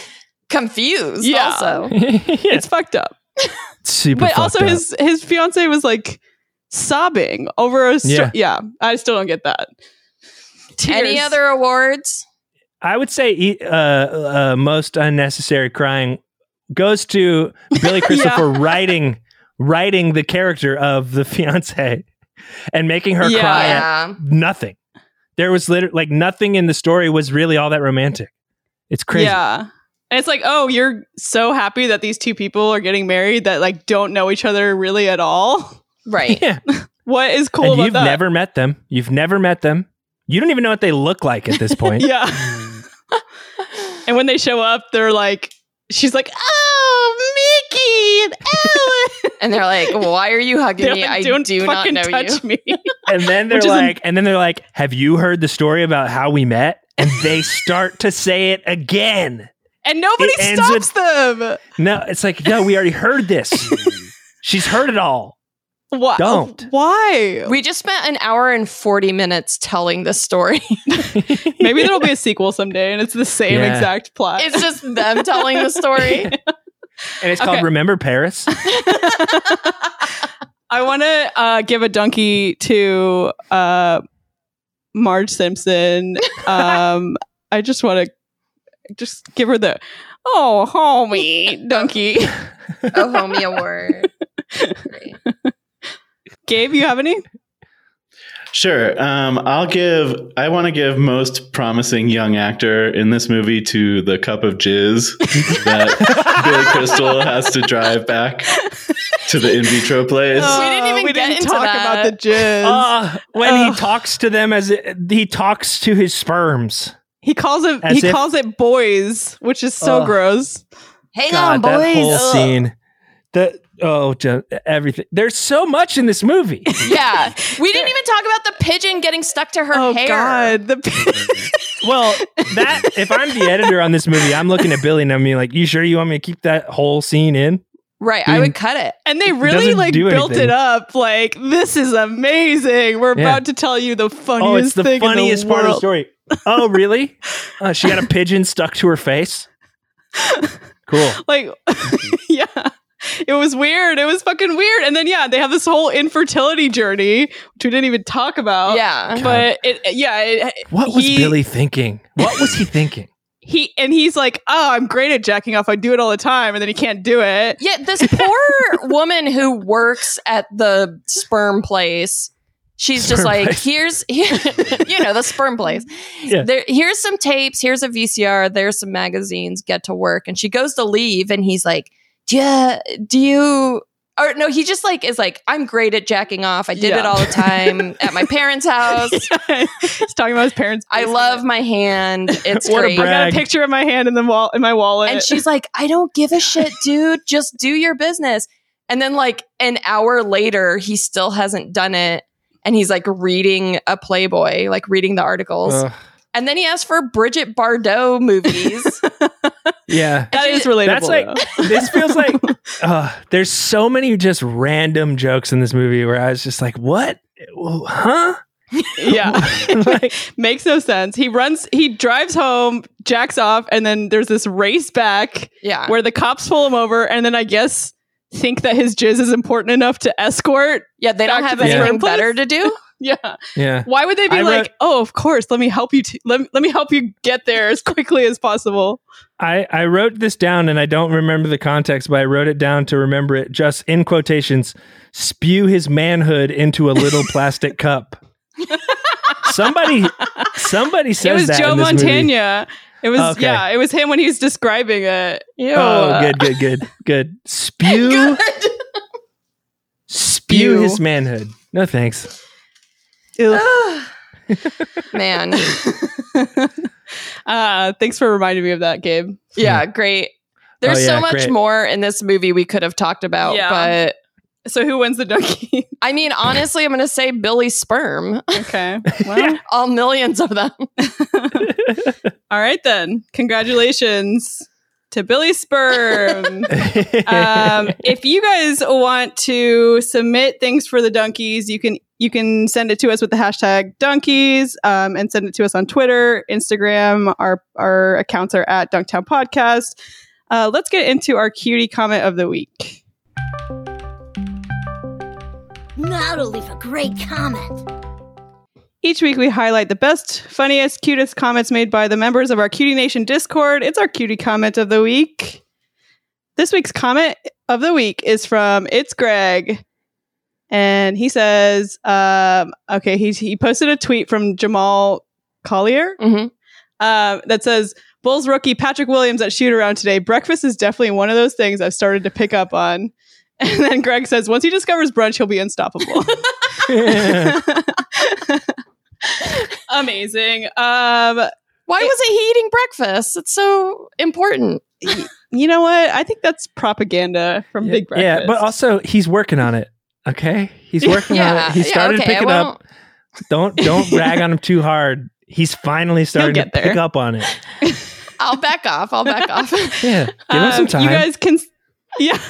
Speaker 1: confused
Speaker 2: Yeah.
Speaker 1: also.
Speaker 3: yeah,
Speaker 2: It's fucked up.
Speaker 3: super.
Speaker 2: but also
Speaker 3: fucked up.
Speaker 2: his his fiance was like sobbing over a sto- yeah.
Speaker 3: Yeah.
Speaker 2: i still don't get that
Speaker 1: Any
Speaker 2: Tears.
Speaker 1: other awards?
Speaker 3: I would say e- uh, uh, most unnecessary crying goes to Billy Crystal
Speaker 2: Yeah.
Speaker 3: for writing writing the character of the fiance and making her
Speaker 2: Oh, Yeah.
Speaker 3: cry at
Speaker 1: yeah.
Speaker 3: nothing. There was literally like nothing in the story was really all that romantic. It's crazy.
Speaker 2: yeah and it's like oh you're so happy that these two people are getting married that like don't know each other really at all
Speaker 1: Right.
Speaker 3: Yeah.
Speaker 2: what is cool
Speaker 3: and
Speaker 2: about
Speaker 3: you've
Speaker 2: that
Speaker 3: never met them. You've never met them. You don't even know what they look like at this point.
Speaker 2: yeah and when they show up they're like she's like oh mickey and ellen
Speaker 1: And they're like, why are you hugging
Speaker 2: They're
Speaker 1: me?
Speaker 2: like,
Speaker 1: I
Speaker 2: don't
Speaker 1: do not
Speaker 2: fucking
Speaker 1: know you.
Speaker 2: touch me
Speaker 3: And then they're
Speaker 2: Which is a-
Speaker 3: like, and then they're like, have you heard the story about how we met? And they start to say it again.
Speaker 2: and nobody
Speaker 3: ends
Speaker 2: stops
Speaker 3: with-
Speaker 2: them
Speaker 3: No, it's like, no, we already heard this. She's heard it all.
Speaker 2: Why?
Speaker 3: Don't.
Speaker 2: Why?
Speaker 1: We just spent an hour and 40 minutes telling this story.
Speaker 2: Maybe there'll be a sequel someday and it's the same
Speaker 3: Yeah.
Speaker 2: exact plot.
Speaker 1: it's just them telling the story.
Speaker 3: And it's
Speaker 2: Okay.
Speaker 3: called Remember Paris.
Speaker 2: I want to uh, give a donkey to uh, Marge Simpson um, I just want to just give her the oh homie donkey.
Speaker 1: oh homie award. Great.
Speaker 2: Gabe, you have any?
Speaker 11: Sure. Um, I'll give. I want to give most promising young actor in this movie to the cup of jizz that Billy Crystal has to drive back to the in vitro place.
Speaker 1: we didn't even
Speaker 2: we
Speaker 1: get
Speaker 2: didn't
Speaker 1: into
Speaker 2: talk
Speaker 1: that.
Speaker 2: about the jizz.
Speaker 3: Uh, when
Speaker 2: Ugh.
Speaker 3: he talks to them as it, he talks to his sperms.
Speaker 2: he calls it
Speaker 3: as
Speaker 2: he
Speaker 3: if-
Speaker 2: calls it boys, which is so
Speaker 3: Ugh.
Speaker 2: gross.
Speaker 1: Hang on,
Speaker 3: God,
Speaker 1: boys.
Speaker 3: that whole
Speaker 1: Ugh.
Speaker 3: scene. That oh, ju- everything. There's so much in this movie.
Speaker 1: Yeah, we didn't even talk about the pigeon getting stuck to her
Speaker 2: oh
Speaker 1: hair.
Speaker 2: God, the
Speaker 3: well, that if I'm the editor on this movie, I'm looking at Billy and I'm being like, "You sure you want me to keep that whole scene in?"
Speaker 1: Right, I
Speaker 3: Dude.
Speaker 1: would cut it.
Speaker 2: and they really
Speaker 3: doesn't
Speaker 2: like
Speaker 3: do
Speaker 2: built
Speaker 3: anything.
Speaker 2: it up. Like this is amazing. We're
Speaker 3: Yeah.
Speaker 2: about to tell you the funniest
Speaker 3: oh, it's the
Speaker 2: thing in
Speaker 3: funniest part of the
Speaker 2: world.
Speaker 3: story. Oh, really? Uh, she got a pigeon stuck to her face. Cool.
Speaker 2: like yeah it was weird it was fucking weird and then yeah they have this whole infertility journey which we didn't even talk about
Speaker 1: Yeah.
Speaker 2: but it yeah it,
Speaker 3: What was
Speaker 2: he-
Speaker 3: Billy thinking? What was he thinking?
Speaker 2: he and he's like oh i'm great at jacking off i do it all the time and then he can't do it
Speaker 1: Yeah, this poor woman who works at the sperm place. She's just
Speaker 3: Sperm
Speaker 1: like,
Speaker 3: place.
Speaker 1: here's, you know, the sperm place.
Speaker 3: Yeah.
Speaker 1: There, here's some tapes. Here's a VCR. There's some magazines. Get to work. And she goes to leave, and he's like, yeah, do you? Or no, he just like is like, I'm great at jacking off. I did it
Speaker 2: Yeah.
Speaker 1: all the time at my parents' house.
Speaker 2: he's talking about his parents
Speaker 1: I
Speaker 2: basement.
Speaker 1: love my hand. It's
Speaker 3: What a
Speaker 1: great.
Speaker 2: i got a
Speaker 3: Brag.
Speaker 2: picture of my hand in the wall in my wallet
Speaker 1: And she's like, I don't give a shit, dude. Just do your business. And then, like, an hour later, he still hasn't done it. And he's like reading a Playboy, like reading the articles.
Speaker 2: Uh.
Speaker 3: Ugh.
Speaker 1: and then he asked for Bridget Bardot movies.
Speaker 3: yeah.
Speaker 2: that
Speaker 1: she-
Speaker 2: is relatable
Speaker 3: That's like
Speaker 2: though.
Speaker 3: this feels like uh, there's so many just random jokes in this movie where I was just like, what? Well, Huh?
Speaker 2: yeah
Speaker 3: like,
Speaker 2: makes no sense he runs he drives home jacks off and then there's this race back
Speaker 1: yeah.
Speaker 2: where the cops pull him over and then I guess think that his jizz is important enough to escort.
Speaker 1: Yeah. They don't
Speaker 2: Back
Speaker 1: have
Speaker 2: to the
Speaker 1: anything
Speaker 2: sperm place?
Speaker 1: better to do.
Speaker 2: Yeah.
Speaker 3: yeah.
Speaker 2: Why would they be
Speaker 3: I
Speaker 2: like,
Speaker 3: wrote-
Speaker 2: "Oh, of course, let me help you t- let, me- let me help you get there as quickly as possible."
Speaker 3: I, I wrote this down and I don't remember the context, but I wrote it down to remember it just in quotations spew his manhood into a little plastic cup. Somebody somebody
Speaker 2: It
Speaker 3: says
Speaker 2: was
Speaker 3: that
Speaker 2: Joe
Speaker 3: in this movie.
Speaker 2: Montana. It was
Speaker 3: Okay.
Speaker 2: yeah, it was him when he's describing it. Ew.
Speaker 3: Oh, good, good, good, good. Spew spew
Speaker 2: Spew.
Speaker 3: his manhood. No thanks.
Speaker 2: Ugh.
Speaker 1: Man.
Speaker 2: Uh, thanks for reminding me of that, Gabe.
Speaker 1: Yeah. Great. There's
Speaker 2: Oh,
Speaker 3: yeah,
Speaker 1: so much
Speaker 3: great.
Speaker 1: more in this movie we could have talked about.
Speaker 2: Yeah.
Speaker 1: But
Speaker 2: So who wins the donkey?
Speaker 1: I mean, honestly, I'm going to say Billy Sperm,
Speaker 2: okay. Well,
Speaker 1: all millions of them.
Speaker 2: all right then. Congratulations to Billy Sperm. um, if you guys want to submit things for the donkeys, you can you can send it to us with the hashtag donkeys um, and send it to us on Twitter, Instagram. Our our accounts are at Dunktown Podcast. Uh, let's get into our cutie comment of the week.
Speaker 10: Now to leave a great comment.
Speaker 2: Each week, we highlight the best, funniest, cutest comments made by the members of our Cutie Nation Discord. It's our cutie comment of the week. This week's comment of the week is from It's Greg. And he says, um, okay, he's, he posted a tweet from Jamal Collier
Speaker 1: hmm
Speaker 2: um, that says, Bulls rookie Patrick Williams at shoot around today. Breakfast is definitely one of those things I've started to pick up on. And then Greg says, once he discovers brunch, he'll be unstoppable. Amazing. Um,
Speaker 1: Why wasn't he eating breakfast? It's so important.
Speaker 2: you know what? I think that's propaganda from Big Breakfast.
Speaker 3: Yeah, but also he's working on it. Okay, he's working on it. He started
Speaker 1: okay, I
Speaker 3: picking up.
Speaker 1: won't-
Speaker 3: Don't don't rag on him too hard. He's finally starting to
Speaker 2: get there.
Speaker 3: pick up on it.
Speaker 1: I'll back off. I'll back off.
Speaker 3: Yeah, give him some
Speaker 2: Um,
Speaker 3: time.
Speaker 2: You guys can, yeah,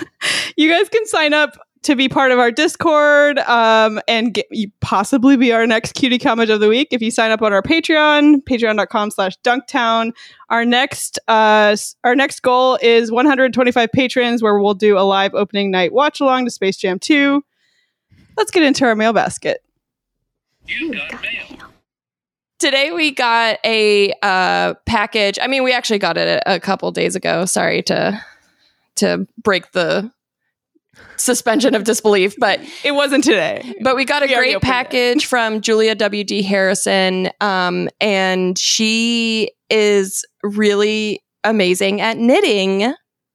Speaker 2: you guys can sign up to be part of our Discord um, and get, you possibly be our next cutie comment of the week if you sign up on our Patreon, patreon.com slash dunktown. Our next uh, s- our next goal is 125 patrons where we'll do a live opening night watch along to Space Jam 2. Let's get into our mail basket.
Speaker 1: Today we got a uh, package. I mean, we actually got it a, a couple days ago. Sorry to to break the suspension of disbelief, but
Speaker 2: it wasn't today.
Speaker 1: But we got a
Speaker 2: We already
Speaker 1: great
Speaker 2: opened it.
Speaker 1: package from Julia W. D. Harrison, um, and she is really amazing at knitting.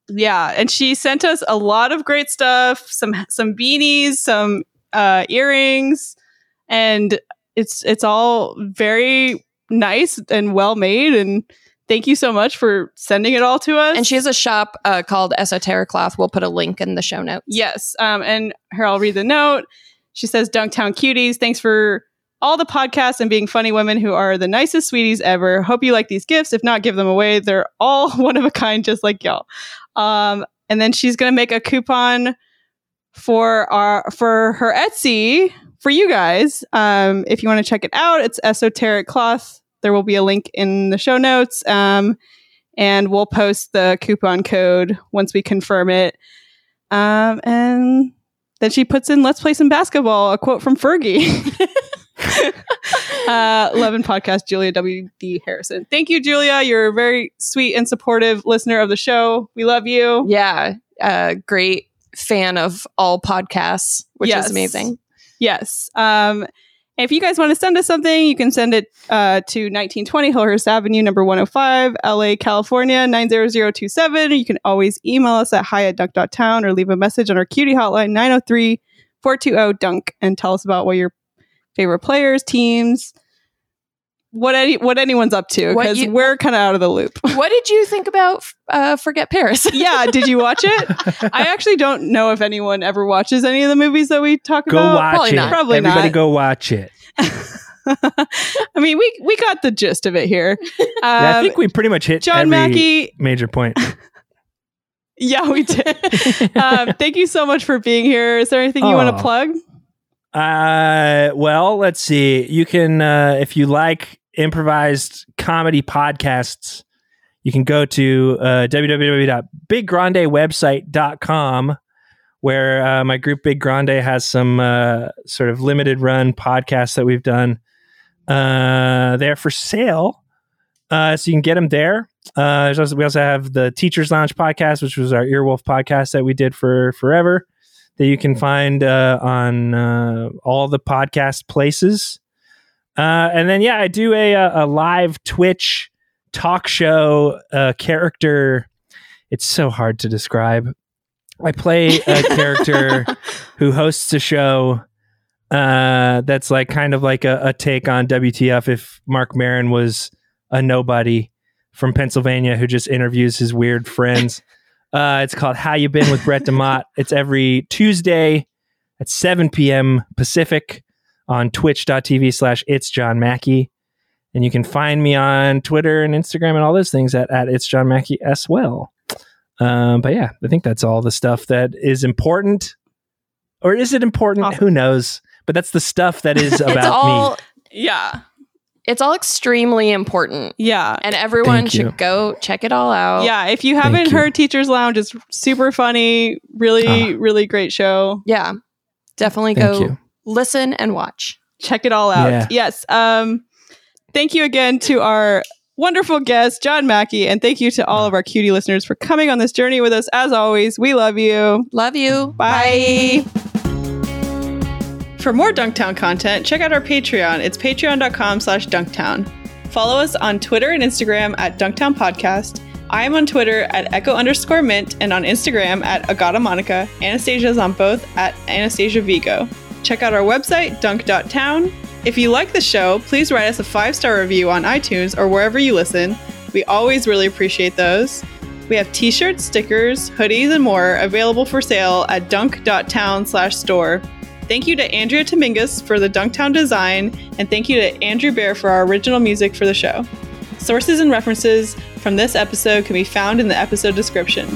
Speaker 2: Yeah, and she sent us a lot of great stuff, some some beanies, some uh earrings, and it's it's all very nice and well made and thank you so much for sending it all to us.
Speaker 1: And she has a shop uh, called Esoteric Cloth. We'll put a link in the show notes.
Speaker 2: Yes. Um, and here I'll read the note. She says, Dunktown cuties, thanks for all the podcasts and being funny women who are the nicest sweeties ever. Hope you like these gifts. If not, give them away. They're all one of a kind, just like y'all. Um, and then she's gonna make a coupon for our for her Etsy for you guys. Um, if you want to check it out, it's esoteric cloth. There will be a link in the show notes. Um, and we'll post the coupon code once we confirm it. Um, and then she puts in "Let's play some basketball." A quote from Fergie. uh, love and podcast, Julia W. D. Harrison. Thank you, Julia. You're a very sweet and supportive listener of the show. We love you.
Speaker 1: Yeah, uh, great fan of all podcasts, which
Speaker 2: Yes.
Speaker 1: is amazing.
Speaker 2: Yes. Um, if you guys want to send us something, you can send it uh, to 1920 Hillhurst Avenue, number 105, LA, California, 90027. You can always email us at hi at dunk.town or leave a message on our cutie hotline, 903 420 oh, dunk, and tell us about what your favorite players, teams, what any, what anyone's up to,
Speaker 1: What
Speaker 2: because
Speaker 1: you-
Speaker 2: we're kind of out of the loop.
Speaker 1: What did you think about uh, Forget Paris?
Speaker 2: yeah, did you watch it? I actually don't know if anyone ever watches any of the movies that we talk
Speaker 3: Go
Speaker 2: about.
Speaker 3: watch
Speaker 2: Probably
Speaker 3: it.
Speaker 2: not. Probably
Speaker 3: Everybody
Speaker 2: not.
Speaker 3: go watch it.
Speaker 2: I mean, we we got the gist of it here. Um,
Speaker 3: Yeah, I think we pretty much hit
Speaker 2: John
Speaker 3: every
Speaker 2: Mackey-
Speaker 3: major point.
Speaker 2: yeah, we did. um, thank you so much for being here. Is there anything you want
Speaker 3: Oh.
Speaker 2: to plug?
Speaker 3: Uh, well, let's see. You can, uh, if you like improvised comedy podcasts, you can go to uh, www.biggrandewebsite.com where uh, my group Big Grande has some uh, sort of limited run podcasts that we've done. Uh, they're for sale. Uh, so you can get them there. Uh, there's also, we also have the Teachers Lounge podcast, which was our Earwolf podcast that we did for forever, that you can find uh, on uh, all the podcast places. Uh, and then, yeah, I do a, uh, a a live Twitch talk show uh, character. It's so hard to describe. I play a character who hosts a show uh, that's like kind of like a, a take on WTF if Mark Marin was a nobody from Pennsylvania who just interviews his weird friends. Uh, it's called How You Been with Brett DeMott. It's every Tuesday at 7 p.m. Pacific on twitch.tv slash it's John Mackey. And you can find me on Twitter and Instagram and all those things at, at it's John Mackey as well. Um, but yeah, I think that's all the stuff that is important. Or is it important? Who knows? But that's the stuff that is about
Speaker 1: it's all
Speaker 3: me.
Speaker 2: yeah.
Speaker 1: It's all extremely important.
Speaker 2: Yeah.
Speaker 1: And everyone
Speaker 3: Thank
Speaker 1: should
Speaker 3: you.
Speaker 1: go check it all out.
Speaker 2: Yeah, if you
Speaker 3: Oh, Thank
Speaker 2: haven't
Speaker 3: you. Ah.
Speaker 2: heard Teachers Lounge, it's super funny, really, really great show.
Speaker 1: Yeah. Definitely
Speaker 3: Thank
Speaker 1: go
Speaker 3: you.
Speaker 1: listen and watch.
Speaker 2: Check it all out.
Speaker 3: Yeah.
Speaker 2: Yes. Um, thank you again to our wonderful guest, John Mackey, and thank you to all of our cutie listeners for coming on this journey with us. As always, we love you.
Speaker 1: Love you.
Speaker 2: Bye. For more Dunktown content, check out our Patreon. It's patreon.com slash dunktown. Follow us on Twitter and Instagram at Dunktown Podcast. I am on Twitter at echo underscore mint and on Instagram at Agata Monica. Anastasia's on both at Anastasia Vigo. Check out our website, dunk.town. If you like the show, please write us a five star review on iTunes or wherever you listen. We always really appreciate those. We have t-shirts, stickers, hoodies, and more available for sale at dunk.town slash store. Thank you to Andrea Tomingus for the Dunktown design, and thank you to Andrew Bear for our original music for the show. Sources and references from this episode can be found in the episode description.